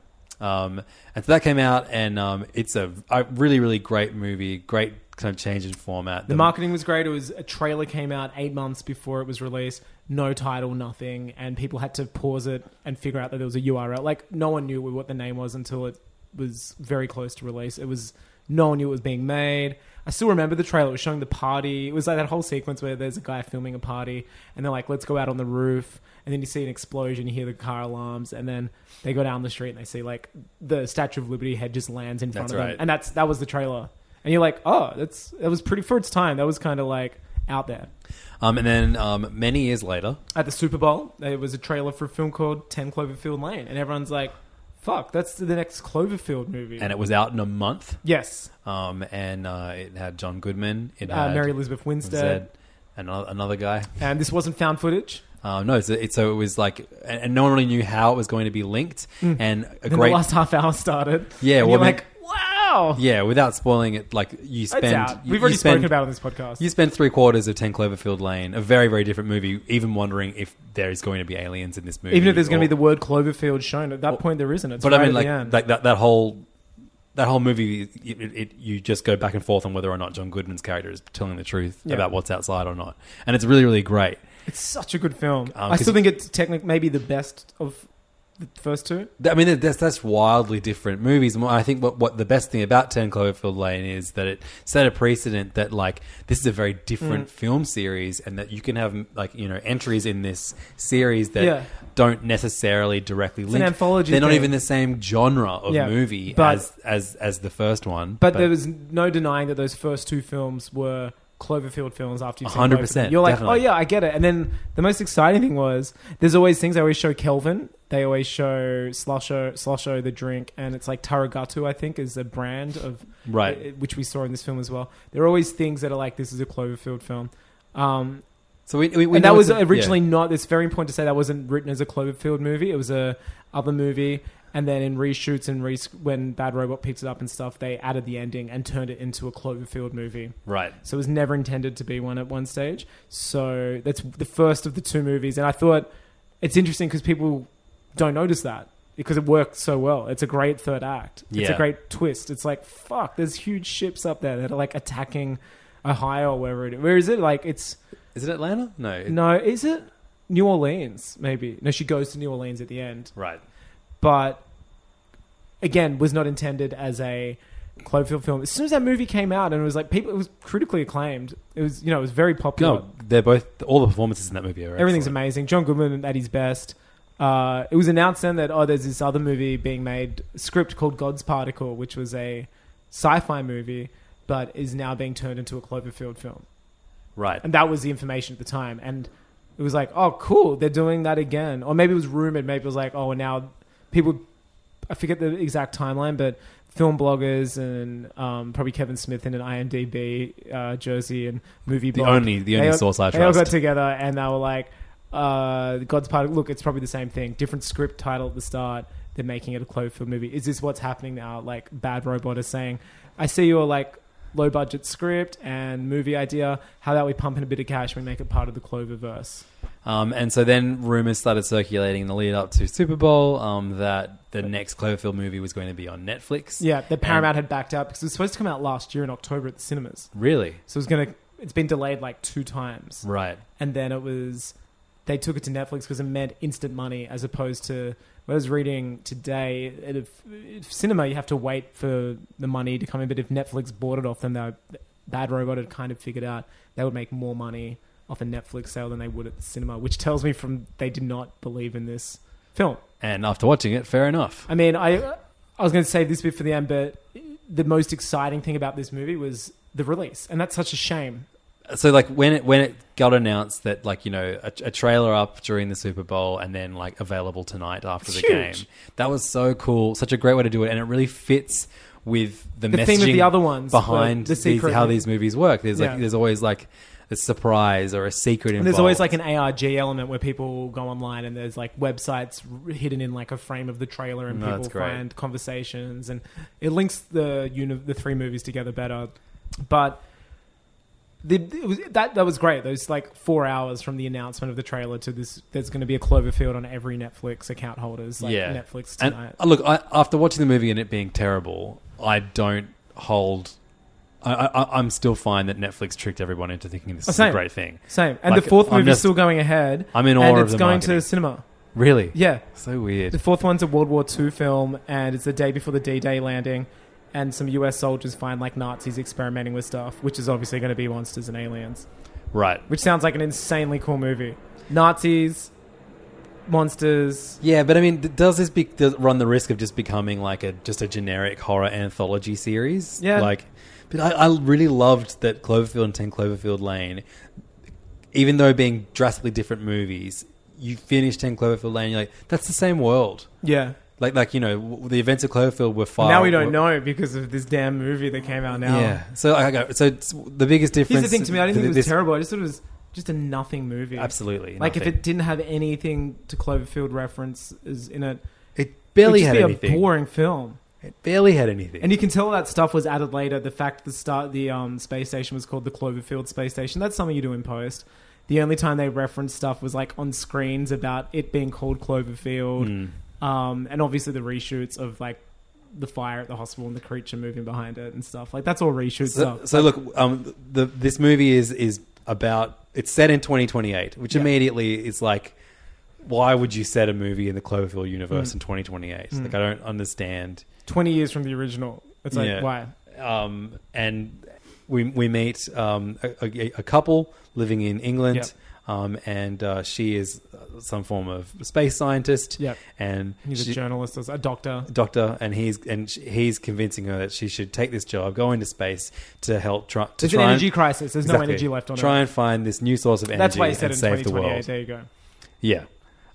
S5: Um, and so that came out, and um, it's a, a really, really great movie. Great kind of change in format.
S6: The marketing was great. It was a trailer came out eight months before it was released. No title, nothing, and people had to pause it and figure out that there was a URL. Like no one knew what the name was until it was very close to release. It was no one knew it was being made. I still remember the trailer. It was showing the party. It was like that whole sequence where there's a guy filming a party, and they're like, "Let's go out on the roof." And then you see an explosion, you hear the car alarms, and then they go down the street and they see like the Statue of Liberty head just lands in front
S5: That's
S6: of them,
S5: right.
S6: and and that's that was the trailer. And you're like, oh, that's that was pretty for its time. That was kind of like out there.
S5: um, and then um, many years later,
S6: At the Super Bowl, it was a trailer for a film called Ten Cloverfield Lane, and everyone's like, fuck, that's the next Cloverfield movie.
S5: and it was out in a month.
S6: yes,
S5: Um, and uh, it had John Goodman. It
S6: uh,
S5: had
S6: Mary Elizabeth Winstead,
S5: Zed, and another, another guy.
S6: and this wasn't found footage.
S5: Um, no, so it, so it was like, and, and no one really knew how it was going to be linked. And a
S6: Hmm. Then
S5: great,
S6: the last half hour started.
S5: Yeah,
S6: and
S5: well,
S6: you're
S5: I mean-
S6: like, wow,
S5: yeah, without spoiling it, like you
S6: it's
S5: spend,
S6: out.
S5: you-
S6: We've
S5: you
S6: already
S5: spend-
S6: spoken about it on this podcast.
S5: You spend three quarters of Ten Cloverfield Lane, a very, very different movie. Even wondering if there is going to be aliens in this movie,
S6: Even if there's going to
S5: or-
S6: be the word Cloverfield shown at that point, there isn't. It's
S5: but
S6: right
S5: I mean,
S6: at
S5: like,
S6: the end.
S5: like that that whole that whole movie, it, it, it, you just go back and forth on whether or not John Goodman's character is telling the truth
S6: Yeah.
S5: about what's outside or not, and it's really, really great.
S6: it's such a good film.
S5: Um,
S6: I
S5: 'cause-
S6: still think it's technically maybe the best of the first two.
S5: Th- I mean, that's that's wildly different movies. And I think what, what the best thing about Ten Cloverfield Lane is that it set a precedent that like this is a very different
S6: Mm.
S5: film series, and that you can have like you know entries in this series that
S6: Yeah.
S5: don't necessarily directly
S6: an
S5: link.
S6: anthology
S5: They're not
S6: thing.
S5: even the same genre of
S6: Yeah.
S5: movie
S6: But-
S5: as as as the first one.
S6: But, there was no denying that those first two films were Cloverfield films after you've seen
S5: 100%,
S6: Cloverfield. You're like,
S5: definitely.
S6: oh yeah, I get it. And then the most exciting thing was there's always things they always show Kelvin. They always show Slosho, Slosho the drink, and it's like Taragatu, I think, is a brand of
S5: Right.
S6: eh, which we saw in this film as well. There are always things that are like this is a Cloverfield film. Um,
S5: so we, we, we
S6: and
S5: know
S6: that was
S5: it's a-
S6: originally
S5: yeah.
S6: not. It's very important to say that wasn't written as a Cloverfield movie. It was a other movie, and then in reshoots and res- when Bad Robot picks it up and stuff, they added the ending and turned it into a Cloverfield movie.
S5: right.
S6: So it was never intended to be one at one stage. So that's the first of the two movies, and I thought it's interesting because people don't notice that because it worked so well. It's a great third act. It's
S5: Yeah.
S6: a great twist. It's like fuck. There's huge ships up there that are like attacking Ohio or wherever it. Where is it? Like it's.
S5: Is it Atlanta? No. it-
S6: No, is it New Orleans? Maybe. No, she goes to New Orleans at the end,
S5: Right.
S6: but again, was not intended as a Cloverfield film. As soon as that movie came out, and it was like people, it was critically acclaimed. It was you know it was very popular.
S5: No, they're both all the performances in that movie are
S6: Everything's
S5: excellent.
S6: amazing. John Goodman at his best. Uh, it was announced then that oh, there's this other movie being made, script called God's Particle, which was a sci-fi movie, but is now being turned into a Cloverfield film.
S5: Right.
S6: And that was the information at the time. And it was like, oh, cool, they're doing that again. Or maybe it was rumored. Maybe it was like, oh, and now people, I forget the exact timeline, but film bloggers and um, probably Kevin Smith in an IMDb uh, jersey and movie
S5: The
S6: blog,
S5: only- the only
S6: they all-
S5: source I
S6: They all got
S5: trust.
S6: together and they were like, uh, God's part. Look, it's probably the same thing. Different script title at the start. They're making it a Cloverfield movie. Is this what's happening now? Like Bad Robot is saying, I see your like low budget script and movie idea. How about we pump in a bit of cash? We make it part of the Cloververse.
S5: Um, and so then rumors started circulating in the lead up to Super Bowl um, that the next Cloverfield movie was going to be on Netflix.
S6: Yeah, the
S5: And-
S6: Paramount had backed out because it was supposed to come out last year in October at the cinemas.
S5: Really?
S6: So it's gonna. It's been delayed like two times.
S5: Right.
S6: And then it was. They took it to Netflix because it meant instant money as opposed to. What I was reading today, at a, if cinema, you have to wait for the money to come in. But if Netflix bought it off them, they were, Bad Robot had kind of figured out they would make more money off a Netflix sale than they would at the cinema, which tells me from they did not believe in this film.
S5: And after watching it, fair enough.
S6: I mean, I I was going to save this bit for the end, but the most exciting thing about this movie was the release, and that's such a shame.
S5: so like when it when it got announced that like you know a, a trailer up during the Super Bowl and then like available tonight after the
S6: Huge.
S5: game. That was so cool, such a great way to do it, and it really fits with the,
S6: The
S5: messaging
S6: theme of the other ones,
S5: behind
S6: the- the
S5: these,
S6: secret-
S5: how these movies work. There's
S6: Yeah.
S5: like there's always like a surprise or a secret involved.
S6: And there's always like an ARG element where people go online and there's like websites r- hidden in like a frame of the trailer, and
S5: No,
S6: people
S5: that's great.
S6: find conversations, and it links the uni- the three movies together better. But the, it was, that that was great. Those like four hours from the announcement of the trailer to this, there's going to be a Cloverfield on every Netflix account holders, like Netflix
S5: And,
S6: tonight.
S5: uh, look, I, after watching the movie and it being terrible, I don't hold. I, I, I'm still fine that Netflix tricked everyone into thinking this
S6: Oh,
S5: is
S6: same.
S5: a great thing.
S6: Same. And
S5: Like,
S6: the fourth
S5: I'm
S6: movie's
S5: just-
S6: still going ahead.
S5: I'm in awe
S6: And
S5: of
S6: it's
S5: the
S6: going
S5: marketing.
S6: to cinema.
S5: Really?
S6: Yeah.
S5: So weird.
S6: The fourth one's a World War II film, and it's the day before the D-Day landing, and some U.S. soldiers find like Nazis experimenting with stuff, which is obviously going to be monsters and aliens,
S5: Right.
S6: which sounds like an insanely cool movie. Nazis, monsters.
S5: Yeah, but I mean, th- does this be- does it run the risk of just becoming like a just a generic horror anthology series?
S6: Yeah.
S5: like. But I, I really loved that Cloverfield and Ten Cloverfield Lane, even though being drastically different movies, you finish Ten Cloverfield Lane, you're like, that's the same world.
S6: Yeah.
S5: Like, like you know, w- the events of Cloverfield were far.
S6: now we don't
S5: were-
S6: know because of this damn movie that came out now.
S5: Yeah. So I go. So it's the biggest difference.
S6: Here's the thing to me. I didn't think it was
S5: this-
S6: terrible. I just thought it was just a nothing movie.
S5: Absolutely.
S6: Like if
S5: nothing.
S6: it didn't have anything to Cloverfield references in it,
S5: it barely
S6: it'd just
S5: had
S6: be
S5: anything.
S6: a boring film.
S5: it barely had anything.
S6: And you can tell that stuff was added later. The fact the start the um, space station was called the Cloverfield space station. That's something you do in post. The only time they referenced stuff was like on screens about it being called Cloverfield,
S5: Hmm.
S6: um, and obviously the reshoots of like the fire at the hospital and the creature moving behind it and stuff. Like that's all reshoot
S5: So,
S6: stuff.
S5: so look, um, the this movie is is about it's set in 2028, which
S6: Yeah.
S5: immediately is like, why would you set a movie in the Cloverfield
S6: Hmm.
S5: universe in 2028? Like, I don't understand.
S6: Twenty years from the original. It's like
S5: Yeah.
S6: why?
S5: Um, and we we meet um, a, a, a couple living in England.
S6: Yep.
S5: Um, and uh, she is uh, some form of space scientist.
S6: Yep.
S5: And
S6: He's
S5: she-
S6: a journalist, or a doctor.
S5: doctor, and he's and sh- he's convincing her that she should take this job, go into space to help try. To
S6: It's an
S5: try and-
S6: energy crisis. There's no energy left on
S5: Try
S6: Earth.
S5: and find this new source of energy
S6: That's why he said
S5: and
S6: in
S5: save the
S6: 2028.
S5: world.
S6: There you go.
S5: Yeah.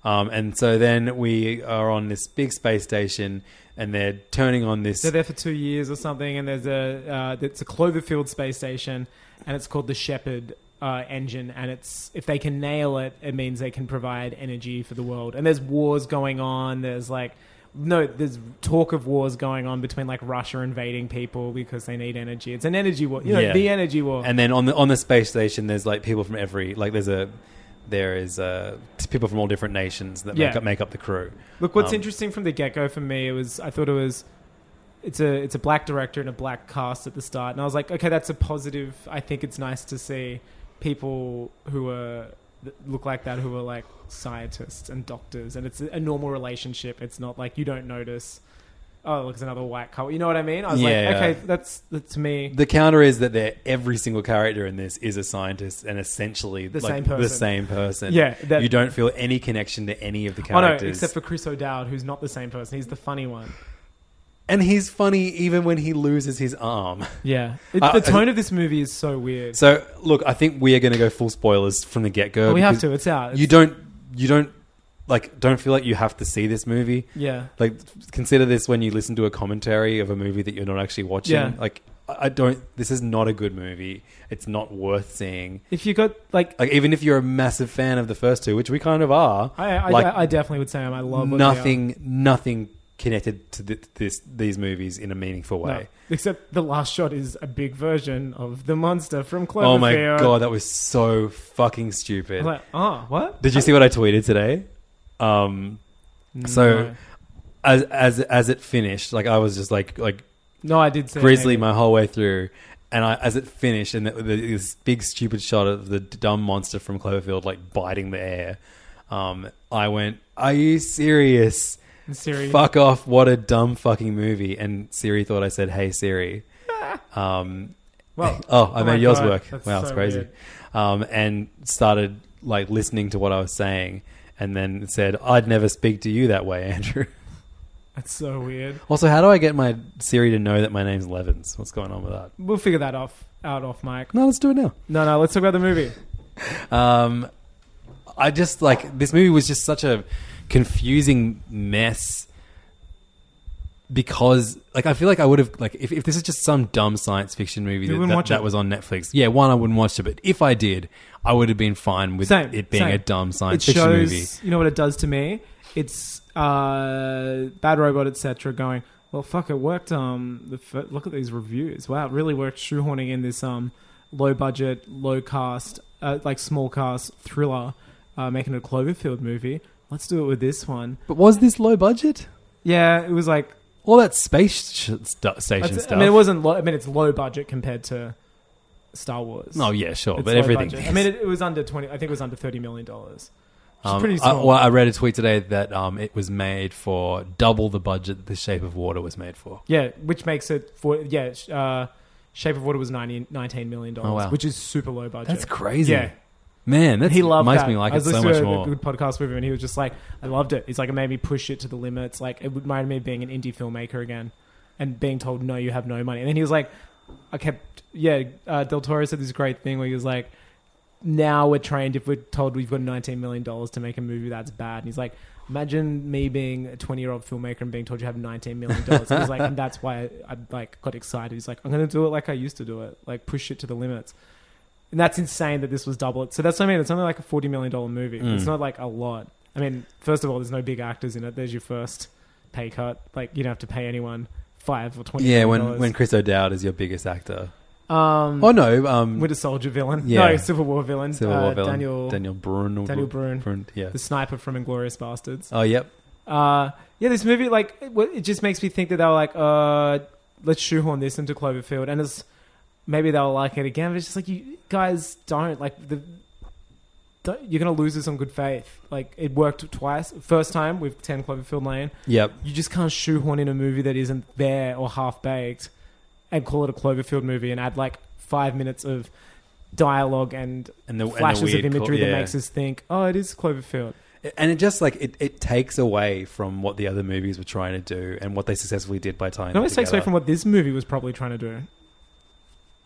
S5: Um, and so then we are on this big space station, and they're turning on this.
S6: They're there for two years or something, and there's a uh, it's a Cloverfield space station, and it's called the Shepherd uh, engine. And it's if they can nail it, it means they can provide energy for the world. And there's wars going on. There's like no, there's talk of wars going on between like Russia invading people because they need energy. It's an energy war, you know,
S5: Yeah.
S6: the energy war.
S5: and then on the on the space station, there's like people from every like there's a there is uh, people from all different nations that make
S6: Yeah.
S5: up make up the crew.
S6: Look, what's
S5: Um,
S6: interesting from the get go for me, it was I thought it was it's a it's a black director and a black cast at the start, and I was like, okay, that's a positive. I think it's nice to see people who are that look like that who are like scientists and doctors, and it's a normal relationship. It's not like you don't notice. Oh, look, it's another white couple. You know what I mean? I was
S5: Yeah,
S6: like,
S5: yeah.
S6: okay, that's that to me.
S5: The counter is that they're, every single character in this is a scientist and essentially
S6: The
S5: like,
S6: same person.
S5: The same person.
S6: Yeah, that-
S5: you don't feel any connection to any of the
S6: oh no,
S5: characters.
S6: except for Chris O'Dowd, who's not the same person. He's the funny one.
S5: and he's funny even when he loses his arm.
S6: Yeah, it,
S5: I-
S6: the
S5: Uh, I-
S6: tone of this movie is so weird.
S5: So look, I think we are going to go full spoilers from the get go.
S6: Oh, we have to. It's out.
S5: you
S6: It's-
S5: don't. You don't. Like, don't feel like you have to see this movie.
S6: Yeah.
S5: Like, consider this when you listen to a commentary of a movie that you're not actually watching.
S6: Yeah.
S5: Like, I I don't. This is not a good movie. It's not worth seeing.
S6: If you got like
S5: Like, even if you're a massive fan of the first two, which we kind of are,
S6: I, I,
S5: like
S6: I definitely would say I'm. I love uh, what they are.
S5: nothing, nothing connected to th- this these movies in a meaningful way.
S6: No. Except the last shot is a big version of the monster from Cloverfield.
S5: Oh my god, that was so fucking stupid.
S6: I'm like, oh, what?
S5: Did you see what I tweeted today? Um, so
S6: No.
S5: as as as it finished, like I was just like like
S6: No, I did say
S5: grizzly
S6: maybe.
S5: my whole way through, and I as it finished, and the, the, this big stupid shot of the dumb monster from Cloverfield like biting the air. Um, I went, "Are you serious?
S6: Siri.
S5: Fuck off! What a dumb fucking movie!" And Siri thought I said, "Hey Siri." um,
S6: Well,
S5: oh, I
S6: oh my
S5: made yours
S6: God,
S5: work.
S6: that's
S5: wow, it's
S6: so
S5: crazy.
S6: weird.
S5: Um, and started like listening to what I was saying, and then said, "I'd never speak to you that way, Andrew."
S6: That's so weird.
S5: Also, how do I get my Siri to know that my name's Levins? What's going on with that?
S6: We'll figure that off out off mic.
S5: No, let's do it now.
S6: No, no, let's talk about the movie.
S5: Um, I just like this movie was just such a confusing mess because, like, I feel like I would have like if, if this is just some dumb science fiction movie that,
S6: wouldn't
S5: that,
S6: watch
S5: that
S6: it.
S5: was on Netflix. Yeah, one I wouldn't watch it, but if I did, I would have been fine with
S6: Same,
S5: it being
S6: same.
S5: a dumb science
S6: it
S5: fiction
S6: shows,
S5: movie.
S6: You know what it does to me? It's uh, Bad Robot, etc. Going well, fuck, it worked. Um, the fir- look at these reviews. Wow, it really worked shoehorning in this um low budget, low cast, uh, like small cast thriller, uh, making it a Cloverfield movie. Let's do it with this one.
S5: But was this low budget?
S6: Yeah, it was like
S5: All that space sh- stu- station
S6: That's-
S5: stuff.
S6: I mean, it wasn't. Low, I mean, it's low budget compared to Star Wars.
S5: Oh, yeah, sure,
S6: It's
S5: but
S6: low
S5: everything
S6: budget.
S5: is.
S6: I mean, it, it was under twenty. I think it was under thirty million dollars.
S5: Um,
S6: pretty
S5: I,
S6: small.
S5: well, I read a tweet today that um, it was made for double the budget that The Shape of Water was made for.
S6: yeah, which makes it for yeah. sh- Uh, Shape of Water was 90, 19 million dollars,
S5: Oh, wow.
S6: which is super low budget.
S5: That's crazy.
S6: Yeah,
S5: Man, that
S6: he loved
S5: makes
S6: that.
S5: me like
S6: I
S5: it
S6: was
S5: so
S6: listening
S5: much
S6: to a
S5: more.
S6: good podcast with him, and he was just like, "I loved it." He's like, "It made me push it to the limits." Like, it reminded me of being an indie filmmaker again, and being told, "No, you have no money." And then he was like, "I kept." Yeah, uh, Del Toro said this great thing where he was like, "Now we're trained. If we're told we've got 19 million dollars to make a movie, that's bad." And he's like. Imagine me being a 20 year old filmmaker and being told you have 19 million dollars. He's like, and that's why I, I like got excited. He's like, I'm going to do it like I used to do it, like push it to the limits. And that's insane that this was double it. So that's what I mean. It's only like a forty million dollar movie.
S5: Mm.
S6: It's not like a lot. I mean, first of all, there's no big actors in it. There's your first pay cut. Like you don't have to pay anyone five or twenty.
S5: Yeah, when,
S6: million
S5: when Chris O'Dowd is your biggest actor.
S6: um,
S5: Oh, no. Um,
S6: Winter Soldier villain.
S5: Yeah.
S6: No, Civil War villain.
S5: Civil
S6: Uh,
S5: War villain.
S6: Daniel,
S5: Daniel Brun. or
S6: Daniel
S5: Bru-
S6: Brun.
S5: yeah.
S6: the sniper from Inglorious Bastards.
S5: Oh, yep.
S6: Uh, yeah, this movie, like, it, it just makes me think that they were like, uh, let's shoehorn this into Cloverfield, and it's maybe they'll like it again. But it's just like you guys don't like the. Don't, you're gonna lose this on good faith. Like it worked twice. First time with Ten Cloverfield Lane,
S5: Yep.
S6: you just can't shoehorn in a movie that isn't there or half baked, and call it a Cloverfield movie and add like five minutes of dialogue and,
S5: And the- and the
S6: flashes
S5: weird
S6: of
S5: co-
S6: imagery
S5: yeah.
S6: that makes us think, oh, it is Cloverfield.
S5: And it just like it, it takes away from what the other movies were trying to do and what they successfully did by tying.
S6: It almost
S5: it
S6: takes away
S5: together.
S6: from what this movie was probably trying to do.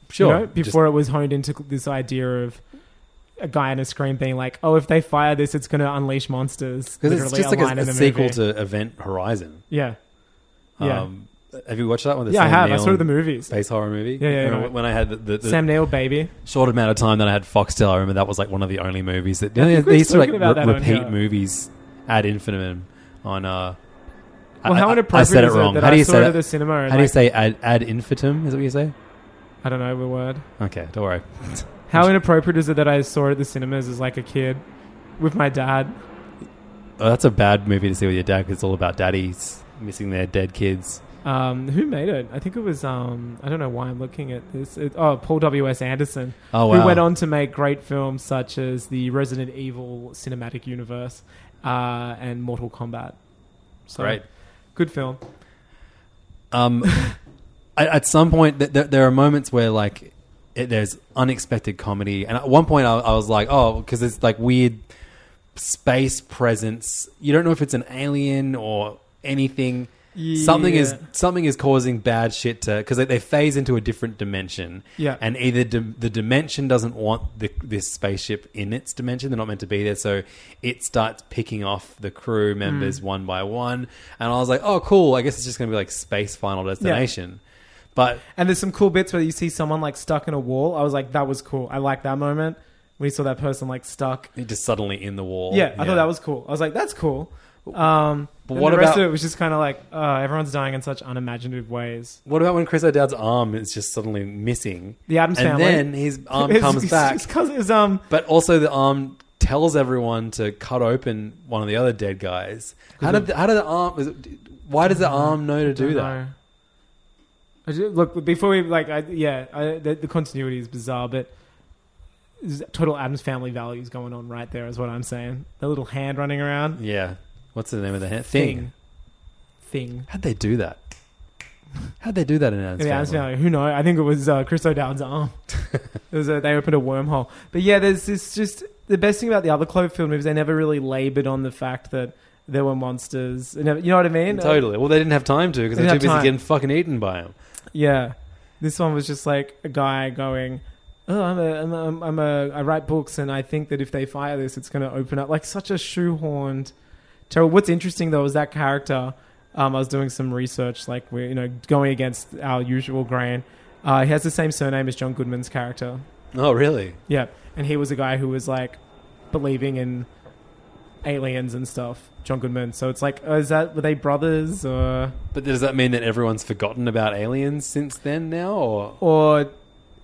S5: sure
S6: you know, before it was honed into this idea of a guy on a screen being like, "Oh, if they fire this, it's going to unleash monsters."
S5: because it's
S6: Literally
S5: just like
S6: line
S5: a, a
S6: in the
S5: sequel
S6: movie.
S5: to Event Horizon.
S6: yeah, yeah,
S5: Um, have you watched that one? The
S6: yeah. I
S5: Sam
S6: have. I
S5: Neill
S6: saw
S5: and
S6: the movies.
S5: space horror movie.
S6: Yeah, yeah,
S5: When I-
S6: yeah.
S5: When I had the, the, the
S6: Sam Neill, baby.
S5: short amount of time that I had Foxtel, I remember that was like one of the only movies that
S6: think
S5: they
S6: we've
S5: used to like
S6: spoken about
S5: re-
S6: that on
S5: repeat
S6: here.
S5: movies ad infinitum on. Uh,
S6: Well,
S5: I-
S6: how
S5: I-
S6: inappropriate
S5: I said it
S6: is it
S5: wrong.
S6: that
S5: how do
S6: I
S5: you
S6: saw
S5: say
S6: it
S5: that?
S6: at the cinema
S5: How
S6: and,
S5: do you
S6: like-
S5: say ad, ad infinitum? Is that what you say?
S6: I don't know the word.
S5: Okay, don't worry.
S6: How inappropriate is it that I saw it at the cinemas as like a kid with my dad?
S5: Oh, that's a bad movie to see with your dad because it's all about daddies missing their dead kids.
S6: Um, who made it? I think it was. Um, I don't know why I'm looking at this. It, oh, Paul W. S. Anderson.
S5: Oh,
S6: Who
S5: wow.
S6: went on to make great films such as the Resident Evil cinematic universe uh, and Mortal Kombat. So,
S5: Great.
S6: Good film.
S5: Um, at, at some point, th- th- there are moments where like it, there's unexpected comedy, and at one point I, I was like, oh, because it's like weird space presence. You don't know if it's an alien or anything. Something is
S6: Yeah.
S5: something is causing bad shit to because they, they phase into a different dimension.
S6: Yeah.
S5: and either di- the dimension doesn't want the, this spaceship in its dimension; they're not meant to be there. So it starts picking off the crew
S6: Mm.
S5: members one by one. And I was like, "Oh, cool! I guess it's just going to be like space Final Destination." But
S6: And there's some cool bits where you see someone like stuck in a wall. I was like, that was cool. I like that moment. We saw that person like stuck.
S5: it just suddenly in the wall.
S6: Yeah, I thought that was cool. I was like, that's cool. Um,
S5: But
S6: and
S5: what
S6: the rest
S5: about-
S6: of it was just kind of like uh, everyone's dying in such unimaginative ways.
S5: What about when Chris O'Dowd's arm is just suddenly missing?
S6: The Addams
S5: and
S6: Family.
S5: then his arm
S6: His-
S5: um comes
S6: his-
S5: back.
S6: his cousin- his, um,
S5: but also the arm tells everyone to cut open one of the other dead guys. How did the, how did the arm? Was it, why does the arm know to do
S6: don't
S5: that?
S6: know. I ju- look, before we like, I, yeah, I, the, the continuity is bizarre, but there's total Adams family values going on right there is what I'm saying. The little hand running around,
S5: Yeah. What's the name of the hand? Thing.
S6: thing.
S5: How'd they do that? How'd they do that in Adam's
S6: Yeah,
S5: Family?
S6: Adam's family. Who knows? I think it was uh, Chris O'Dowd's arm. it was a, they opened a wormhole. But yeah, there's this just the best thing about the other Cloverfield movies. They never really labored on the fact that there were monsters. They never- You know what I mean?
S5: Totally. Well, they didn't have time to because
S6: They
S5: they're too
S6: didn't
S5: busy
S6: have time.
S5: getting fucking eaten by him.
S6: Yeah, this one was just like a guy going, "Oh, I'm a, I'm a, I'm a I write books, and I think that if they fire this, it's going to open up like such a shoehorned." Terrible. What's interesting though is that character. Um, I was doing some research, like we're you know going against our usual grain. Uh, he has the same surname as John Goodman's character.
S5: Oh, really?
S6: Yeah, and he was a guy who was like believing in aliens and stuff. John Goodman. So it's like, oh, is that were they brothers or?
S5: But does that mean that everyone's forgotten about aliens since then now? Or
S6: or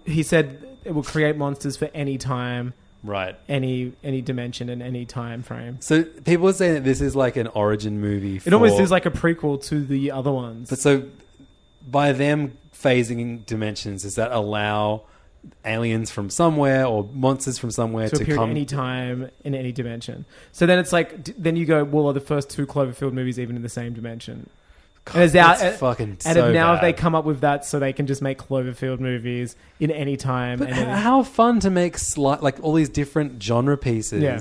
S6: he said it will create monsters for any time,
S5: right?
S6: any any dimension, and any time frame.
S5: So people are saying that this is like an origin movie. For,
S6: It almost is like a prequel to the other ones.
S5: But so by them phasing dimensions, does that allow aliens from somewhere or monsters from somewhere
S6: to
S5: to,
S6: appear at
S5: come?
S6: any time in any dimension. So then it's like, d- then you go, well, are the first two Cloverfield movies even in the same dimension?
S5: God,
S6: And it's now-
S5: that's fucking
S6: and
S5: so
S6: if now if
S5: bad.
S6: they come up with that, so they can just make Cloverfield movies in any time.
S5: But
S6: and any-
S5: h- how fun to make sli- like all these different genre pieces
S6: Yeah.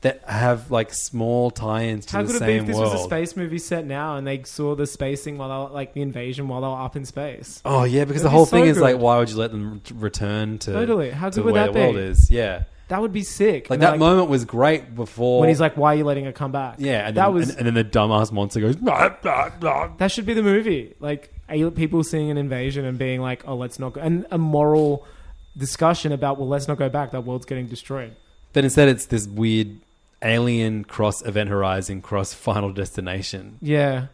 S5: that have like small tie-ins to
S6: How
S5: the
S6: could it be
S5: same
S6: if this
S5: world.
S6: was a space movie set now and they saw the spacing while they were, like the invasion while they were up in space?
S5: Oh yeah, because
S6: It'd
S5: the
S6: be
S5: whole
S6: so
S5: thing is
S6: good.
S5: like, why would you let them ret- return to
S6: Totally. How
S5: to
S6: good
S5: the
S6: would
S5: way
S6: that
S5: the world
S6: be?
S5: is? Yeah,
S6: That would be sick.
S5: like
S6: And
S5: that
S6: they're
S5: moment was great before
S6: when he's like, "Why are you letting her come back?"
S5: yeah, and
S6: that
S5: then,
S6: was
S5: and, and then the dumbass monster goes blah, blah, blah.
S6: that should be the movie. Like a- people seeing an invasion and being like, "Oh, let's not go," and a moral discussion about, "Well, let's not go back. That world's getting destroyed."
S5: but instead it's this weird alien cross Event Horizon cross Final Destination.
S6: Yeah,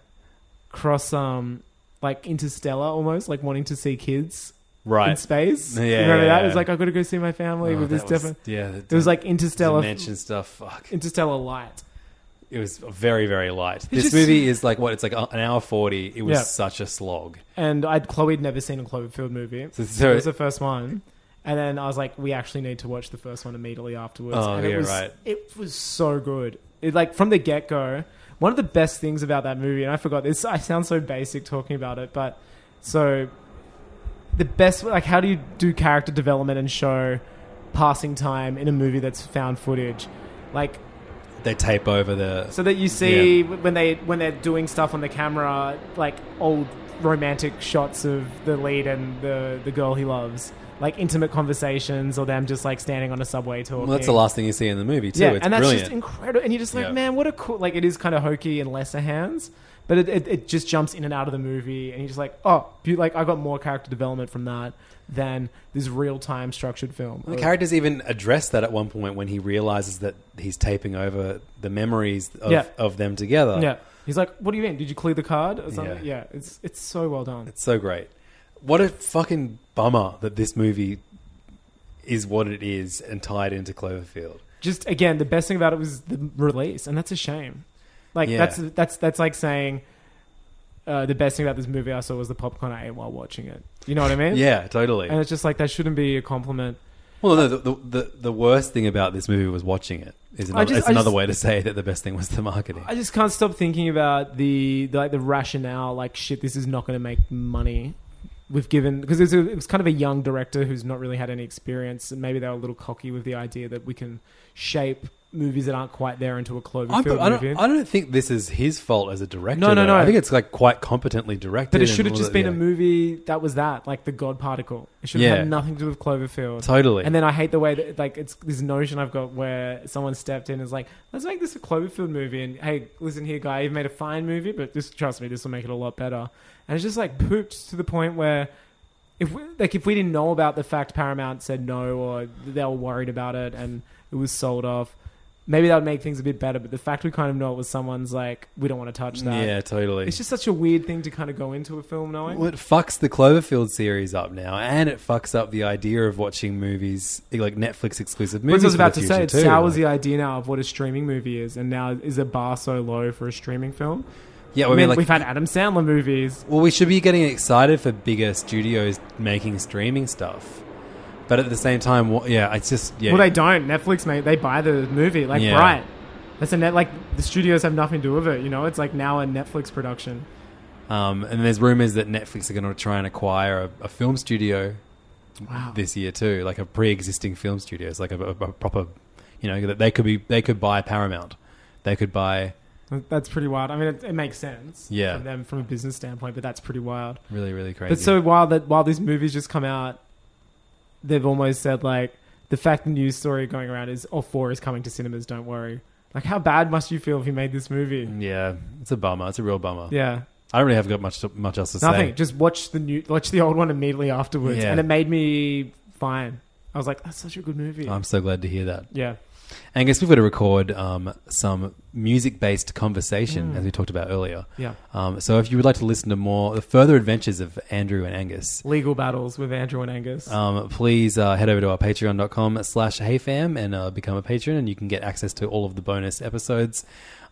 S6: cross um like Interstellar almost like wanting to see kids
S5: Right.
S6: in space.
S5: Yeah,
S6: you remember
S5: yeah,
S6: that?
S5: yeah.
S6: It's like I got to go see my family
S5: Oh,
S6: with this
S5: that was-
S6: different.
S5: yeah, the-
S6: it was like Interstellar,
S5: Dimension stuff. Fuck.
S6: Interstellar light.
S5: It was very very light. This
S6: just-
S5: movie is like what it's like uh, an hour forty. It was
S6: Yeah.
S5: such a slog.
S6: and I'd Chloe'd never seen a Cloverfield movie.
S5: So-
S6: So,
S5: so-
S6: it was the first one, and then I was like, we actually need to watch the first one immediately afterwards.
S5: Oh,
S6: and
S5: yeah,
S6: it was
S5: right.
S6: it was so good. It like from the get go. One of the best things about that movie, and I forgot this. I sound so basic talking about it, but so the best like how do you do character development and show passing time in a movie that's found footage, like
S5: They tape over the
S6: so that you see when they when they're doing stuff on the camera, like old romantic shots of the lead and the the girl he loves, like intimate conversations, or them just like standing on a subway talking.
S5: Well, that's the last thing you see in the movie too.
S6: yeah,
S5: it's
S6: and that's
S5: brilliant.
S6: just incredible. And you're just like,
S5: Yeah.
S6: man, what a cool. Like it is kind of hokey and lesser hands, but it, it it just jumps in and out of the movie, and you're just like, oh, be- like I got more character development from that than this real time structured film.
S5: The characters even address that at one point when he realizes that he's taping over the memories of,
S6: Yeah.
S5: of them together.
S6: yeah. He's like, "What do you mean? Did you clear the card or something?"
S5: Yeah.
S6: Yeah, it's it's so well done.
S5: It's so great. What a fucking bummer that this movie is what it is and tied into Cloverfield.
S6: just again the best thing about it was the release and that's a shame like
S5: Yeah.
S6: that's that's that's like saying uh, the best thing about this movie I saw was the popcorn I ate while watching it. You know what I mean?
S5: Yeah, totally.
S6: And it's just like that shouldn't be a compliment.
S5: well, no, the, the, the, the worst thing about this movie was watching it. Is another,
S6: just-
S5: it's
S6: I
S5: another
S6: just-
S5: way to say that the best thing was the marketing.
S6: I just can't stop thinking about the, the like the rationale. Like shit, this is not going to make money. We've given because it, was a- it was kind of a young director who's not really had any experience, and maybe they were a little cocky with the idea that we can shape movies that aren't quite there into a
S5: I,
S6: Cloverfield
S5: don't, I
S6: movie.
S5: don't- I don't think this is his fault as a director.
S6: No, no,
S5: though.
S6: no.
S5: I think it's like quite competently directed.
S6: But it
S5: and
S6: should have
S5: all
S6: just
S5: that,
S6: been a
S5: yeah.
S6: movie that was that, like the God Particle. It should have
S5: Yeah.
S6: had nothing to do with Cloverfield.
S5: Totally.
S6: And then I hate the way that, like, it's this notion I've got where someone stepped in and is like, let's make this a Cloverfield movie. And hey, listen here, guy, you've made a fine movie, but this, trust me, this will make it a lot better. And it's just like pooped to the point where. If we, like if we didn't know about the fact Paramount said no or they were worried about it and it was sold off, maybe that would make things a bit better. But the fact we kind of know it was someone's like, we don't want to touch that.
S5: Yeah, totally.
S6: It's just such a weird thing to kind of go into a film knowing.
S5: Well, it fucks the Cloverfield series up now, and it fucks up the idea of watching movies like Netflix exclusive
S6: What
S5: movies.
S6: I was about
S5: for
S6: to
S5: the
S6: say, it
S5: future too,
S6: sours
S5: like-
S6: the idea now of what a streaming movie is, and now is the bar so low for a streaming film?
S5: Yeah,
S6: I
S5: well, I
S6: mean,
S5: mean, like-
S6: we've had Adam Sandler movies.
S5: Well, we should be getting excited for bigger studios making streaming stuff, but at the same time, wha- yeah, it's just yeah.
S6: Well, they don't. Netflix, mate, they buy the movie like
S5: Yeah.
S6: Bright. That's a net. Like the studios have nothing to do with it. You know, it's like now a Netflix production.
S5: Um, and there's rumors that Netflix are going to try and acquire a, a film studio
S6: Wow.
S5: this year too, like a pre-existing film studio. It's like a, a, a proper, you know, that they could be they could buy Paramount, they could buy
S6: That's pretty wild. I mean, it, it makes sense.
S5: Yeah.
S6: From them from a business standpoint, but that's pretty wild.
S5: really really crazy.
S6: But so while that while these movies just come out, they've almost said like the fact the news story going around is all four is coming to cinemas. Don't worry. Like how bad must you feel if you made this movie?
S5: yeah, it's a bummer. It's a real bummer.
S6: Yeah,
S5: I don't really have got much to, much else to
S6: nothing.
S5: say.
S6: Just watch the new watch the old one immediately afterwards,
S5: Yeah.
S6: and it made me fine. I was like, that's such a good movie.
S5: I'm so glad to hear that.
S6: yeah,
S5: Angus, we've got to record um, some music based conversation, as we talked about earlier.
S6: Mm. Yeah.
S5: Um, so if you would like to listen to more, the further adventures of Andrew and Angus,
S6: legal battles with Andrew and Angus.
S5: um, please uh, head over to our patreon.com slash heyfam and uh, become a patron, and you can get access to all of the bonus episodes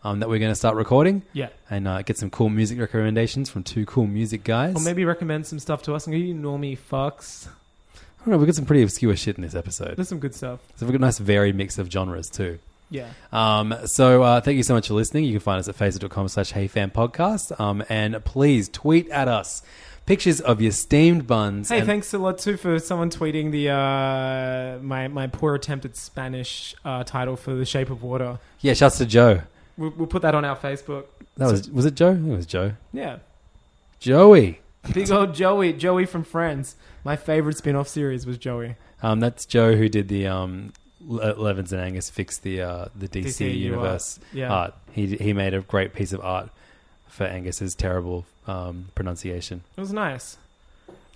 S5: um, that we're going to start recording.
S6: Yeah.
S5: And uh, get some cool music recommendations from two cool music guys.
S6: or maybe recommend some stuff to us and go, you normie fucks.
S5: I don't know, we've got some pretty obscure shit in this episode.
S6: There's some good stuff.
S5: So we've got a nice varied mix of genres, too.
S6: Yeah.
S5: Um, so uh, thank you so much for listening. You can find us at facebook.com slash heyfanpodcast. Um, and please tweet at us pictures of your steamed buns.
S6: Hey,
S5: and-
S6: thanks a lot too for someone tweeting the uh, my my poor attempt at Spanish uh, title for The Shape of Water.
S5: Yeah, shouts to Joe.
S6: We'll, we'll put that on our Facebook.
S5: That was was it Joe? I think it was Joe.
S6: Yeah,
S5: Joey.
S6: big old Joey, Joey from Friends. My favorite spin-off series was Joey.
S5: Um, that's Joe who did the um, Le- Levins and Angus fix the uh, the DC,
S6: DC
S5: universe
S6: art. Yeah.
S5: art. He he made a great piece of art for Angus's terrible um, pronunciation.
S6: It was nice.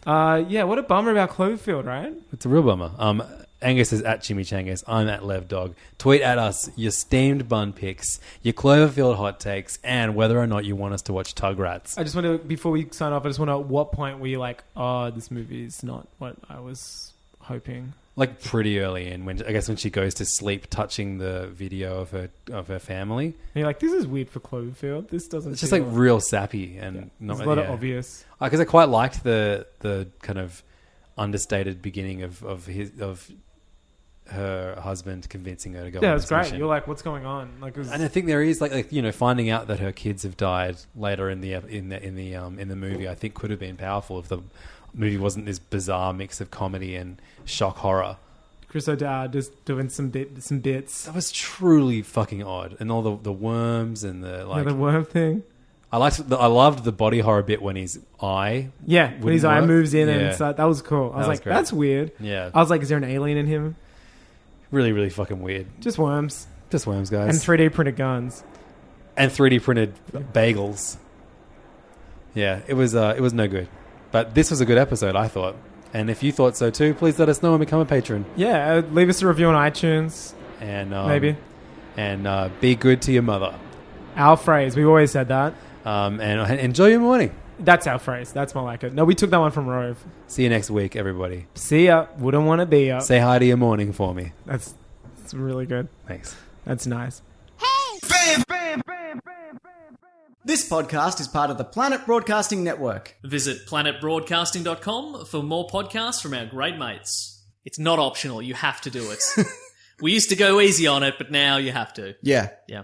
S6: Uh, yeah, what a bummer about Cloverfield, right?
S5: It's a real bummer. Um, Angus is at Chimichangas. I'm at Lev Dog. Tweet at us your steamed bun picks, your Cloverfield hot takes, and whether or not you want us to watch Tugrats.
S6: I just want to before we sign off. I just want to. At what point were you like, oh, this movie is not what I was hoping?
S5: Like pretty early in when I guess when she goes to sleep, touching the video of her of her family.
S6: And you're like, this is weird for Cloverfield. This doesn't.
S5: It's just like
S6: feel-
S5: real sappy and not
S6: there's a lot of
S5: yeah.
S6: obvious.
S5: because I quite liked the the kind of understated beginning of of his of her husband convincing her to go.
S6: Yeah,
S5: on
S6: it was
S5: this
S6: great.
S5: mission.
S6: You're like, what's going on? Like, it was,
S5: And I think there is like, like you know finding out that her kids have died later in the in the in the um, in the movie I think could have been powerful if the movie wasn't this bizarre mix of comedy and shock horror.
S6: Chris O'Dowd just doing some bit, some bits.
S5: That was truly fucking odd, and all the the worms and the like.
S6: yeah, the worm thing.
S5: I liked the, I loved the body horror bit when his eye.
S6: Yeah, when his
S5: wouldn't
S6: eye
S5: work.
S6: moves in
S5: Yeah.
S6: and so, that was cool. I was
S5: That was
S6: like,
S5: great.
S6: that's weird.
S5: Yeah.
S6: I was like, is there an alien in him?
S5: really really fucking weird.
S6: Just worms
S5: Just worms, guys.
S6: and 3D printed guns.
S5: and 3D printed bagels. Yeah, it was uh, it was no good, but this was a good episode, I thought. And if you thought so too, please let us know and become a patron.
S6: Yeah, uh, leave us a review on iTunes.
S5: And um,
S6: Maybe.
S5: and uh, be good to your mother.
S6: Our phrase. We've always said that.
S5: Um, and and enjoy your morning.
S6: That's our phrase. That's more like it. No, we took that one from Rove.
S5: See you next week, everybody.
S6: See ya. Wouldn't want to be ya.
S5: Say hi to your morning for me.
S6: That's, that's really good.
S5: Thanks.
S6: That's nice.
S2: This podcast is part of the Planet Broadcasting Network.
S3: Visit planetbroadcasting.com for more podcasts from our great mates. It's not optional, you have to do it. we used to go easy on it, but now you have to.
S2: Yeah.
S3: Yeah.